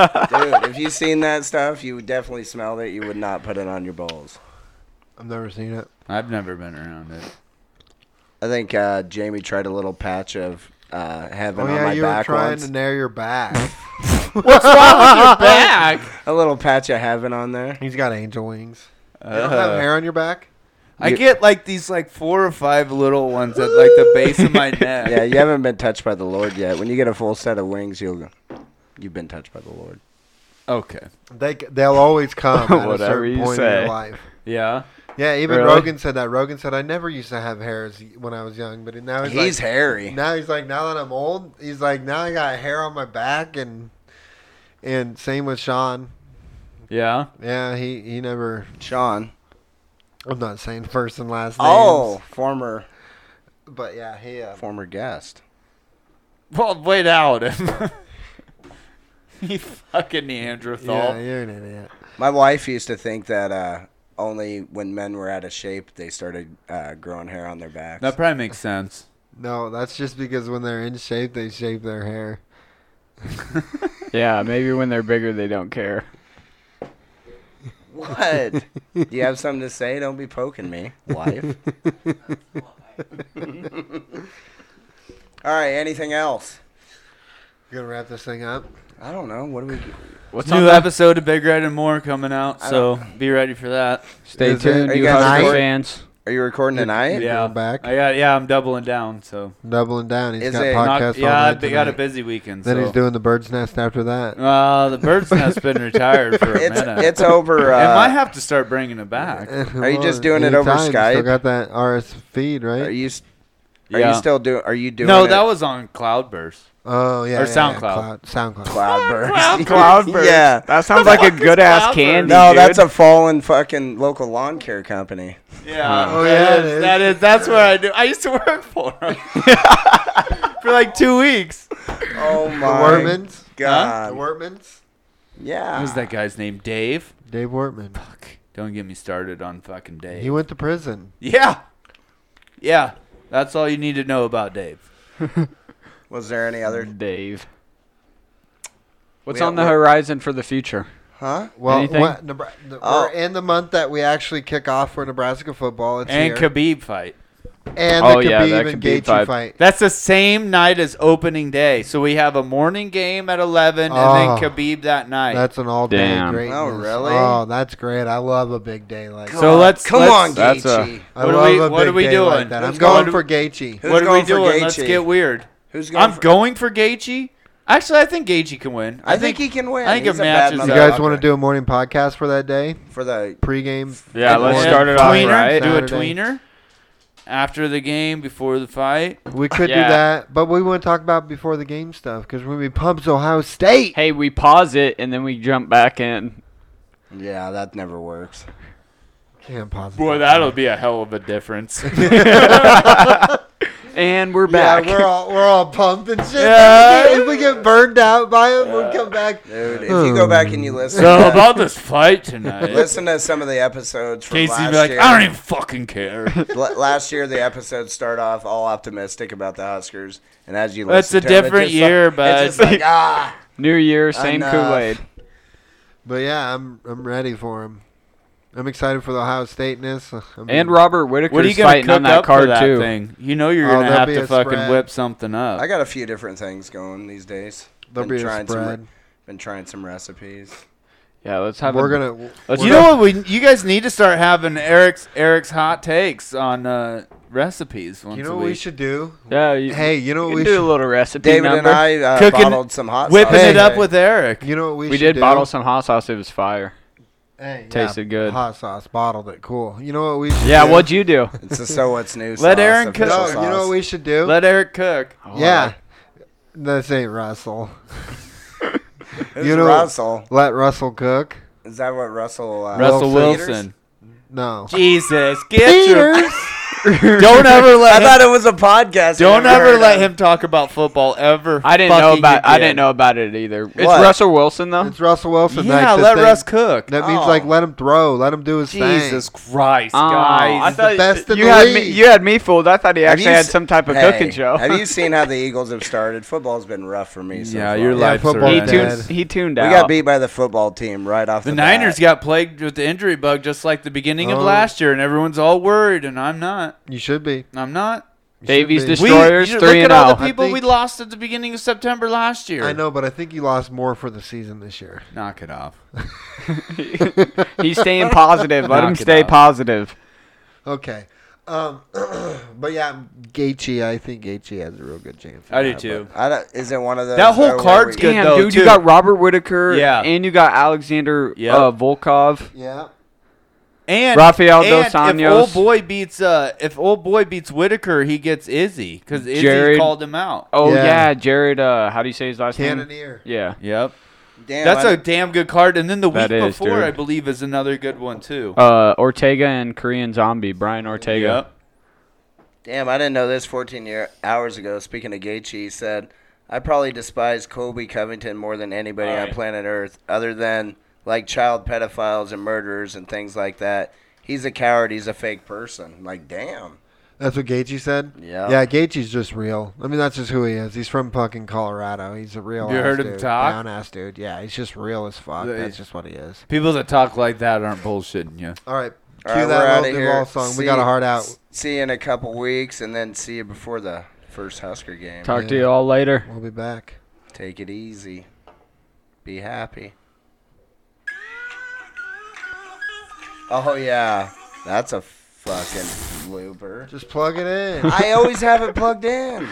S4: If you seen that stuff, you would definitely smelled it. You would not put it on your balls.
S2: I've never seen it.
S5: I've never been around it.
S4: I think uh, Jamie tried a little patch of uh, heaven
S2: Oh
S4: on
S2: yeah,
S4: my
S2: you were
S4: back
S2: trying
S4: once.
S2: to nair your back.
S5: Back.
S4: A little patch of heaven on there.
S2: He's got angel wings. You don't
S4: Uh,
S2: have hair on your back.
S5: Uh, I get like these like four or five little ones at like the base of my neck.
S4: Yeah, you haven't been touched by the Lord yet. When you get a full set of wings, you'll go. You've been touched by the Lord.
S5: Okay.
S2: They c- they'll always come at a
S3: Whatever
S2: certain
S3: you
S2: point in
S3: say.
S2: your life.
S5: Yeah.
S2: Yeah, even
S3: Really?
S2: Rogan said that. Rogan said I never used to have hairs when I was young, but now he's,
S4: He's
S2: like,
S4: hairy.
S2: now he's like now that I'm old, he's like now I got hair on my back and and same with Sean.
S5: Yeah.
S2: Yeah, he he never.
S4: Sean.
S2: I'm not saying first and last names.
S4: Oh, former
S2: but yeah, he. Uh,
S4: former guest.
S5: Well, wait out. you fucking Neanderthal.
S2: yeah, you're an idiot.
S4: My wife used to think that uh, only when men were out of shape they started uh, growing hair on their backs.
S5: That probably makes sense.
S2: No, that's just because when they're in shape, they shave their hair.
S3: Yeah, maybe when they're bigger, they don't care.
S4: What? Do you have something to say? Don't be poking me, wife. All right. Anything else?
S2: You gonna wrap this thing up?
S4: I don't know. What do we?
S3: What's
S5: New
S3: on that?
S5: episode of Big Red and More coming out, so be ready for that.
S3: Stay
S2: Is it-
S3: tuned,
S4: are you
S3: you
S4: guys
S3: hardcore
S4: recording?
S3: fans.
S4: Are you recording tonight?
S5: Yeah,
S2: going back?
S5: I got yeah. I'm doubling down. So
S2: Doubling down. He's
S4: Is
S2: got
S4: it-
S2: podcast.
S5: Knock-
S2: all
S5: yeah,
S2: night
S5: they got a
S2: tonight.
S5: busy weekend.
S2: Then
S5: so.
S2: he's doing the bird's nest after that.
S5: Uh, the bird's nest been retired for a
S4: It's
S5: minute.
S4: it's over.
S5: it might
S4: Uh,
S5: have to start bringing it back.
S2: Are
S4: you just doing it over
S2: Still
S4: Skype?
S2: got that RS feed, right?
S4: are you? s- Are
S5: Yeah.
S4: you still doing? Are you doing?
S5: no,
S4: it?
S5: that was on Cloudburst.
S2: oh yeah.
S5: or
S2: yeah, yeah,
S5: SoundCloud.
S2: Cloud- SoundCloud.
S4: Cloudburst.
S3: Cloudburst.
S4: yeah.
S3: That sounds like a good ass candy.
S4: No, that's
S3: dude.
S4: a fallen fucking local lawn care company.
S5: Yeah.
S2: Oh,
S5: that
S2: yeah, it
S5: is-
S2: is.
S5: That is. That's where I do. I used to work for him for like two weeks.
S4: Oh
S2: The Wortmans.
S4: god.
S2: The Wortmans.
S4: Yeah.
S5: What was that guy's name? Dave.
S2: Dave Wortman.
S5: Don't get me started on fucking Dave.
S2: He went to prison.
S5: yeah. Yeah. That's all you need to know about Dave.
S4: Was there any other?
S3: Dave. What's
S4: We-
S3: on the
S4: we-
S3: horizon for the future?
S4: Huh?
S2: Well,
S3: Anything?
S2: what, Nebra- the-
S4: Oh.
S2: we're in the month that we actually kick off for Nebraska football. It's
S5: And
S2: here.
S5: Khabib fight.
S2: and
S3: Oh,
S2: the Khabib
S3: yeah, that
S2: and
S3: Khabib
S2: Gaethje
S3: fight.
S2: fight.
S5: That's the same night as opening day. So we have a morning game at eleven, and
S2: Oh.
S5: then Khabib that night.
S2: That's an all-day
S3: Damn.
S2: great.
S4: Oh, really?
S2: Oh, that's great. I love a big day like that.
S5: So let's
S4: come
S5: let's-
S4: on,
S3: that's a-
S4: Gaethje.
S2: I
S5: what are
S2: love
S5: we-
S2: a
S5: what
S2: big
S5: are we
S2: day like
S5: doing?
S2: that. I'm
S5: Who's
S2: going,
S5: going
S2: for Gaethje.
S4: Who's
S5: what are
S4: going
S5: we
S4: for
S5: doing? Let's
S4: Gaethje?
S5: get weird.
S4: Who's going?
S5: I'm
S4: for-
S5: going for Gaethje. Actually, I think Gaethje can win.
S4: I think he can win.
S5: I think it
S4: He's a bad
S5: matches
S2: You
S5: up.
S4: motherfucker.
S2: guys want to do a morning podcast for that day?
S4: for the?
S2: Pre-game.
S3: Yeah, let's
S2: morning.
S3: start it off
S5: tweener,
S3: right.
S5: Do a
S2: Saturday.
S5: tweener after the game, before the fight.
S2: We could
S3: Yeah.
S2: do that, but we want to talk about before the game stuff because when we pumps Ohio State.
S3: Hey, we pause it and then we jump back in.
S4: Yeah, that never works.
S2: Can't pause.
S5: Boy, that'll be a hell of a difference.
S3: And we're
S2: Yeah,
S3: back.
S2: we're all we're all pumped and shit.
S5: Yeah.
S2: If we get burned out by it, we'll come back.
S4: Dude, if you go back and you listen,
S5: Hmm. so
S4: to,
S5: about this fight tonight,
S4: listen to some of the episodes from
S5: Casey'd
S4: last
S5: be like,
S4: year.
S5: I don't even fucking care.
S4: L- last year, the episodes start off all optimistic about the Huskers, and as you
S5: That's
S4: listen,
S5: a
S4: to 'em, it's
S5: different
S4: just
S5: year,
S4: like,
S5: bud.
S4: It's just like ah,
S3: New year, same
S4: Enough.
S3: Kool Aid.
S2: But yeah, I'm I'm ready for him. I'm excited for the Ohio Stateness. I mean,
S3: And Robert Whitaker's
S5: What are you gonna
S3: fighting
S5: cook
S3: on that
S5: up for
S3: card
S5: that
S3: too.
S5: thing? You know you're
S2: Oh,
S5: gonna
S2: there'll
S5: have
S2: be
S5: to
S2: a
S5: fucking
S2: spread.
S5: whip something up.
S4: I got a few different things going these days.
S2: there'll
S4: Been
S2: be a
S4: trying some re-
S2: spread.
S4: Been trying some recipes.
S3: Yeah, let's have.
S2: we're
S3: a,
S2: gonna.
S3: Let's
S5: you know what? We you guys need to start having Eric's Eric's hot takes on uh, recipes once
S2: You know
S5: a
S2: what we
S5: week.
S2: should do?
S3: Yeah. You,
S2: Hey, you know
S3: we
S2: what
S3: can
S2: we
S3: do a
S2: should.
S3: little recipe
S4: David
S3: number.
S4: and I uh,
S5: Cooking-
S4: bottled some hot
S5: Whipping
S4: sauce.
S5: it up
S2: Hey.
S5: with Eric.
S2: You know what we,
S3: we
S2: should
S3: did
S2: do?
S3: bottle some hot sauce. It was fire.
S2: Hey, yeah,
S3: Tasted good.
S2: Hot sauce bottled it. Cool. You know what we should
S3: Yeah.
S2: do?
S3: What'd you do?
S4: It's a so what's new.
S5: Let
S4: sauce,
S5: Aaron cook-
S4: official
S2: No, you know
S4: sauce.
S2: what we should do?
S5: Let Eric cook.
S2: yeah. That's ain't Russell.
S4: Who's
S2: you know-
S4: Russell.
S2: Let Russell cook.
S4: Is that what Russell? Uh,
S5: Russell
S4: Peters?
S5: Wilson.
S2: No.
S5: Jesus, get your. Don't ever
S4: I
S5: let. Him,
S4: thought it was a podcast.
S5: don't
S4: I never
S5: ever
S4: heard
S5: let
S4: of.
S5: him talk about football ever.
S3: I didn't know
S5: fucking
S3: about. I
S5: again.
S3: didn't know about it either. It's
S4: What?
S3: Russell Wilson though.
S2: It's Russell Wilson.
S5: Yeah,
S2: like the
S5: let
S2: thing-
S5: Russ cook.
S2: That means
S4: Oh.
S2: like let him throw, let him do his
S5: Jesus
S2: thing.
S5: Christ,
S3: Oh, I
S5: guys!
S3: thought
S2: best in
S3: you
S2: the
S3: had me.
S2: league.
S3: You had me fooled. I thought he
S4: Have you
S3: actually had
S4: s-
S3: some type of
S4: Hey,
S3: cooking show.
S4: have you seen how the Eagles have started? Football's been rough for me. So
S5: yeah,
S4: far.
S5: your
S2: Yeah,
S5: life's
S2: football
S3: he
S5: ruined.
S2: team.
S3: tuned. He tuned
S4: We
S3: out.
S4: got beat by the football team right off the.
S5: The Niners
S4: bat.
S5: got plagued with the injury bug just like the beginning of
S2: Oh.
S5: last year, and everyone's all worried, and I'm not.
S2: You should be.
S5: I'm not.
S2: You should
S3: Davies
S2: be.
S3: just-
S5: We,
S3: Destroyers,
S5: you-
S3: three
S5: look at
S3: and
S5: all
S3: oh.
S5: the people
S2: I think-
S5: we lost at the beginning of September last year.
S2: I know, but I think you lost more for the season this year.
S5: Knock it off.
S3: He's staying positive. Let him
S5: Knock it
S3: stay
S5: out.
S3: positive.
S2: Okay. Um, but yeah, Gaethje. I think Gaethje has a real good chance.
S5: I do too.
S4: I don't, is it one of those?
S5: That whole
S4: though, where
S5: card's
S4: we-
S5: good.
S3: Damn,
S5: though,
S3: dude,
S5: too.
S3: you got Robert Whitaker.
S5: Yeah.
S3: and you got Alexander
S5: Yep.
S3: uh, Volkov.
S2: Yeah.
S5: And
S3: Rafael
S5: and
S3: Dos Anjos.
S5: If old boy beats uh, if old boy beats Whitaker, he gets Izzy because Izzy
S3: Jared-
S5: called him out.
S3: Oh
S2: Yeah.
S3: yeah, Jared. Uh, how do you say his last name?
S2: Cannoneer.
S3: Yeah.
S5: Yep,
S4: Damn,
S5: that's
S4: I-
S5: a damn good card. And then the week
S3: That is,
S5: before,
S3: dude.
S5: I believe, is another good one too.
S3: Uh, Ortega and Korean Zombie. Brian Ortega.
S5: Yep.
S4: Damn, I didn't know this 14 year hours ago. Speaking of Gaethje, he said, "I probably despise Kobe Covington more than anybody on
S5: Alright.
S4: planet Earth, other than like child pedophiles and murderers and things like that. He's a coward. He's a fake person. Like, damn.
S2: That's what Gaethje said.
S4: Yeah.
S2: Yeah, Gaethje's just real. I mean, that's just who he is. He's from fucking Colorado. He's a real.
S5: You
S2: ass
S5: heard him
S2: dude.
S5: talk?
S2: Down ass dude. Yeah, he's just real as fuck.
S5: The-
S2: That's just what he is.
S5: People that talk like that aren't bullshitting you.
S2: All right. Cue
S4: All right, we're
S2: that
S4: out
S2: little
S4: of
S2: Duval
S4: here.
S2: song.
S4: See,
S2: we got a heart out.
S4: See you in a couple weeks, and then see you before the first Husker game.
S3: Talk to
S2: Yeah.
S3: you all later.
S2: We'll be back.
S4: Take it easy. Be happy. Oh yeah, that's a fucking blooper.
S2: Just plug it in.
S4: I always have it plugged in.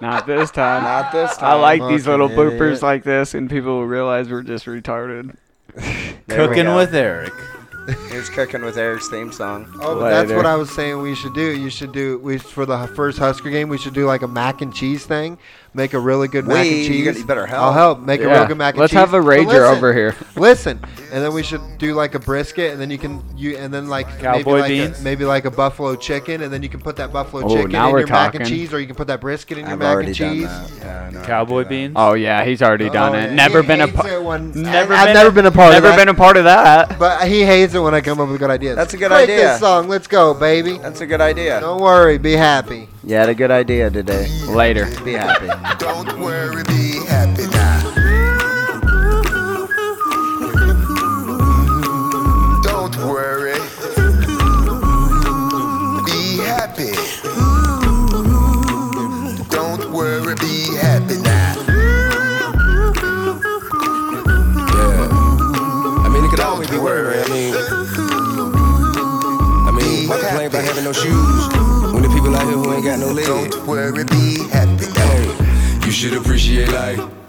S3: Not this time.
S4: Not this
S3: I
S4: time.
S3: like these
S2: Fucking
S3: little
S2: idiot.
S3: bloopers like this, and people will realize we're just retarded.
S4: There we
S5: Cooking
S4: go.
S5: with Eric.
S4: Here's cooking with Eric's theme song.
S2: Oh, but that's
S3: Later.
S2: what I was saying. We should do. You should do. We for the first Husker game. We should do like a mac and cheese thing. Make a really good mac
S4: We-
S2: and
S4: you
S2: cheese.
S4: gotta- you better help.
S2: I'll help. Make a real good mac and
S3: Let's
S2: cheese.
S3: have a
S2: But
S3: rager
S2: listen,
S3: over here.
S2: Listen, and then we should do like a brisket, and then you can you and then like
S5: Cowboy
S2: maybe like,
S5: beans?
S2: A, maybe like a buffalo chicken, and then you can put that buffalo
S3: Oh,
S2: chicken in
S3: now
S2: your
S3: we're
S2: mac and
S3: talking.
S2: cheese, or you can put that brisket in your
S4: I've
S2: mac
S4: already
S2: and cheese.
S4: done that. Yeah, I know.
S5: Cowboy beans.
S3: Oh yeah, he's already done
S2: Oh,
S3: it.
S2: yeah.
S3: Never
S2: He
S3: been a
S2: hates
S3: pa-
S2: it when-
S3: never
S2: I've
S3: been-
S2: never been a part of
S3: never
S2: that.
S3: been a part of that.
S2: but he hates it when I come up with good ideas.
S4: That's a good
S2: Break
S4: idea.
S2: This song. Let's go, baby.
S4: That's a good idea.
S2: Don't worry. Be happy.
S4: You had a good idea today.
S3: Later.
S4: Be happy.
S7: Don't worry, be happy now. Don't worry. Be happy. Don't worry, be happy now.
S8: I mean, it could always be worrying. I mean, I mean, why complain about having no shoes when the people out here who ain't got no legs?
S7: Don't worry, be happy now.
S8: Hey, you should appreciate life.